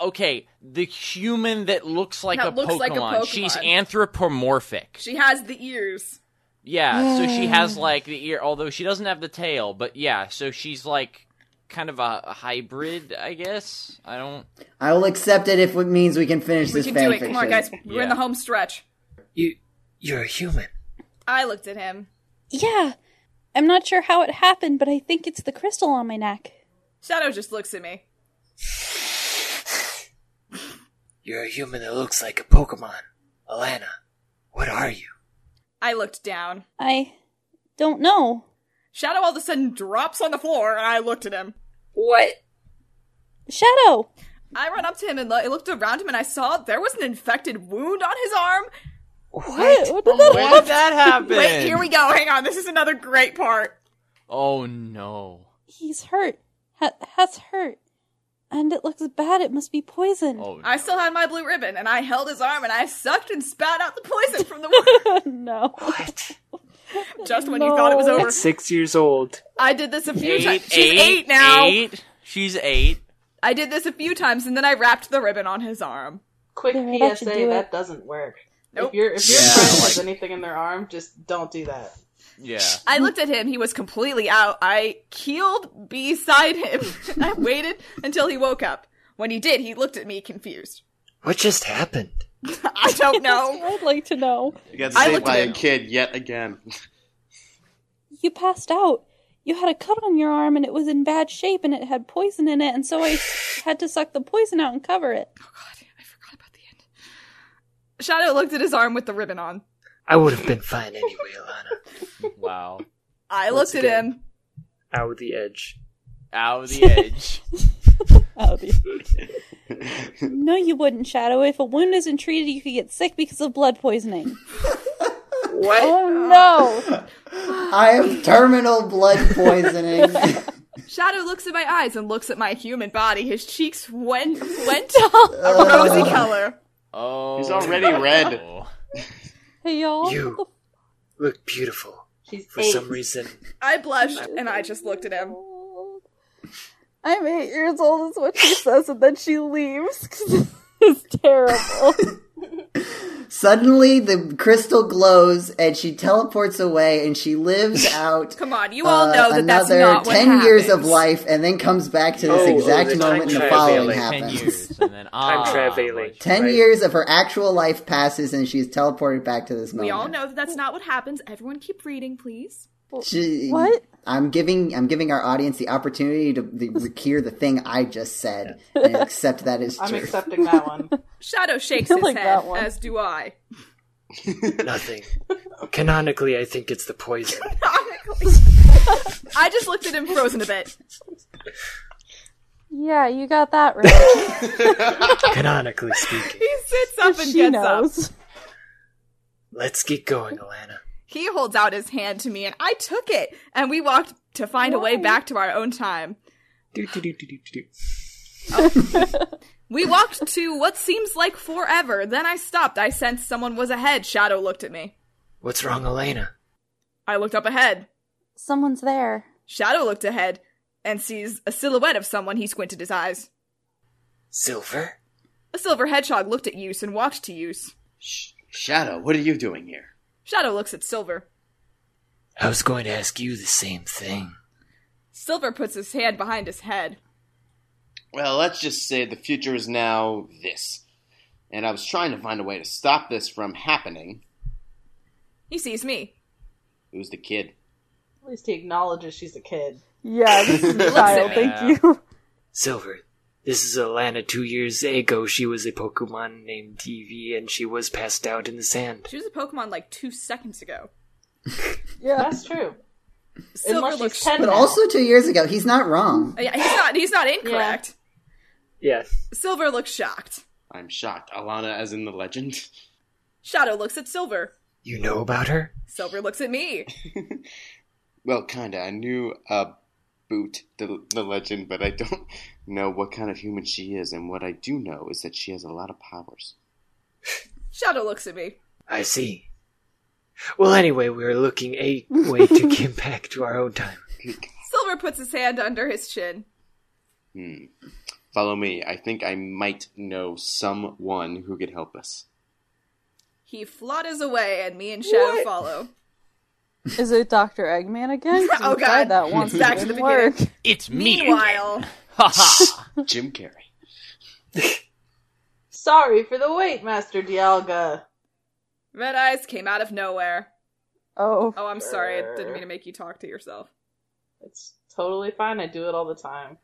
S7: Okay, the human that looks like,
S1: That
S7: a,
S1: looks
S7: Pokemon.
S1: like a Pokemon.
S7: She's anthropomorphic.
S1: She has the ears.
S7: Yeah, so she has
S1: Yeah.
S7: like the ear, although she doesn't have the tail. But yeah, so she's like kind of a, a hybrid, I guess. I don't.
S5: I will accept it if it means we can finish
S1: We
S5: this
S1: can
S5: fanfiction.
S1: do it. Come on, guys. We're in the home stretch.
S13: (laughs) You, you're a human.
S1: I looked at him.
S3: Yeah. I'm not sure how it happened, but I think it's the crystal on my neck.
S1: Shadow just looks at me.
S13: You're a human that looks like a Pokemon. Alana, what are you?
S1: I looked down.
S3: I don't know.
S1: Shadow all of a sudden drops on the floor, and I looked at him.
S14: What?
S3: Shadow!
S1: I ran up to him and lo- I looked around him, and I saw there was an infected wound on his arm.
S3: What?
S7: When did that happen?
S1: Wait, here we go. Hang on. This is another great part.
S7: Oh no!
S3: He's hurt. Ha- has hurt. And it looks bad. It must be poison.
S7: Oh
S1: I still had my blue ribbon, and I held his arm, and I sucked and spat out the poison from the
S3: (laughs)
S1: wound.
S3: (laughs) no.
S1: What? Just when you thought it was over.
S8: At six years old.
S1: I did this a few
S7: Eight,
S1: times. She's eight, now.
S7: Eight. She's eight.
S1: I did this a few times, and then I wrapped the ribbon on his arm.
S4: Quick
S1: that
S4: PSA:
S1: should do it.
S4: that doesn't work.
S1: Nope.
S4: If your if your
S7: Yeah.
S4: friend has anything in their arm, just don't do that.
S1: (laughs)
S7: Yeah.
S1: I looked at him. He was completely out. I keeled beside him. (laughs) I waited until he woke up. When he did, he looked at me confused.
S15: What just happened?
S1: I
S3: (laughs)
S1: don't know.
S3: I'd like to know.
S6: You got
S1: I
S6: saved
S1: looked
S6: by
S1: at
S6: a kid yet again.
S3: You passed out. You had a cut on your arm and it was in bad shape and it had poison in it, and so I (laughs) had to suck the poison out and cover it.
S1: Shadow looked at his arm with the ribbon on.
S15: I would have been fine anyway.
S7: Wow.
S1: I
S8: Once
S1: looked at
S8: again.
S1: him.
S8: (laughs) Out of the edge.
S7: Out of
S3: (laughs)
S7: the edge.
S3: Out of the- (laughs) no, you wouldn't, Shadow. If a wound isn't treated, you could get sick because of blood poisoning.
S5: What?
S3: (laughs) Oh no!
S5: I have terminal blood
S1: (laughs)
S5: poisoning.
S1: Shadow looks at my eyes and looks at my human body. His cheeks
S3: (laughs)
S1: went went a rosy color.
S7: Oh.
S6: He's already red.
S3: Hey y'all.
S13: You look beautiful. For some reason,
S1: I blushed and I just looked at him.
S3: I'm eight years old, is what she says, and then she leaves. (laughs) it's (laughs) terrible.
S5: Suddenly, the crystal glows and she teleports away and she
S1: (laughs)
S5: lives out.
S1: Come on, you all
S5: uh,
S1: know that that's
S5: another
S1: not what
S5: 10 years of
S1: happens.
S5: life and then comes back to this
S8: Oh,
S5: exact
S8: the
S5: moment and
S8: time
S5: the
S8: traveling.
S5: following
S7: Ten
S5: happens. 10 years.
S7: years, and then
S8: (laughs)
S7: ah,
S8: Time traveling. (laughs) right?
S5: of her actual life passes and she's teleported back to this moment.
S1: We all know that that's not what happens. Everyone keep reading, please.
S5: She-
S3: What?
S5: I'm giving I'm giving our audience the opportunity
S1: (laughs)
S5: to, to hear the thing I just said and accept that as
S4: I'm
S5: true.
S4: accepting
S1: (laughs)
S4: that one.
S1: Shadow shakes
S3: I
S1: his
S3: like
S1: head,
S3: that one.
S1: as do I. (laughs)
S8: Nothing. Canonically, I think it's the poison.
S3: (laughs)
S1: I just looked at him frozen a bit.
S3: Yeah, you got that right. (laughs)
S8: Canonically speaking.
S1: He sits up and
S3: she
S1: gets up.
S3: knows.
S8: Let's get going, Alana.
S1: He holds out his hand to me, and I took it, and we walked to find a way back to our own time.
S8: Do, do, do, do, do, do.
S1: (laughs) We walked to what seems like forever. Then I stopped. I sensed someone was ahead. Shadow looked at me.
S13: what's wrong, Alana?
S1: I looked up ahead.
S3: Someone's there.
S1: Shadow looked ahead and sees a silhouette of someone. He squinted his eyes.
S13: Silver?
S1: A silver hedgehog looked at Use and walked to Use.
S6: Sh- Shadow, what are you doing here?
S1: Shadow looks at Silver.
S13: I was going to ask you the same thing.
S1: Silver puts his hand behind his head.
S6: Well, let's just say the future is now this. And I was trying to find a way to stop this from happening.
S1: He sees me.
S6: It was the kid.
S4: At least he acknowledges she's a kid.
S3: Yeah, this is a child. Thank you.
S8: Silver, this is Alana. Two years ago, she was a Pokemon named TV, and she was passed out in the sand.
S1: She was a Pokemon like two seconds ago.
S3: Yeah.
S4: That's true.
S1: Silver
S4: Unless she's
S1: looks.
S4: ten
S5: But
S4: now.
S5: also two years ago, he's not wrong.
S1: Uh, Yeah, he's not. He's not incorrect.
S8: Yeah.
S1: Silver looks shocked.
S6: I'm shocked. Alana, as in the legend. (laughs)
S1: Shadow looks at Silver.
S13: You know about her?
S1: Silver looks at me.
S6: Well, kinda. I knew uh, Boot, the, the legend, but I don't (laughs) know what kind of human she is. And what I do know is that she has a lot of powers.
S1: Shadow looks at me.
S13: I see.
S2: Well, anyway, we were looking a way to get back to our own time.
S1: Silver puts his hand under his chin.
S6: Hmm. Follow me. I think I might know someone who could help us.
S1: He flutters away, and me and Shadow
S9: What?
S1: follow.
S9: Is it Dr. Eggman again? 'Cause we
S1: (laughs) Oh,
S9: tried
S1: God.
S9: that once.
S1: Back to
S9: it
S1: the
S9: didn't work.
S7: It's (laughs)
S1: Meanwhile,
S8: (laughs)
S6: Jim Carrey.
S4: Sorry for the wait, Master Dialga.
S1: Red Eyes came out of nowhere.
S9: Oh.
S1: Oh, I'm sorry. I didn't mean to make you talk to yourself.
S4: It's totally fine. I do it all the time.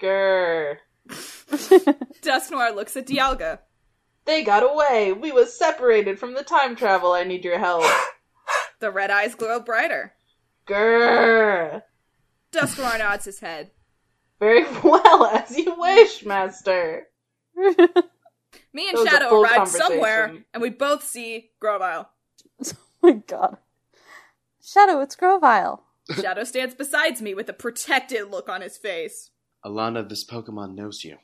S4: Grr.
S1: Dust Noir looks at Dialga.
S4: They got away. We was separated from the time travel. I need your help.
S1: The red eyes glow brighter.
S4: Grr.
S1: Dust Noir nods his head.
S4: Very (laughs) well, as you wish, Master.
S9: Oh.
S1: Me and
S4: That was a
S1: Shadow
S4: full
S1: arrive somewhere,
S4: conversation.
S1: and we both see Grovile.
S9: (laughs) my god. Shadow, it's Grovile.
S1: Shadow stands besides me with a protected look on his face.
S6: Alana, this Pokemon knows you.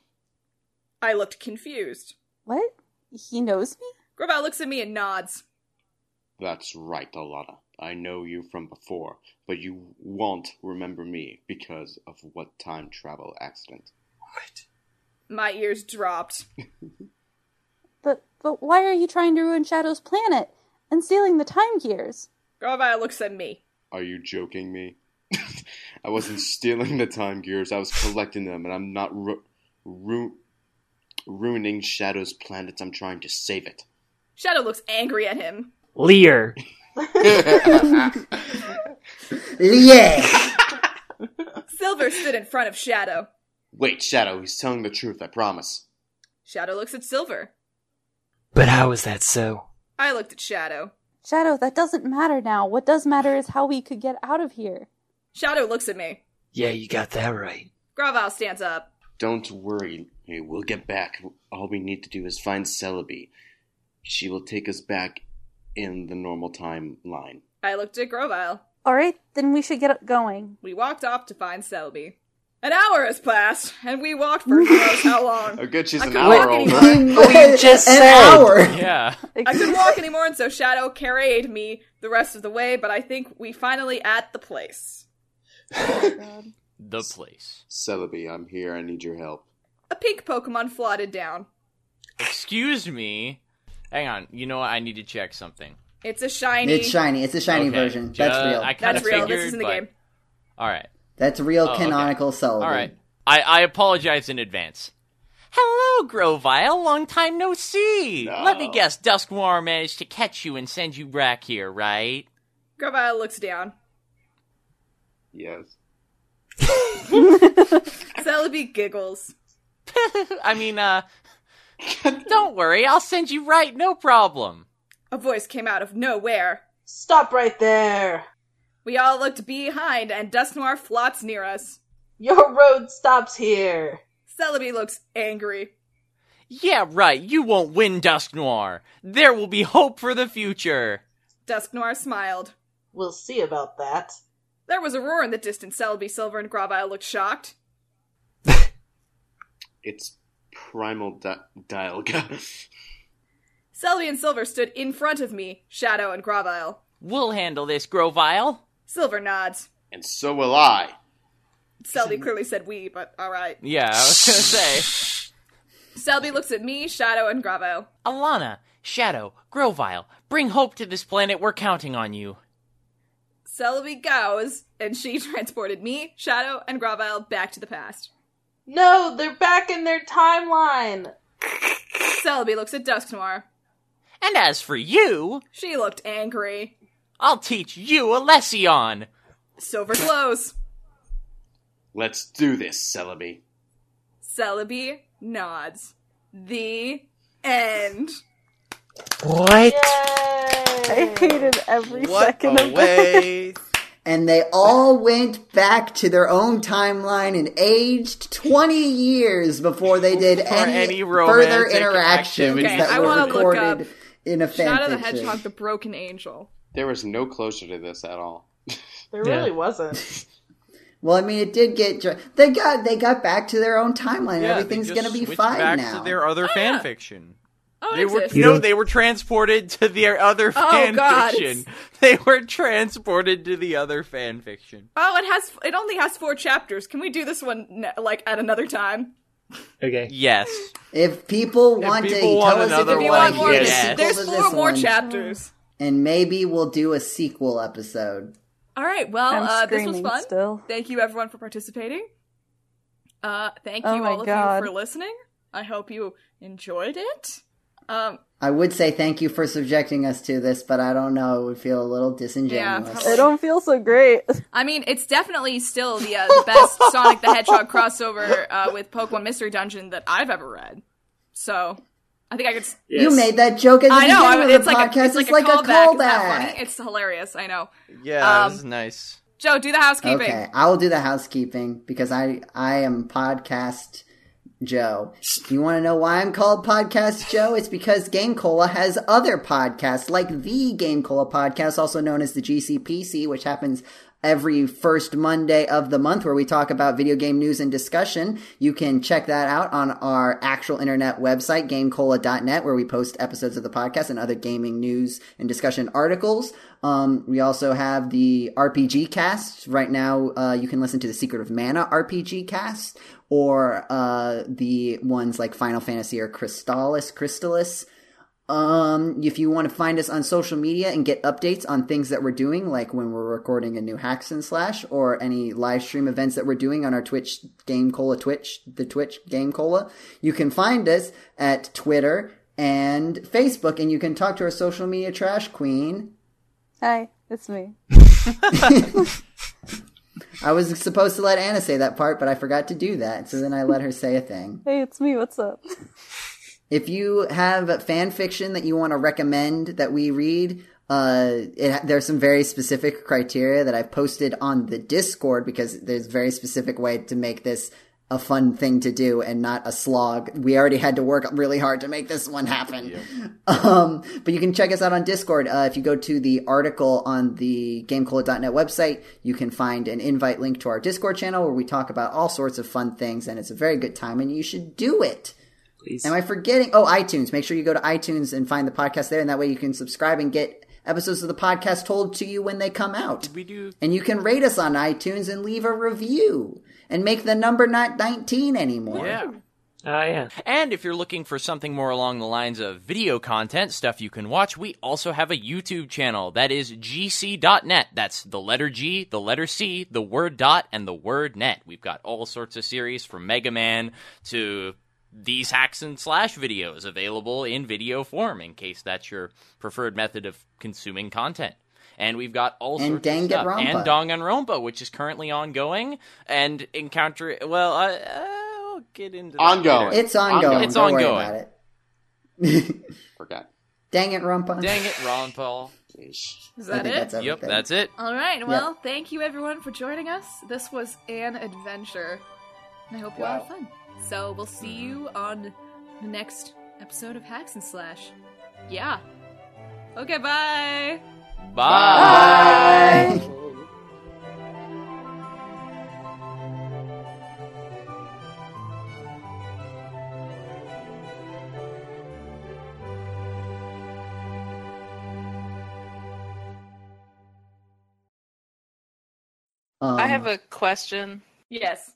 S1: I looked confused.
S9: What? He knows me?
S1: Grovile looks at me and nods.
S6: That's right, Alana. I know you from before, but you won't remember me because of what time travel accident.
S1: My ears dropped.
S9: But but why are you trying to ruin Shadow's planet and stealing the time gears?
S1: Grovile looks at me.
S6: Are you joking me? (laughs) I wasn't stealing the time gears, I was collecting them, and I'm not ru- ru- ruining Shadow's planets. I'm trying to save it.
S1: Shadow looks angry at him.
S8: Lear.
S5: (laughs)
S7: (laughs)
S5: Yeah.
S1: Silver stood in front of Shadow.
S6: Wait, Shadow, he's telling the truth, I promise.
S1: Shadow looks at Silver.
S8: But how is that so?
S1: I looked at Shadow.
S9: Shadow, that doesn't matter now. What does matter is how we could get out of here.
S1: Shadow looks at me.
S8: Yeah, you got that right.
S1: Grovile stands up.
S6: Don't worry, we'll get back. All we need to do is find Celebi. She will take us back in the normal timeline.
S1: I looked at Grovile.
S9: All right, then we should get going.
S1: We walked off to find Selby. An hour has passed, and we walked for who knows how long.
S6: (laughs) Oh, good, she's
S1: I
S6: an
S1: couldn't walk
S6: hour old.
S1: anymore. (laughs)
S8: you just
S5: (laughs) An
S8: said.
S5: hour.
S7: Yeah.
S1: I couldn't walk anymore, and so Shadow carried me the rest of the way, but I think we finally at the place.
S7: The place.
S6: Celebi, I'm here. I need your help.
S1: A pink Pokemon floated down.
S7: Excuse me. Hang on. You know what? I need to check something.
S1: It's a shiny.
S5: It's shiny. It's a shiny
S7: Okay,
S5: version.
S7: ju-
S5: That's real.
S7: I kinda
S1: That's real.
S7: Figured,
S1: this is in the
S7: but-
S1: game.
S7: All right.
S5: That's real
S7: okay.
S5: canonical Celebi.
S7: All right. I, I apologize in advance. Hello, Grovile. Long time no see. Let me guess. Duskwar managed to catch you and send you back here, right? (laughs)
S1: Gravile looks down.
S6: Yes.
S1: Celebi giggles.
S7: I
S5: (laughs)
S7: mean, uh, don't worry. I'll send you right. No problem.
S1: A voice came out of nowhere.
S4: Stop right there.
S1: We all looked behind, and Dust Noir flots near us.
S4: Your road stops here.
S1: Celebi looks angry.
S7: Yeah, right. You won't win, Dusk Noir. There will be hope for the future.
S1: Dusk Noir smiled.
S4: We'll see about that.
S1: There was a roar in the distance. Celebi, Silver, and Gravile looked shocked.
S6: It's Primal Di- Dialga.
S1: Selby and Silver stood in front of me, Shadow and Gravile.
S7: We'll handle this, Grovile.
S1: Silver nods.
S6: (laughs) and so will I.
S1: Selby clearly said we, but alright.
S7: Yeah, I was (laughs) gonna say.
S1: Selby looks at me, Shadow, and Gravile.
S7: Alana, Shadow, Grovile, bring hope to this planet. We're counting on you.
S1: Selby goes, and she (laughs) transported me, Shadow, and Gravile back to the past.
S4: No, they're back in their timeline.
S1: Selby looks at Dusk Noir.
S7: And as for you,
S1: She looked angry.
S7: I'll teach you a lesson.
S1: Silver glows.
S6: Let's do this, Celebi.
S1: Celebi nods. The end.
S8: What?
S4: Yay!
S9: (laughs) I hated every second of
S11: Away.
S5: And they all went back to their own timeline and aged 20 years before they did any,
S7: any
S5: further
S7: romantic
S5: interactions
S7: activities.
S5: that
S1: Okay, I
S5: were
S1: wanna look
S5: recorded
S1: up
S5: in a fanfiction.
S1: Shadow the Hedgehog, the Broken Angel.
S6: There was no closure to this at all.
S4: There
S8: Yeah.
S4: really wasn't.
S5: Well, I mean, it did get dr- they got they got back to their own timeline. and Everything's gonna be fine now.
S7: other
S1: yeah.
S7: fanfiction.
S1: Oh, it
S7: they were
S1: exists.
S7: no, they were transported to their other
S1: Oh,
S7: fan
S1: God,
S7: fiction. (laughs) They were transported to the other fan fiction.
S1: Oh, it has. It only has four chapters. Can we do this one ne- like at another time?
S8: Okay.
S7: Yes.
S5: If people want
S7: people
S5: to
S7: want
S5: tell us if
S7: another
S5: they
S7: one,
S5: want to hear the
S7: yes.
S5: sequel
S1: There's
S5: to
S1: four
S5: this
S1: more
S5: one,
S1: chapters.
S5: and maybe we'll do a sequel episode.
S1: All right. Well,
S3: I'm
S1: uh, this was
S3: screaming
S1: fun.
S3: still.
S1: Thank you, everyone, for participating. Uh, thank
S3: Oh
S1: you
S3: my
S1: all
S3: God.
S1: of you for listening. I hope you enjoyed it. Um,
S5: I would say thank you for subjecting us to this, but I don't know. It would feel a little disingenuous.
S1: probably. I
S3: don't feel
S9: (laughs)
S3: so great.
S1: I mean, it's definitely still the uh, the best
S5: (laughs)
S1: Sonic the Hedgehog crossover uh, with Pokemon Mystery Dungeon that I've ever read. So, I think I could. s-
S5: You made that joke at the
S1: I know. I
S5: beginning
S1: mean,
S5: of
S1: it's,
S5: the
S1: like
S5: podcast.
S1: a, it's like a callback. Isn't that funny? It's hilarious. I know.
S7: Yeah,
S1: Um,
S7: this is nice.
S1: Joe, do the housekeeping.
S5: Okay, I will do the housekeeping because I I am podcast Joe. You want to know why I'm called podcast Joe? It's because Game Cola has other podcasts like the Game Cola podcast, also known as the GCPC, which happens every first Monday of the month where we talk about video game news and discussion. You can check that out on our actual internet website, gamecola.net, where we post episodes of the podcast and other gaming news and discussion articles. Um, we also have the RPG cast. Right now, uh, you can listen to the Secret of Mana RPG cast or uh, the ones like Final Fantasy or Crystallis, Crystallis. Um, if you want to find us on social media and get updates on things that we're doing, like when we're recording a new Hacks and Slash or any live stream events that we're doing on our Twitch Game Cola Twitch, the Twitch Game Cola, you can find us at Twitter and Facebook, and you can talk to our social media trash queen.
S3: Hi, it's me.
S5: I was supposed to let Anna say that part, but I forgot to do that, so then I let her say a thing.
S3: Hey, it's me. What's up?
S5: If you have fan fiction that you want to recommend that we read, uh, it, there's some very specific criteria that I've posted on the Discord because there's a very specific way to make this a fun thing to do and not a slog. We already had to work really hard to make this one happen. Um, but you can check us out on Discord. Uh, if you go to the article on the GameCola.net website, you can find an invite link to our Discord channel where we talk about all sorts of fun things, and it's a very good time, and you should do it.
S2: Please.
S5: Am I forgetting? Oh, iTunes. Make sure you go to iTunes and find the podcast there, and that way you can subscribe and get episodes of the podcast told to you when they come out.
S7: We do.
S5: And you can rate us on iTunes and leave a review and make the number not 19 anymore.
S7: Yeah.
S2: Oh, yeah.
S7: And if you're looking for something more along the lines of video content, stuff you can watch, we also have a YouTube channel. That is gc.net. That's the letter G, the letter C, the word dot, and the word net. We've got all sorts of series from Mega Man to these hacks and slash videos available in video form in case that's your preferred method of consuming content. And we've got all
S5: And
S7: sorts of stuff.
S5: Danganronpa.
S7: And Danganronpa, which is currently ongoing. And Encounter... Well, I, I'll get into that
S6: Ongoing.
S7: later.
S5: It's ongoing.
S7: It's
S5: Don't
S7: ongoing.
S5: worry about it. (laughs)
S6: Forgot.
S5: Dang it, Rumpa.
S7: Dang it, Ron Paul.
S1: Is
S5: I
S1: that
S5: think
S1: it?
S5: that's everything.
S7: Yep, that's it.
S1: All right. Well, thank you everyone for joining us. This was an adventure, and I hope you all had
S6: Wow.
S1: fun. So we'll see you on the next episode of Hacks and Slash. Yeah. Okay. Bye.
S7: Bye.
S5: Bye. Um,
S4: (laughs) I have a question.
S1: Yes.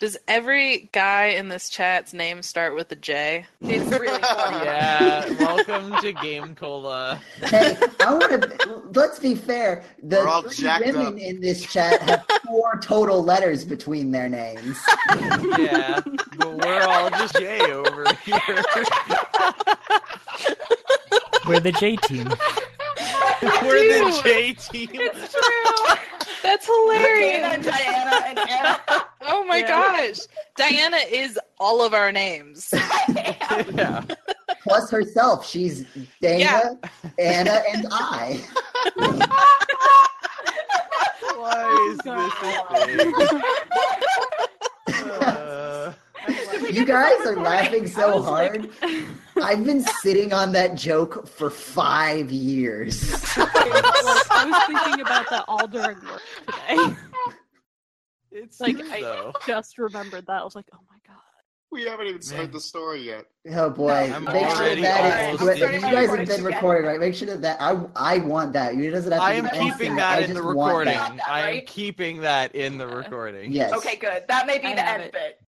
S4: Does every guy in this chat's name start with a J?
S1: It's
S4: (laughs)
S1: really funny.
S7: Yeah, welcome to Game Cola.
S5: (laughs) hey, I want to. Let's be fair. The
S6: We're all
S5: three
S6: jacked
S5: women
S6: up.
S5: in this chat have four total letters between their names.
S7: Yeah, but we're all just Jay over here.
S8: We're the J team.
S7: We're the J team.
S4: It's true. That's hilarious.
S11: Diana and Anna.
S4: (laughs) Oh my gosh. Diana is all of our names.
S7: (laughs)
S11: (laughs)
S7: Yeah.
S5: Plus herself, she's Dana, Anna, and I.
S7: Why is this a thing? (laughs) Uh,
S5: You guys are laughing so hard. I've been sitting on that joke for five years.
S9: I was thinking about that all during work today.
S7: it's
S9: Like,
S7: true,
S9: I-
S7: though.
S9: Just remembered that. I was like, oh my god.
S6: We haven't even started the story yet.
S5: Oh boy!
S6: I'm
S5: Make sure
S6: already
S5: that is.
S6: almost
S5: but
S6: there.
S5: You guys have been recording, right? Make sure that, that I I want that. You doesn't have to.
S7: I
S5: give
S7: am
S5: any
S7: keeping
S5: sign.
S7: that
S5: I
S7: in the
S5: just want
S7: recording.
S5: that.
S7: I am keeping that in the recording.
S5: Yes.
S11: Okay, good. That may be the end bit.